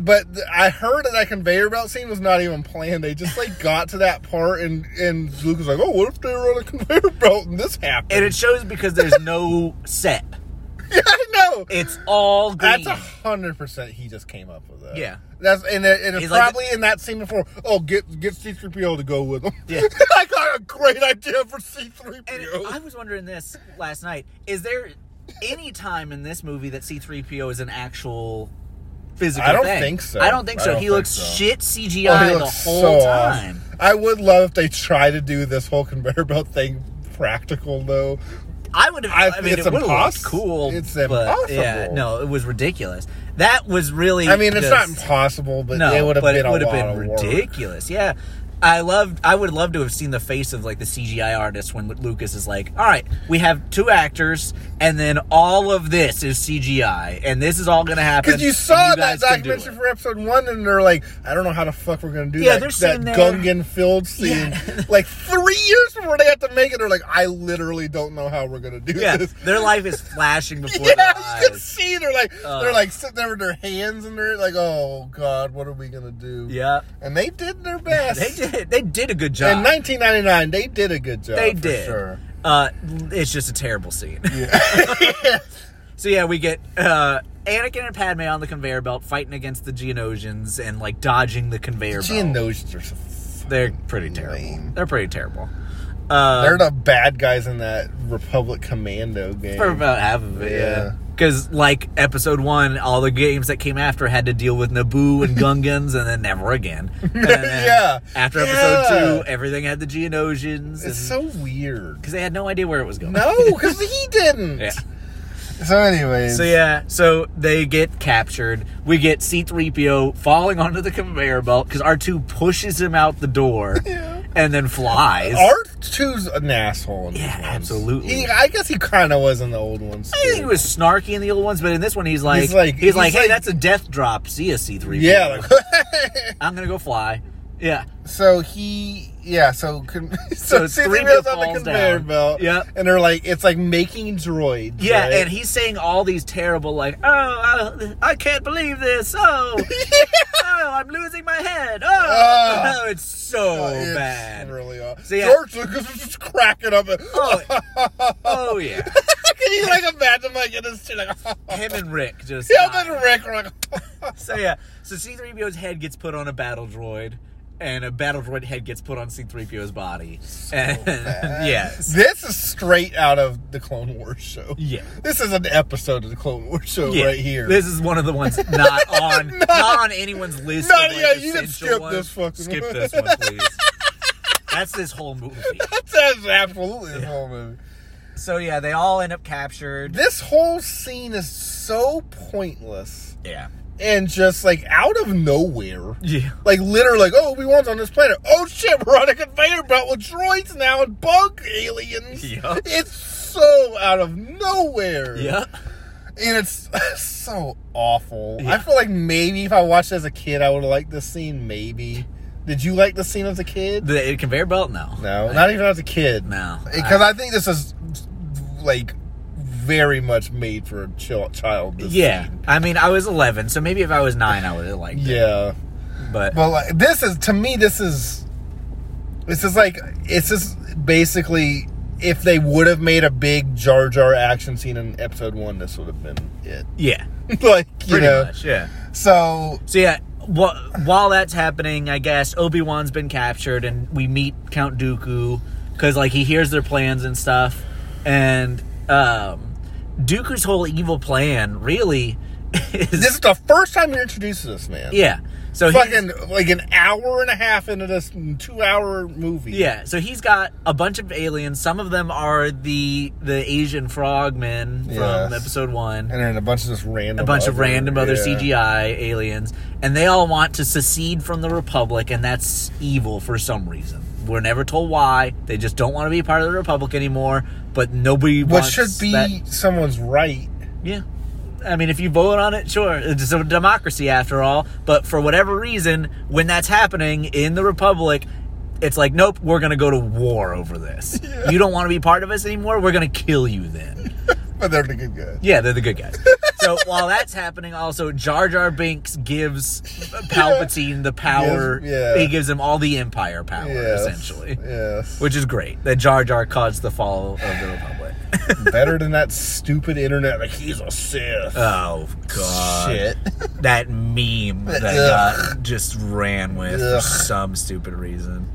Speaker 4: but th- I heard that that conveyor belt scene was not even planned. They just like got to that part, and and Luke was like, "Oh, what if they were on a conveyor belt and this happened?"
Speaker 3: and it shows because there's no set.
Speaker 4: yeah, I know.
Speaker 3: It's all green.
Speaker 4: That's a hundred percent. He just came up with that.
Speaker 3: Yeah.
Speaker 4: that's and it, and it's
Speaker 3: He's like-
Speaker 4: probably in that scene before. Oh, get get C three PO to go with him.
Speaker 3: Yeah.
Speaker 4: I got a great idea for C three
Speaker 3: And I
Speaker 4: PO.
Speaker 3: was wondering this last night. Is there any time in this movie that C3PO is an actual physical
Speaker 4: I don't
Speaker 3: thing?
Speaker 4: think so.
Speaker 3: I don't think
Speaker 4: I
Speaker 3: so.
Speaker 4: don't
Speaker 3: he
Speaker 4: think
Speaker 3: looks
Speaker 4: so.
Speaker 3: shit CGI
Speaker 4: Oh, he
Speaker 3: the
Speaker 4: looks
Speaker 3: whole
Speaker 4: so off.
Speaker 3: time.
Speaker 4: I would love if they try to do this whole conveyor belt thing practical though.
Speaker 3: I would
Speaker 4: I-
Speaker 3: have I mean
Speaker 4: it's
Speaker 3: it would have looked
Speaker 4: imposs-
Speaker 3: cool.
Speaker 4: it's
Speaker 3: but, Yeah,
Speaker 4: impossible.
Speaker 3: no, it was ridiculous. That was really
Speaker 4: I mean, it's not
Speaker 3: just-
Speaker 4: impossible, but
Speaker 3: no,
Speaker 4: it would have
Speaker 3: but
Speaker 4: been
Speaker 3: it
Speaker 4: a
Speaker 3: would
Speaker 4: lot
Speaker 3: have
Speaker 4: of
Speaker 3: been
Speaker 4: work.
Speaker 3: ridiculous. Yeah. I loved. I would love to have seen the face of like the CGI artist when Lucas is like, "All right, we have two actors, and then all of this is CGI, and this is all going to happen."
Speaker 4: Because you saw
Speaker 3: and
Speaker 4: that
Speaker 3: guys can do
Speaker 4: documentary
Speaker 3: it."
Speaker 4: for episode one, and they're like, I don't know how the fuck we're gonna do
Speaker 3: Yeah, they're
Speaker 4: that, that
Speaker 3: sitting there-
Speaker 4: Gungan filled scene. like three years before they had to make it, they're like, I literally don't know how we're gonna do
Speaker 3: Yeah,
Speaker 4: this.
Speaker 3: their life is flashing before
Speaker 4: Yeah,
Speaker 3: their
Speaker 4: you can
Speaker 3: eyes.
Speaker 4: see they're like they're like sitting there with their hands and they're like, oh god, what are we gonna do?
Speaker 3: Yeah,
Speaker 4: and they did their best.
Speaker 3: they did. They did a good job.
Speaker 4: In 1999, they did a good job.
Speaker 3: they
Speaker 4: Oh, for
Speaker 3: did.
Speaker 4: Sure.
Speaker 3: Uh, it's just a terrible scene. so yeah, we get uh, Anakin and Padme on the conveyor belt fighting against the Geonosians and like dodging the conveyor
Speaker 4: She and
Speaker 3: belt.
Speaker 4: those are so f-
Speaker 3: They're pretty terrible.
Speaker 4: Lame.
Speaker 3: They're pretty terrible. Um,
Speaker 4: they're the bad guys in that Republic Commando game.
Speaker 3: For about half of it,
Speaker 4: Yeah.
Speaker 3: yeah. Because like episode one, all the games that came after had to deal with Naboo and Gungans, and then never again. And then
Speaker 4: Yeah.
Speaker 3: After
Speaker 4: Yeah.
Speaker 3: episode two, everything had the Geonosians.
Speaker 4: It's
Speaker 3: Because
Speaker 4: so weird.
Speaker 3: they had no idea where it was going.
Speaker 4: No, because he didn't.
Speaker 3: Yeah.
Speaker 4: So, anyways,
Speaker 3: So yeah, so they get captured. We get C-3PO falling onto the conveyor belt because R2 pushes him out the door and then flies.
Speaker 4: R 2s an asshole. In these
Speaker 3: Yeah,
Speaker 4: ones.
Speaker 3: absolutely.
Speaker 4: He, I guess he kind of was in the old ones.
Speaker 3: I think he
Speaker 4: too.
Speaker 3: was snarky in the old ones, but in this one he's like,
Speaker 4: He's
Speaker 3: he's
Speaker 4: like-
Speaker 3: like,
Speaker 4: he's
Speaker 3: hey,
Speaker 4: like-
Speaker 3: that's a death drop. See ya, C-3PO.
Speaker 4: Yeah. Like,
Speaker 3: I'm gonna go fly. Yeah,
Speaker 4: so he. Yeah, so con-
Speaker 3: So
Speaker 4: so, so
Speaker 3: three
Speaker 4: C-3PO's on the
Speaker 3: falls
Speaker 4: conveyor
Speaker 3: down.
Speaker 4: belt,
Speaker 3: Yep.
Speaker 4: and they're like, it's like making droids.
Speaker 3: yeah,
Speaker 4: right?
Speaker 3: and he's saying all these terrible like, oh, I, I can't believe this. Oh, oh, I'm losing my head. Oh,
Speaker 4: Ah.
Speaker 3: oh, it's so
Speaker 4: It's
Speaker 3: bad.
Speaker 4: Really awful.
Speaker 3: So, yeah.
Speaker 4: George Lucas was just cracking up. and-
Speaker 3: Oh, oh yeah,
Speaker 4: Can you like imagine like in this shit like him
Speaker 3: him and Rick just. died.
Speaker 4: and Rick are like
Speaker 3: So yeah, so C-3PO's head gets put on a battle droid, and a battle droid head gets put on C-3PO's body. and yes,
Speaker 4: This is straight out of the Clone Wars show.
Speaker 3: yeah.
Speaker 4: This is an episode of the Clone Wars show
Speaker 3: Yeah,
Speaker 4: right here.
Speaker 3: This is one of the ones not on not on anyone's list.
Speaker 4: Not-
Speaker 3: of, like,
Speaker 4: yeah, you can
Speaker 3: essential
Speaker 4: skip
Speaker 3: ones.
Speaker 4: this fucking
Speaker 3: skip
Speaker 4: one.
Speaker 3: this one, please. That's this whole movie.
Speaker 4: That's absolutely this whole movie.
Speaker 3: So yeah, they all end up captured.
Speaker 4: This whole scene is so pointless
Speaker 3: Yeah,
Speaker 4: and just like out of nowhere.
Speaker 3: yeah.
Speaker 4: Like literally, like oh, we want on this planet. Oh shit, we're on a conveyor belt with droids now and bug aliens.
Speaker 3: Yup.
Speaker 4: It's so out of nowhere.
Speaker 3: Yeah,
Speaker 4: and it's so awful. I
Speaker 3: Yeah.
Speaker 4: feel like maybe if I watched it as a kid, I would have liked this scene. Maybe. Did you like the scene as a kid?
Speaker 3: the conveyor belt. No,
Speaker 4: No, not even as a kid.
Speaker 3: no.
Speaker 4: because I, think this is like very much made for a chil- child. This
Speaker 3: yeah,
Speaker 4: scene.
Speaker 3: I mean, I was 11, so maybe if I was nine, I would have liked it.
Speaker 4: yeah.
Speaker 3: But
Speaker 4: But like, this is to me, this is this is like it's just basically if they would have made a big Jar Jar action scene in episode one, this would have been it.
Speaker 3: yeah,
Speaker 4: like you
Speaker 3: pretty
Speaker 4: know,
Speaker 3: much. Yeah.
Speaker 4: so
Speaker 3: So yeah, wh- while that's happening, I guess Obi Wan's been captured, and we meet Count Dooku because like he hears their plans and stuff, and um, Dooku's whole evil plan really is
Speaker 4: This is the first time you're introduced to this man.
Speaker 3: yeah. So he-
Speaker 4: Fucking like an hour and a half into this two hour movie.
Speaker 3: yeah, so he's got a bunch of aliens. Some of them are the the Asian frogmen from
Speaker 4: Yes.
Speaker 3: episode one.
Speaker 4: And then a bunch of just random
Speaker 3: a bunch of
Speaker 4: other-
Speaker 3: random other
Speaker 4: yeah.
Speaker 3: CGI aliens, and they all want to secede from the Republic, and that's evil for some reason. We're never told why. They just don't want to be part of the Republic anymore. But nobody
Speaker 4: What
Speaker 3: wants
Speaker 4: should be
Speaker 3: that-
Speaker 4: someone's right.
Speaker 3: Yeah, I mean, if you vote on it, sure, it's a democracy after all. But for whatever reason, when that's happening in the Republic. It's like, nope, we're gonna go to war over this. You don't want to be part of us anymore. We're gonna kill you then.
Speaker 4: But they're the good guys.
Speaker 3: Yeah, they're the good guys. so while that's happening, also Jar Jar Binks gives Palpatine the power.
Speaker 4: Gives- yeah.
Speaker 3: He gives him all the Empire power,
Speaker 4: Yes.
Speaker 3: essentially,
Speaker 4: Yes.
Speaker 3: which is great. That Jar Jar caused the fall of the Republic.
Speaker 4: Better than that stupid internet. Like, he's a Sith.
Speaker 3: oh god!
Speaker 4: Shit.
Speaker 3: That meme that
Speaker 4: Ugh.
Speaker 3: got just ran with for
Speaker 4: Ugh.
Speaker 3: some stupid reason.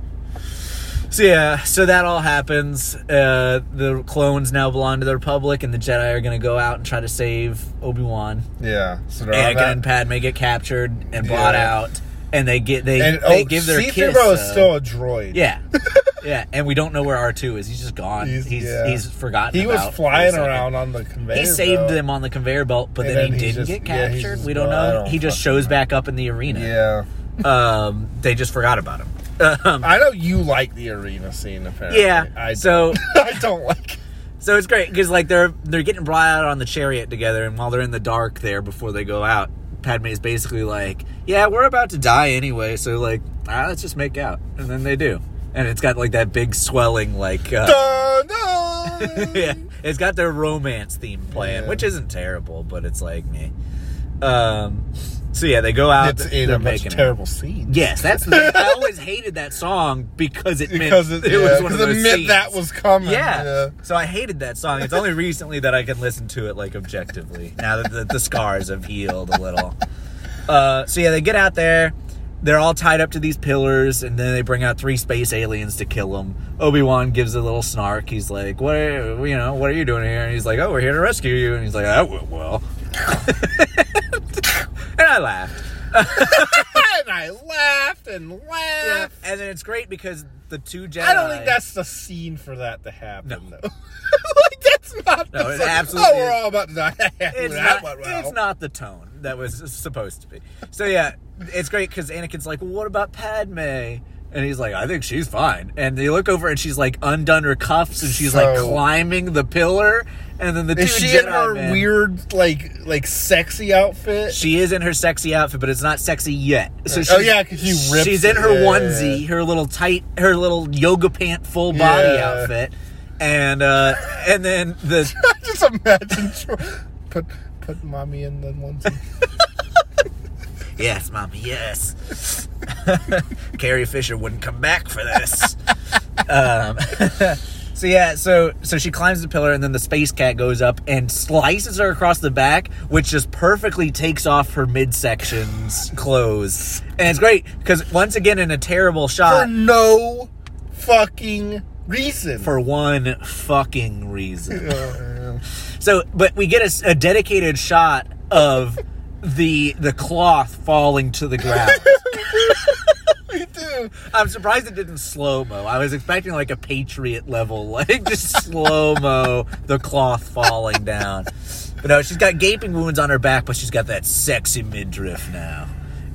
Speaker 3: So yeah, so that all happens. Uh, the clones now belong to the Republic, and the Jedi are going to go out and try to save Obi Wan.
Speaker 4: yeah. So they're on
Speaker 3: Anakin
Speaker 4: that-
Speaker 3: and Padme get captured and brought
Speaker 4: Yeah.
Speaker 3: out, and they get they
Speaker 4: And
Speaker 3: they
Speaker 4: oh,
Speaker 3: give their
Speaker 4: C-3PO
Speaker 3: kiss.
Speaker 4: is
Speaker 3: uh,
Speaker 4: still a droid.
Speaker 3: yeah, yeah, and we don't know where R two is. He's just gone.
Speaker 4: He's-
Speaker 3: He's he's,
Speaker 4: yeah.
Speaker 3: forgotten.
Speaker 4: He was
Speaker 3: about for a
Speaker 4: flying
Speaker 3: second.
Speaker 4: around on the conveyor.
Speaker 3: He saved
Speaker 4: belt.
Speaker 3: them on the conveyor belt, but
Speaker 4: And
Speaker 3: then,
Speaker 4: then
Speaker 3: he
Speaker 4: he's
Speaker 3: didn't
Speaker 4: just-
Speaker 3: get
Speaker 4: yeah, he's
Speaker 3: captured.
Speaker 4: just
Speaker 3: we don't
Speaker 4: gone. I
Speaker 3: know.
Speaker 4: don't
Speaker 3: he just
Speaker 4: fucking
Speaker 3: shows back up in the arena.
Speaker 4: Yeah.
Speaker 3: Um, they just forgot about him. Um,
Speaker 4: I know you like the arena scene, apparently.
Speaker 3: yeah.
Speaker 4: I,
Speaker 3: so
Speaker 4: I don't like it.
Speaker 3: so it's great because like they're they're getting brought out on the chariot together, and while they're in the dark there before they go out, Padme is basically like, "Yeah, we're about to die anyway, so like, ah, let's just make out," and then they do, and it's got like that big swelling like. Uh,
Speaker 4: Dun, dun.
Speaker 3: yeah, it's got their romance theme playing,
Speaker 4: Yeah.
Speaker 3: which isn't terrible, but it's like me. Um, so yeah, they go out.
Speaker 4: It's
Speaker 3: they're
Speaker 4: in a bunch
Speaker 3: making
Speaker 4: of
Speaker 3: out.
Speaker 4: terrible scenes.
Speaker 3: Yes, that's the, I always hated that song because it meant
Speaker 4: Because it,
Speaker 3: it
Speaker 4: yeah,
Speaker 3: was one of
Speaker 4: 'cause it
Speaker 3: those
Speaker 4: meant
Speaker 3: scenes.
Speaker 4: that was coming.
Speaker 3: yeah. so I hated that song. It's only recently that I can listen to it like objectively. Now that the, the scars have healed a little. Uh, so yeah, they get out there. They're all tied up to these pillars, and then they bring out three space aliens to kill them. Obi Wan gives a little snark. He's like, "What? Are, you know, what are you doing here?" And he's like, "Oh, we're here to rescue you." And he's like, "That went well." and I laughed.
Speaker 4: And I laughed and laughed.
Speaker 3: And then it's great because the two Jedi.
Speaker 4: I don't think that's the scene for that to happen.
Speaker 3: Uh, No.
Speaker 4: though. like that's not.
Speaker 3: No,
Speaker 4: the
Speaker 3: it
Speaker 4: scene.
Speaker 3: absolutely
Speaker 4: Oh, we're
Speaker 3: is.
Speaker 4: all about to die.
Speaker 3: it's not,
Speaker 4: That went well.
Speaker 3: it's not the tone that was supposed to be. So yeah, it's great because Anakin's like, well, "What about Padme?" And he's like, "I think she's fine." And they look over and she's like undone her cuffs and she's like
Speaker 4: So-
Speaker 3: climbing the pillar. And then the two
Speaker 4: Is she
Speaker 3: Jedi
Speaker 4: in her
Speaker 3: men-
Speaker 4: weird, like, like sexy outfit?
Speaker 3: She is in her sexy outfit, but it's not sexy yet. So she's,
Speaker 4: Oh, yeah, 'cause you ripped
Speaker 3: she's in her
Speaker 4: it. Yeah,
Speaker 3: onesie, her little tight, her little yoga pant, full body
Speaker 4: Yeah.
Speaker 3: outfit, and uh, and then the
Speaker 4: Just imagine. Tro- Put put mommy in the onesie.
Speaker 3: Yes, mommy, yes. Carrie Fisher wouldn't come back for this. um, so yeah, so so she climbs the pillar, and then the space cat goes up and slices her across the back, which just perfectly takes off her midsection's clothes, and it's great because once again in a terrible
Speaker 4: for
Speaker 3: shot
Speaker 4: no fucking reason.
Speaker 3: for one fucking reason.
Speaker 4: Uh,
Speaker 3: So, but we get a s- a, dedicated shot of the the cloth falling to the ground.
Speaker 4: we do.
Speaker 3: I'm surprised it didn't slow mo. I was expecting like a Patriot level, like just slow mo, the cloth falling down. But no, she's got gaping wounds on her back, but she's got that sexy midriff now.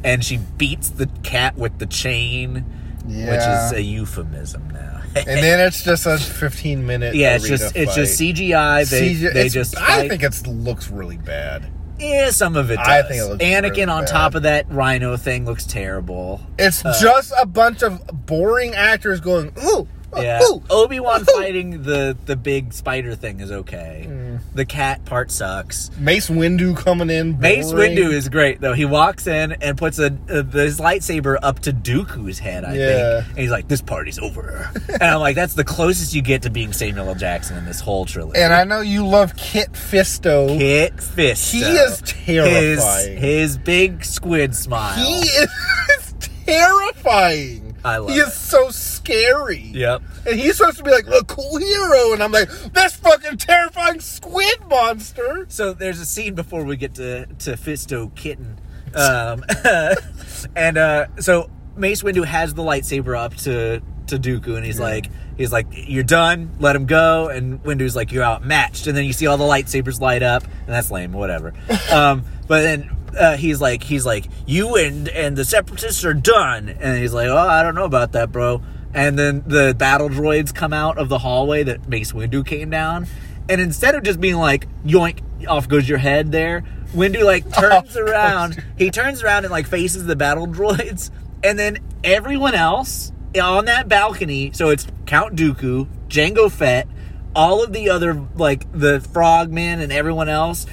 Speaker 3: And she beats the cat with the chain,
Speaker 4: Yeah.
Speaker 3: which is a euphemism now.
Speaker 4: And then it's just a 15 minute.
Speaker 3: yeah, it's
Speaker 4: arena
Speaker 3: just it's just
Speaker 4: fight.
Speaker 3: CGI. They
Speaker 4: CG
Speaker 3: they
Speaker 4: it's-
Speaker 3: just
Speaker 4: I
Speaker 3: fight.
Speaker 4: think it looks really bad.
Speaker 3: Yeah, some of it does.
Speaker 4: I think it looks
Speaker 3: Anakin
Speaker 4: really
Speaker 3: on
Speaker 4: bad.
Speaker 3: top of that rhino thing looks terrible.
Speaker 4: It's
Speaker 3: Uh.
Speaker 4: just a bunch of boring actors going, ooh, uh,
Speaker 3: Yeah.
Speaker 4: ooh.
Speaker 3: Obi Wan
Speaker 4: Woo-hoo!
Speaker 3: fighting the the big spider thing is okay.
Speaker 4: Hmm.
Speaker 3: The cat part sucks.
Speaker 4: Mace Windu coming in.
Speaker 3: Mace
Speaker 4: boring.
Speaker 3: Windu is great though. He walks in and puts a, uh his lightsaber up to Dooku's head. I
Speaker 4: Yeah.
Speaker 3: think, and he's like, "This party's over." and I'm like, "That's the closest you get to being Samuel L. Jackson in this whole trilogy."
Speaker 4: And I know you love Kit Fisto.
Speaker 3: Hit fist.
Speaker 4: He is terrifying.
Speaker 3: His, his big squid smile.
Speaker 4: He is terrifying.
Speaker 3: I love
Speaker 4: He is
Speaker 3: it.
Speaker 4: so scary.
Speaker 3: Yep.
Speaker 4: And he's supposed to be like a cool hero, and I'm like, that's fucking terrifying squid monster.
Speaker 3: So there's a scene before we get to to Fisto Kitten, um, and uh, so Mace Windu has the lightsaber up to to Dooku, and he's like, he's like, "You're done. Let him go." And Windu's like, "You're outmatched." And then you see all the lightsabers light up, and that's lame. Whatever. um, but then. Uh, he's like, he's like, you and and the separatists are done. And he's like, oh, I don't know about that, bro. And then the battle droids come out of the hallway that Mace Windu came down, and instead of just being like yoink off goes your head there windu like turns around he turns around and like faces the battle droids and then everyone else on that balcony so it's count dooku jango fett all of the other like the frogman and everyone else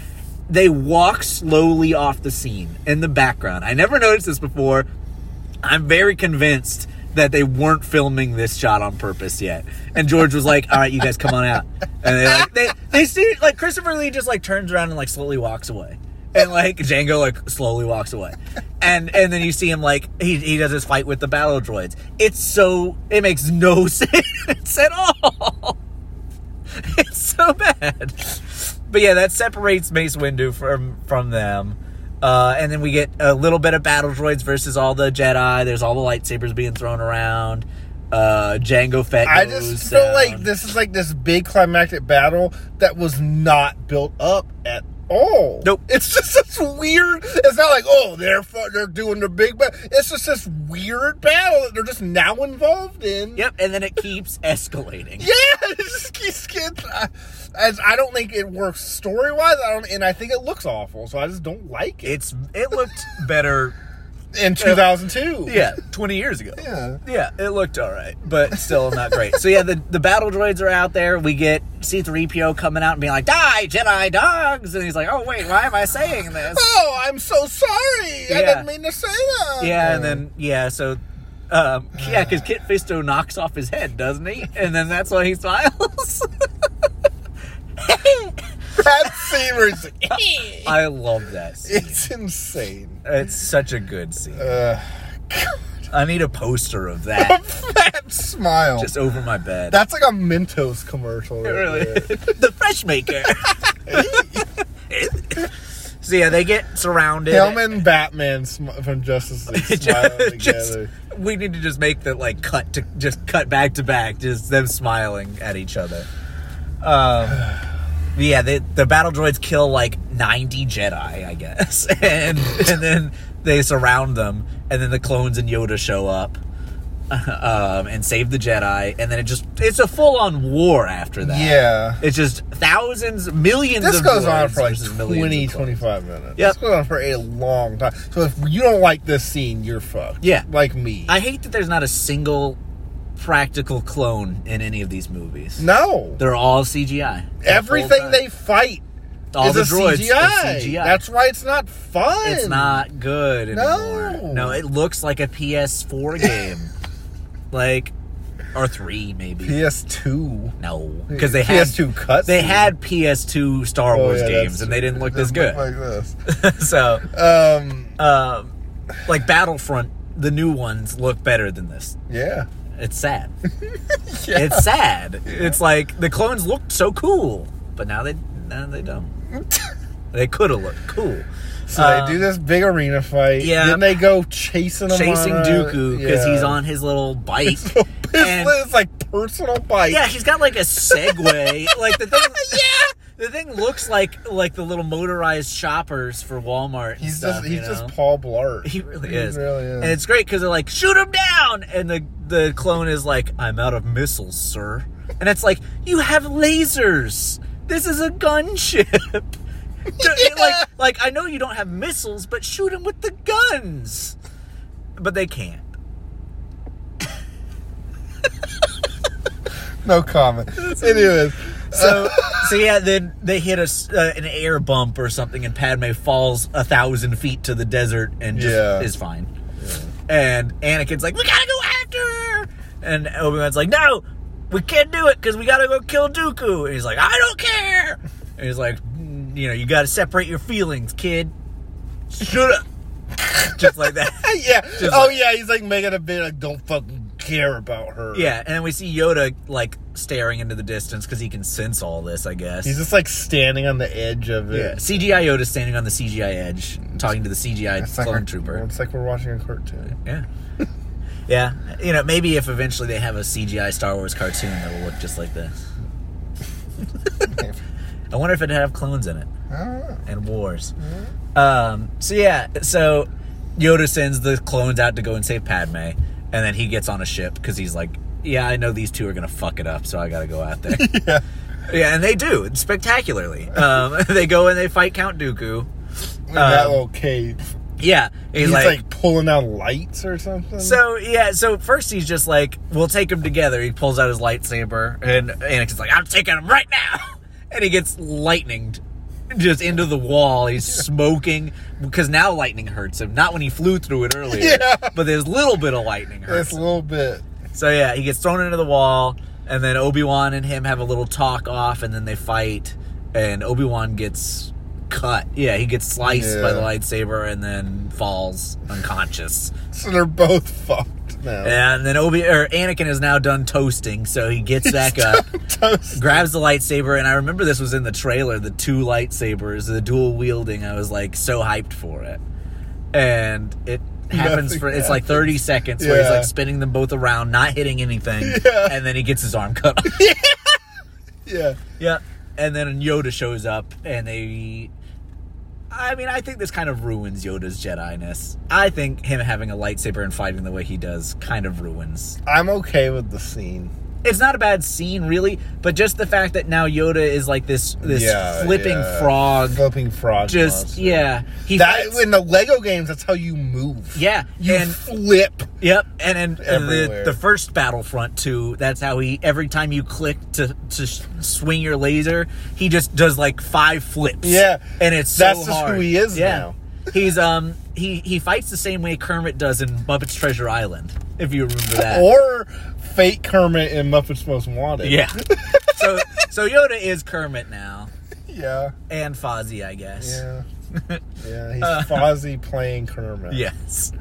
Speaker 3: they walk slowly off the scene in the background i never noticed this before I'm very convinced that they weren't filming this shot on purpose yet. And George was like, "All right, you guys come on out." And they like they they see like Christopher Lee just like turns around and like slowly walks away. And like Django like slowly walks away. And and then you see him like he he does his fight with the battle droids. It's so it makes no sense at all. It's so bad. But yeah, that separates Mace Windu from from them. Uh, and then we get a little bit of battle droids versus all the Jedi. There's all the lightsabers being thrown around. Uh, Django Fett.
Speaker 4: I
Speaker 3: goes
Speaker 4: just feel
Speaker 3: down.
Speaker 4: like this is like this big climactic battle that was not built up at all.
Speaker 3: Nope.
Speaker 4: It's just this weird. It's not like oh they're fu- they're doing their big, but it's just this weird battle that they're just now involved in.
Speaker 3: Yep, and then it keeps escalating.
Speaker 4: Yeah, it just keeps getting. I, I, I don't think it works story wise. I don't, and I think it looks awful. So I just don't like it.
Speaker 3: It's it looked better.
Speaker 4: In 2002.
Speaker 3: uh, Yeah, twenty years ago.
Speaker 4: Yeah.
Speaker 3: Yeah, it looked all right, but still not great. So yeah, the, the battle droids are out there. We get C-3PO coming out and being like, "Die, Jedi dogs!" And he's like, "Oh wait, why am I saying this?"
Speaker 4: Oh, I'm so sorry. I
Speaker 3: Yeah.
Speaker 4: didn't mean to say that.
Speaker 3: Yeah, and then yeah, so um, yeah, because Kit Fisto knocks off his head, doesn't he? And then that's why he smiles.
Speaker 4: that scene was-
Speaker 3: I love that. Scene.
Speaker 4: it's insane.
Speaker 3: It's such a good scene.
Speaker 4: Uh,
Speaker 3: I need a poster of that
Speaker 4: that smile.
Speaker 3: just over my bed.
Speaker 4: That's like a Mentos commercial. Right
Speaker 3: really
Speaker 4: there.
Speaker 3: the fresh maker. so yeah, they get surrounded.
Speaker 4: Him and Batman sm- from Justice League smiling
Speaker 3: Just-
Speaker 4: together.
Speaker 3: we need to just make that like cut to just cut back to back, just them smiling at each other. Um, yeah, the the battle droids kill like ninety Jedi, I guess, and and then they surround them, and then the clones and Yoda show up. Um, and save the Jedi, and then it just—it's a full-on war after that.
Speaker 4: Yeah.
Speaker 3: it's just thousands, millions.
Speaker 4: This
Speaker 3: of
Speaker 4: goes on
Speaker 3: droids
Speaker 4: for like
Speaker 3: versus millions of
Speaker 4: 20,
Speaker 3: clones.
Speaker 4: 25 minutes.
Speaker 3: Yep.
Speaker 4: This goes on for a long time. So if you don't like this scene, you're fucked.
Speaker 3: Yeah.
Speaker 4: Like me.
Speaker 3: I hate that there's not a single practical clone in any of these movies.
Speaker 4: no.
Speaker 3: They're all CGI. The whole
Speaker 4: Everything
Speaker 3: time.
Speaker 4: they fight
Speaker 3: all
Speaker 4: is
Speaker 3: the
Speaker 4: a
Speaker 3: droids
Speaker 4: CGI.
Speaker 3: are CGI.
Speaker 4: That's why it's not fun.
Speaker 3: it's not good anymore.
Speaker 4: No.
Speaker 3: no, it looks like a PS4 game, like or three maybe.
Speaker 4: PS2.
Speaker 3: no, because they had
Speaker 4: PS2 cuts.
Speaker 3: They had PS2 Star
Speaker 4: Oh,
Speaker 3: Wars
Speaker 4: yeah,
Speaker 3: games,
Speaker 4: that's
Speaker 3: and
Speaker 4: true.
Speaker 3: they didn't look this good.
Speaker 4: Look Like this.
Speaker 3: so,
Speaker 4: Um.
Speaker 3: um, like Battlefront, the new ones look better than this.
Speaker 4: Yeah.
Speaker 3: It's sad. It's sad. It's like the clones looked so cool, but now they now they don't. they could have looked cool.
Speaker 4: So they do this big arena fight.
Speaker 3: Um, yeah.
Speaker 4: Then they go chasing him
Speaker 3: Chasing
Speaker 4: on a-
Speaker 3: Dooku because
Speaker 4: yeah.
Speaker 3: he's on his little bike. and-
Speaker 4: it's like personal bike.
Speaker 3: yeah, he's got like a Segway. like the thing. Yeah. The thing looks like like the little motorized shoppers for Walmart. and
Speaker 4: He's
Speaker 3: stuff,
Speaker 4: just he's
Speaker 3: you
Speaker 4: just
Speaker 3: know?
Speaker 4: Paul Blart.
Speaker 3: He really
Speaker 4: He
Speaker 3: is.
Speaker 4: really is.
Speaker 3: And it's great because they're like, shoot him down! And the, the clone is like, I'm out of missiles, sir. And it's like, you have lasers! This is a gunship! It- like, like, I know you don't have missiles, but shoot him with the guns! But they can't.
Speaker 4: no comment. Anyways,
Speaker 3: So, so yeah, then they hit a, s- uh, an air bump or something, and Padme falls a thousand feet to the desert and just
Speaker 4: Yeah.
Speaker 3: is fine. And Anakin's like, "We gotta go after her," and Obi Wan's like, "No, we can't do it because we gotta go kill Dooku." And he's like, "I don't care." And he's like, "Mm, "You know, you gotta separate your feelings, kid. Shut up." just like that.
Speaker 4: yeah. Oh yeah, he's like making a bit like don't fucking care about her.
Speaker 3: Yeah, and we see Yoda like staring into the distance because he can sense all this, I guess.
Speaker 4: He's just like standing on the edge of
Speaker 3: Yeah,
Speaker 4: it.
Speaker 3: CGI Yoda standing on the CGI edge, talking to the CGI
Speaker 4: It's like
Speaker 3: clone
Speaker 4: we're-
Speaker 3: trooper.
Speaker 4: It's like we're watching a cartoon.
Speaker 3: Yeah. yeah. You know, maybe if eventually they have a CGI Star Wars cartoon that'll look just like this. I wonder if it'd have clones in it
Speaker 4: Ah.
Speaker 3: and wars. Um, so, yeah, so Yoda sends the clones out to go and save Padme, and then he gets on a ship because he's like, yeah, I know these two are going to fuck it up, so I got to go out there.
Speaker 4: Yeah.
Speaker 3: yeah, and they do, spectacularly. Um, they go and they fight Count Dooku.
Speaker 4: In that little cave.
Speaker 3: Yeah, he's,
Speaker 4: He's like,
Speaker 3: Um, like,
Speaker 4: pulling out lights or something.
Speaker 3: so yeah. So first he's just like, "We'll take them together." He pulls out his lightsaber, and Anakin's like, "I'm taking him right now," and he gets lightninged just into the wall. He's smoking because now lightning hurts him. Not when he flew through it earlier,
Speaker 4: Yeah.
Speaker 3: but there's little bit of lightning hurts.
Speaker 4: it's a little bit.
Speaker 3: So yeah, he gets thrown into the wall, and then Obi Wan and him have a little talk off, and then they fight, and Obi Wan gets cut. Yeah, he gets sliced by the
Speaker 4: Yeah.
Speaker 3: lightsaber, and then falls unconscious.
Speaker 4: So they're both fucked now.
Speaker 3: And then Obi or Anakin is now done toasting, so he gets back up,
Speaker 4: Toast.
Speaker 3: grabs the lightsaber, and I remember this was in the trailer, the two lightsabers, the dual wielding. I was like so hyped for it. And it happens
Speaker 4: Nothing
Speaker 3: for it's like 30 seconds where he's
Speaker 4: Yeah.
Speaker 3: like spinning them both around, not hitting anything,
Speaker 4: Yeah.
Speaker 3: and then he gets his arm cut off.
Speaker 4: Yeah.
Speaker 3: yeah. And then Yoda shows up and they I mean, I think this kind of ruins Yoda's Jedi ness. I think him having a lightsaber and fighting the way he does kind of ruins.
Speaker 4: I'm okay with the scene.
Speaker 3: It's not a bad scene, really, but just the fact that now Yoda is like this this
Speaker 4: Yeah,
Speaker 3: flipping
Speaker 4: yeah.
Speaker 3: frog,
Speaker 4: Flipping frog.
Speaker 3: just
Speaker 4: monster.
Speaker 3: yeah. He
Speaker 4: That
Speaker 3: fights-
Speaker 4: in the Lego games, that's how you move.
Speaker 3: yeah,
Speaker 4: You
Speaker 3: and
Speaker 4: flip.
Speaker 3: Yep, and and, and the,
Speaker 4: Everywhere.
Speaker 3: the first Battlefront two. That's how he every time you click to to s- swing your laser, he just does like five flips.
Speaker 4: Yeah.
Speaker 3: and it's so
Speaker 4: That's just who
Speaker 3: hard.
Speaker 4: he is
Speaker 3: yeah.
Speaker 4: now.
Speaker 3: He's um he he fights the same way Kermit does in Muppets Treasure Island. If you remember that,
Speaker 4: Or fake Kermit in Muppets Most Wanted.
Speaker 3: yeah. so so Yoda is Kermit now,
Speaker 4: Yeah.
Speaker 3: and Fozzie, I guess.
Speaker 4: Yeah. Yeah. He's
Speaker 3: Uh.
Speaker 4: Fozzie playing Kermit.
Speaker 3: Yes.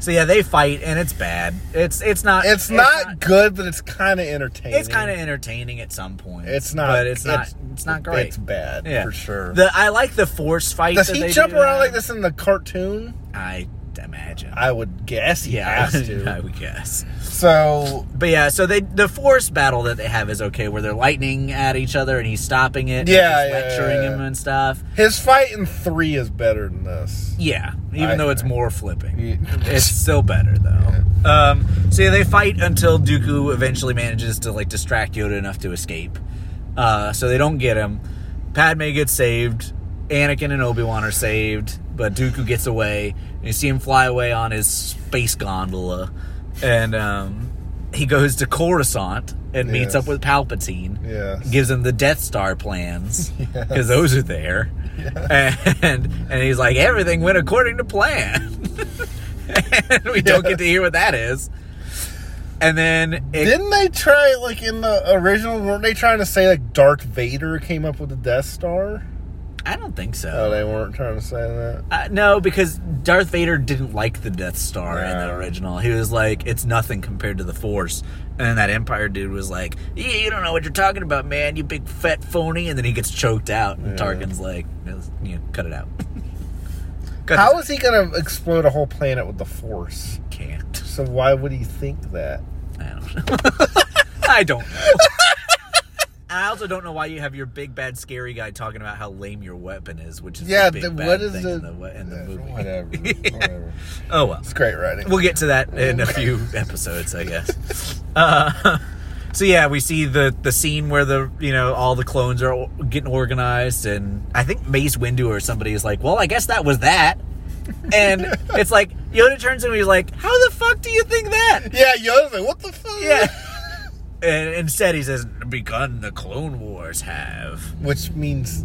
Speaker 3: So yeah, they fight, and it's bad. It's it's not.
Speaker 4: It's, not, good, but it's kind of entertaining.
Speaker 3: It's kind of entertaining at some point.
Speaker 4: It's not.
Speaker 3: But it's not. It's, not great.
Speaker 4: It's bad for sure.
Speaker 3: The I like the force fight.
Speaker 4: Does
Speaker 3: that
Speaker 4: he
Speaker 3: they
Speaker 4: jump
Speaker 3: do
Speaker 4: around
Speaker 3: now.
Speaker 4: like this in the cartoon?
Speaker 3: I imagine.
Speaker 4: I would guess he
Speaker 3: yeah,
Speaker 4: has
Speaker 3: I
Speaker 4: to.
Speaker 3: would guess.
Speaker 4: So
Speaker 3: But yeah, so they the force battle that they have is okay, where they're lightning at each other and he's stopping it. and
Speaker 4: Yeah,
Speaker 3: he's
Speaker 4: yeah,
Speaker 3: lecturing
Speaker 4: yeah,
Speaker 3: him
Speaker 4: yeah.
Speaker 3: and stuff.
Speaker 4: his fight in three is better than this.
Speaker 3: Yeah, even
Speaker 4: I-
Speaker 3: though it's more flipping,
Speaker 4: Yeah.
Speaker 3: it's still better though. Um, so yeah, they fight until Dooku eventually manages to like distract Yoda enough to escape. Uh, so they don't get him. Padme gets saved. Anakin and Obi Wan are saved, but Dooku gets away. And you see him fly away on his space gondola, and um, he goes to Coruscant and meets
Speaker 4: Yes.
Speaker 3: up with Palpatine
Speaker 4: Yes.
Speaker 3: gives him the Death Star plans because those are there, and and he's like everything went according to plan, and we don't get to hear what that is. And then it,
Speaker 4: Didn't they try like in the original? Weren't they trying to say like Darth Vader came up with the Death Star?
Speaker 3: I don't think
Speaker 4: Oh,
Speaker 3: so.
Speaker 4: they weren't trying to say that.
Speaker 3: Uh, no, because Darth Vader didn't like the Death Star in the
Speaker 4: Yeah.
Speaker 3: original. He was like, "It's nothing compared to the Force." And then that Empire dude was like, "Yeah, you don't know what you're talking about, man. You big fat phony." And then he gets choked out, and Tarkin's like, "You know, cut it out." cut
Speaker 4: How is he gonna explode a whole planet with the Force?
Speaker 3: this- can't.
Speaker 4: So why would he think that?
Speaker 3: I don't know. I don't know. I also don't know why you have your big bad scary guy talking about how lame your weapon is, which is
Speaker 4: Yeah,
Speaker 3: the big
Speaker 4: the-
Speaker 3: bad
Speaker 4: what is
Speaker 3: thing
Speaker 4: the-
Speaker 3: in the, wa- in the movie.
Speaker 4: Whatever. Whatever.
Speaker 3: Oh well,
Speaker 4: It's great writing.
Speaker 3: we'll get to that in a few episodes, I guess. Uh, so yeah, we see the the scene where the you know all the clones are o- getting organized, and I think Mace Windu or somebody is like, "Well, I guess that was that," and it's like Yoda turns to him, he's like, "How the fuck do you think that?"
Speaker 4: Yeah, Yoda's like, what the fuck?
Speaker 3: Yeah. and instead he says, begun the Clone Wars have.
Speaker 4: Which means,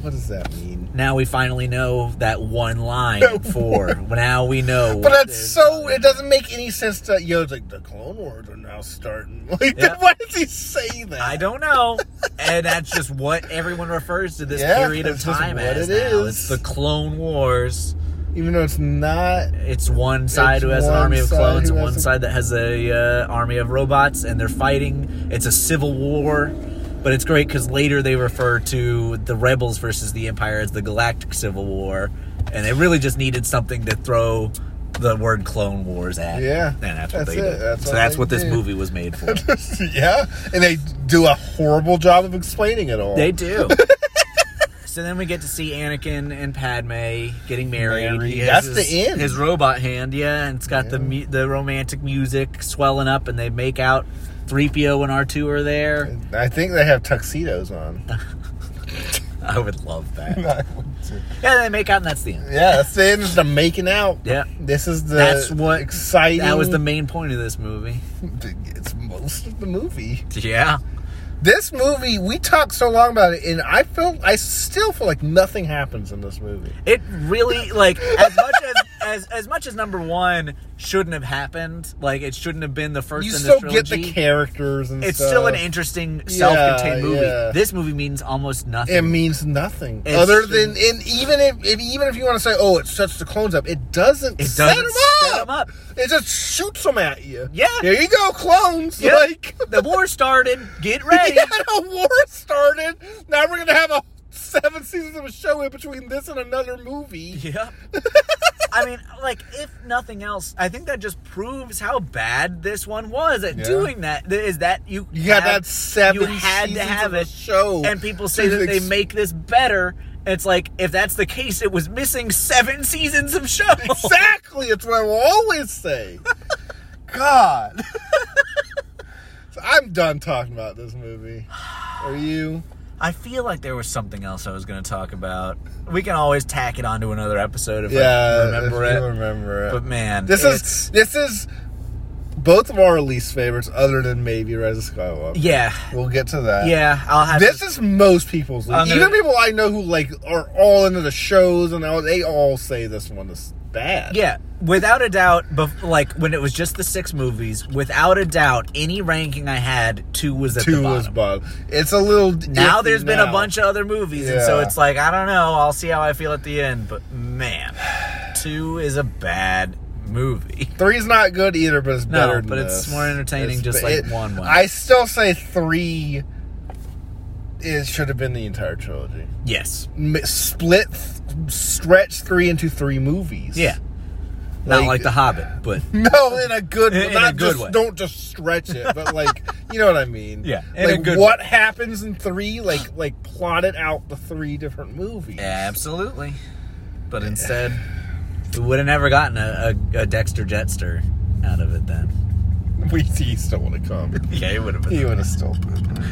Speaker 4: what does that mean?
Speaker 3: Now we finally know that one line in four. now we know.
Speaker 4: But
Speaker 3: what
Speaker 4: that's
Speaker 3: is-
Speaker 4: so. It doesn't make any sense to Yoda's like the Clone Wars are now starting. Like,
Speaker 3: Yeah.
Speaker 4: why does he say that?
Speaker 3: I don't know. and that's just what everyone refers to this
Speaker 4: Yeah,
Speaker 3: period of
Speaker 4: that's just
Speaker 3: time
Speaker 4: what
Speaker 3: as.
Speaker 4: it
Speaker 3: now.
Speaker 4: is.
Speaker 3: It's the Clone Wars.
Speaker 4: Even though it's not.
Speaker 3: It's one side who
Speaker 4: It's
Speaker 3: has an
Speaker 4: one
Speaker 3: army of
Speaker 4: side
Speaker 3: clones
Speaker 4: who
Speaker 3: and
Speaker 4: has
Speaker 3: one
Speaker 4: a-
Speaker 3: side that has a uh, army of robots, and they're fighting. It's a civil war, but it's great because later they refer to the rebels versus the empire as the Galactic Civil War, and they really just needed something to throw the word Clone Wars at.
Speaker 4: Yeah,
Speaker 3: and that's what
Speaker 4: that's
Speaker 3: they
Speaker 4: it.
Speaker 3: did.
Speaker 4: That's
Speaker 3: so
Speaker 4: what
Speaker 3: that's
Speaker 4: they
Speaker 3: what this
Speaker 4: did.
Speaker 3: movie was made for.
Speaker 4: yeah, and they do a horrible job of explaining it all.
Speaker 3: They do. so then we get to see Anakin and Padme getting married.
Speaker 4: Married.
Speaker 3: He has
Speaker 4: That's
Speaker 3: his,
Speaker 4: the end.
Speaker 3: His robot hand, yeah, and it's got the mu- the romantic music swelling up, and they make out. Three PO and R two are there.
Speaker 4: I think they have tuxedos on.
Speaker 3: I would love that.
Speaker 4: I would too.
Speaker 3: Yeah, they make out, and that's the end.
Speaker 4: yeah, that's the end of the making out.
Speaker 3: Yeah.
Speaker 4: This is the
Speaker 3: That's what-
Speaker 4: exciting.
Speaker 3: That was the main point of this movie.
Speaker 4: It's most of the movie.
Speaker 3: Yeah,
Speaker 4: This movie, we talked so long about it, and I feel, I still feel like nothing happens in this movie.
Speaker 3: it really like as much as as as much as number one shouldn't have happened. Like it shouldn't have been the first.
Speaker 4: you
Speaker 3: in
Speaker 4: still
Speaker 3: this
Speaker 4: get
Speaker 3: trilogy.
Speaker 4: the characters and
Speaker 3: It's
Speaker 4: stuff.
Speaker 3: still an interesting self-contained movie.
Speaker 4: yeah.
Speaker 3: This movie means almost nothing.
Speaker 4: It means nothing
Speaker 3: It's
Speaker 4: other
Speaker 3: true.
Speaker 4: than and even if, if even if you want to say, "Oh, it sets the clones up," it doesn't.
Speaker 3: It
Speaker 4: set
Speaker 3: doesn't
Speaker 4: them
Speaker 3: set
Speaker 4: up.
Speaker 3: 'em up.
Speaker 4: It just shoots them at you.
Speaker 3: Yeah.
Speaker 4: Here you go, clones.
Speaker 3: Yep.
Speaker 4: Like
Speaker 3: the war started. Get ready.
Speaker 4: yeah, the war started. Now we're gonna have a seven seasons of a show in between this and another movie.
Speaker 3: Yep. I mean, like, if nothing else, I think that just proves how bad this one was at
Speaker 4: Yeah.
Speaker 3: doing that. Th- Is that you?
Speaker 4: You got
Speaker 3: have-
Speaker 4: that seven
Speaker 3: You had to
Speaker 4: seasons
Speaker 3: have
Speaker 4: of a
Speaker 3: it.
Speaker 4: show
Speaker 3: And people say
Speaker 4: to
Speaker 3: that they
Speaker 4: ex-
Speaker 3: make this better, It's like if that's the case, it was missing seven seasons of shows.
Speaker 4: Exactly. It's what I will always say. God. So I'm done talking about this movie. Are you?
Speaker 3: I feel like there was something else I was going to talk about. We can always tack it onto another episode if I
Speaker 4: Yeah.
Speaker 3: remember
Speaker 4: if
Speaker 3: it.
Speaker 4: you Remember it.
Speaker 3: But man,
Speaker 4: this
Speaker 3: it's-
Speaker 4: is this is both of our least favorites, other than maybe Rise of Skywalker.
Speaker 3: yeah,
Speaker 4: We'll get to that.
Speaker 3: yeah. I'll have
Speaker 4: This
Speaker 3: to,
Speaker 4: is most people's
Speaker 3: I'm
Speaker 4: least.
Speaker 3: gonna-
Speaker 4: Even people I know who like are all into the shows and all, they all say this one is bad.
Speaker 3: yeah, without a doubt. Bef- like when it was just the six movies, without a doubt, any ranking I had, two was at the
Speaker 4: two
Speaker 3: bottom.
Speaker 4: was bottom. It's a little
Speaker 3: now
Speaker 4: iffy
Speaker 3: there's been a
Speaker 4: now.
Speaker 3: bunch of other movies and so
Speaker 4: Yeah.
Speaker 3: it's like i don't know i'll see how i feel at the end but man two is a bad movie
Speaker 4: Three's not good either, but it's
Speaker 3: No,
Speaker 4: better. than
Speaker 3: but it's
Speaker 4: this.
Speaker 3: more entertaining just like one was.
Speaker 4: I still say three. It should have been the entire trilogy.
Speaker 3: yes
Speaker 4: M- Split, th- stretch three into three movies.
Speaker 3: yeah not like,
Speaker 4: Like-
Speaker 3: the hobbit but
Speaker 4: No, in a good,
Speaker 3: In- in a
Speaker 4: not
Speaker 3: good
Speaker 4: just
Speaker 3: way.
Speaker 4: don't just stretch it, but like you know what I mean.
Speaker 3: Yeah, in a
Speaker 4: like
Speaker 3: good
Speaker 4: what happens in three, like like plot it out the three different movies.
Speaker 3: absolutely but instead we would have never gotten a, a, a dexter jetster out of it then
Speaker 4: we he still want to come.
Speaker 3: yeah it would have
Speaker 4: He would have still.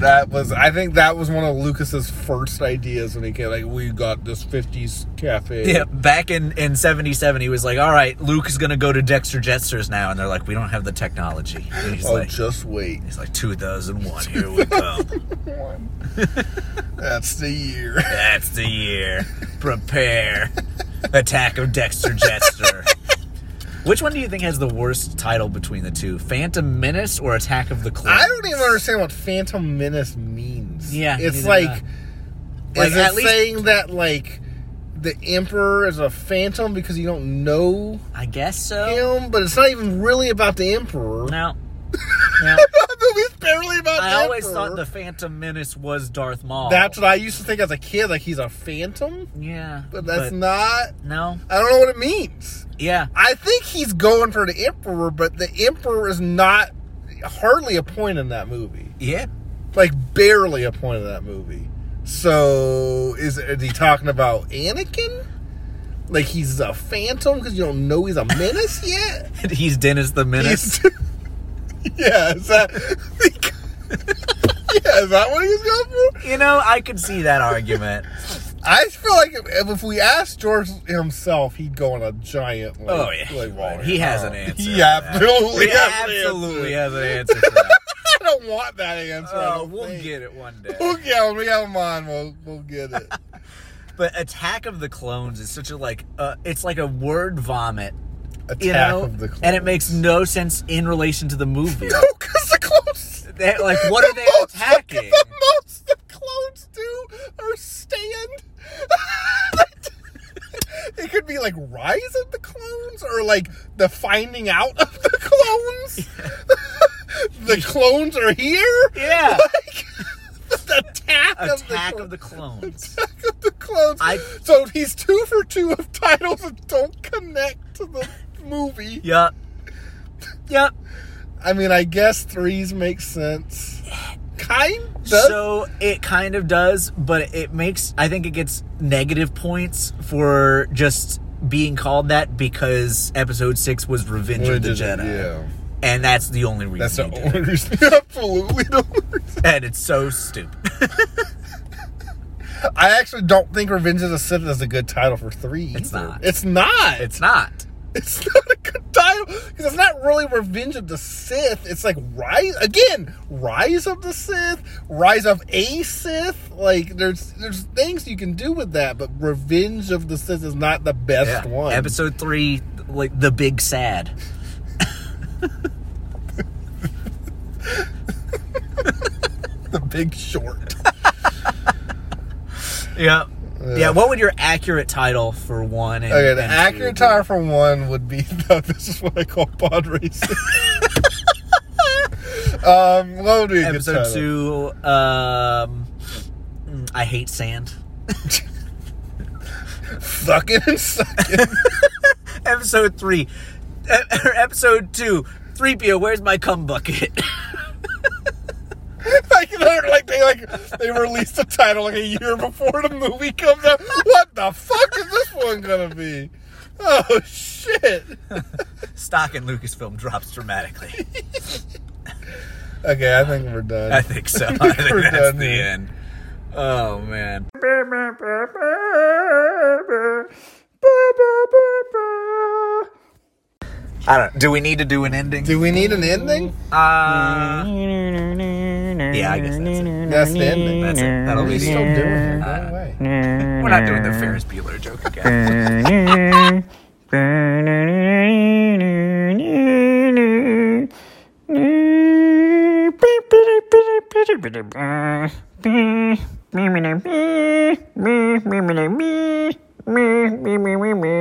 Speaker 4: That was, I think, that was one of Lucas's first ideas when he came. Like, we got this '50s cafe.
Speaker 3: yeah, back in, in 77, he was like, all right, Luke is going to go to Dexter Jetsters now. And they're like, we don't have the technology. And he's
Speaker 4: Oh,
Speaker 3: like,
Speaker 4: just wait.
Speaker 3: he's like, 2001, here we come.
Speaker 4: That's the year.
Speaker 3: That's the year. Prepare. Attack of Dexter Jetster. Which one do you think has the worst title between the two? Phantom Menace or Attack of the Clones?
Speaker 4: I don't even understand what Phantom Menace means.
Speaker 3: Yeah,
Speaker 4: it's
Speaker 3: neither
Speaker 4: like,
Speaker 3: do Like,
Speaker 4: is it
Speaker 3: at least-
Speaker 4: saying that like the Emperor is a phantom because you don't know
Speaker 3: I guess so.
Speaker 4: him? But it's not even really about the Emperor.
Speaker 3: No. No.
Speaker 4: the movie's barely about.
Speaker 3: I
Speaker 4: the
Speaker 3: always
Speaker 4: Emperor.
Speaker 3: thought the Phantom Menace was Darth Maul.
Speaker 4: That's what I used to think as a kid. Like he's a phantom,
Speaker 3: Yeah.
Speaker 4: but that's not.
Speaker 3: No.
Speaker 4: I don't know what it means.
Speaker 3: Yeah.
Speaker 4: I think he's going for the Emperor, but the Emperor is not hardly a point in that movie.
Speaker 3: Yeah.
Speaker 4: Like barely a point in that movie. So is is he talking about Anakin? Like he's a phantom because you don't know he's a menace yet.
Speaker 3: He's Dennis the Menace.
Speaker 4: He's, yeah, is that yeah? Is that what he's going for?
Speaker 3: you know, I could see that argument.
Speaker 4: I feel like if, if we asked George himself, he'd go on a giant. Like,
Speaker 3: Oh, yeah.
Speaker 4: like, wall
Speaker 3: He
Speaker 4: here.
Speaker 3: has
Speaker 4: Oh.
Speaker 3: an answer for
Speaker 4: He
Speaker 3: that.
Speaker 4: absolutely,
Speaker 3: He
Speaker 4: has an
Speaker 3: absolutely has
Speaker 4: answer.
Speaker 3: an answer for that.
Speaker 4: I don't want that answer. I
Speaker 3: Oh,
Speaker 4: don't
Speaker 3: we'll
Speaker 4: think.
Speaker 3: get it one day.
Speaker 4: We'll get it. We have mine. We'll, we'll get it.
Speaker 3: But Attack of the Clones is such a like uh, it's like a word vomit,
Speaker 4: Attack
Speaker 3: you know,
Speaker 4: of the clones.
Speaker 3: and it makes no sense in relation to the movie.
Speaker 4: no because the clones.
Speaker 3: They- like, what are they
Speaker 4: the most-
Speaker 3: attacking?
Speaker 4: The most the clones do are stand. it could be like Rise of the Clones or like the Finding Out of the Clones. the clones are here.
Speaker 3: Yeah,
Speaker 4: Like, the attack,
Speaker 3: Attack
Speaker 4: of
Speaker 3: of
Speaker 4: the,
Speaker 3: the Clones.
Speaker 4: Attack of the Clones.
Speaker 3: I-
Speaker 4: so he's two for two of titles that don't connect to the movie.
Speaker 3: Yup, yup.
Speaker 4: I mean, I guess threes make sense. Kind of.
Speaker 3: So it kind of does, but it makes I think it gets negative points for just being called that because Episode Six was Revenge of the Jedi,
Speaker 4: Yeah.
Speaker 3: and that's the only reason.
Speaker 4: That's the
Speaker 3: he did it.
Speaker 4: only reason. Absolutely the only reason.
Speaker 3: and it's so stupid.
Speaker 4: I actually don't think Revenge of the Sith is a good title for three.
Speaker 3: It's
Speaker 4: either.
Speaker 3: not.
Speaker 4: It's not.
Speaker 3: It's not.
Speaker 4: It's not a good title because it's not really Revenge of the Sith. It's like rise again, Rise of the Sith, Rise of a Sith. Like there's there's things you can do with that, but Revenge of the Sith is not the best
Speaker 3: Yeah.
Speaker 4: one.
Speaker 3: Episode three, like the big sad.
Speaker 4: the Big Short.
Speaker 3: Yeah. Yeah, what would your accurate title for one? And,
Speaker 4: Okay, the
Speaker 3: and
Speaker 4: accurate
Speaker 3: two be?
Speaker 4: title for one would be no, this is what I call pod racing. um, what would be a good
Speaker 3: Episode
Speaker 4: title?
Speaker 3: two. Um, mm, I hate sand.
Speaker 4: Fucking and sucking.
Speaker 3: Episode three, er, e- or episode two. Three PO. Where's my cum bucket?
Speaker 4: like, they're, like they like they released the title like a year before the movie comes out. What the fuck is this one gonna be? Oh shit!
Speaker 3: Stock in Lucasfilm drops dramatically.
Speaker 4: Okay, I think we're done.
Speaker 3: I think so. I think
Speaker 4: We're
Speaker 3: that's
Speaker 4: done
Speaker 3: the
Speaker 4: here.
Speaker 3: end. Oh man. I don't. Do we need to do an ending?
Speaker 4: Do we need an ending?
Speaker 3: Uh, yeah, I guess that's it.
Speaker 4: That's the ending.
Speaker 3: That's it. That'll
Speaker 4: What are
Speaker 3: be
Speaker 4: you
Speaker 3: the
Speaker 4: still doing
Speaker 3: end.
Speaker 4: here? Go away.
Speaker 3: We're not doing the Ferris Bueller joke again.
Speaker 2: Me, me, me, me, me, me, me, me, me, me, me, me, me, me.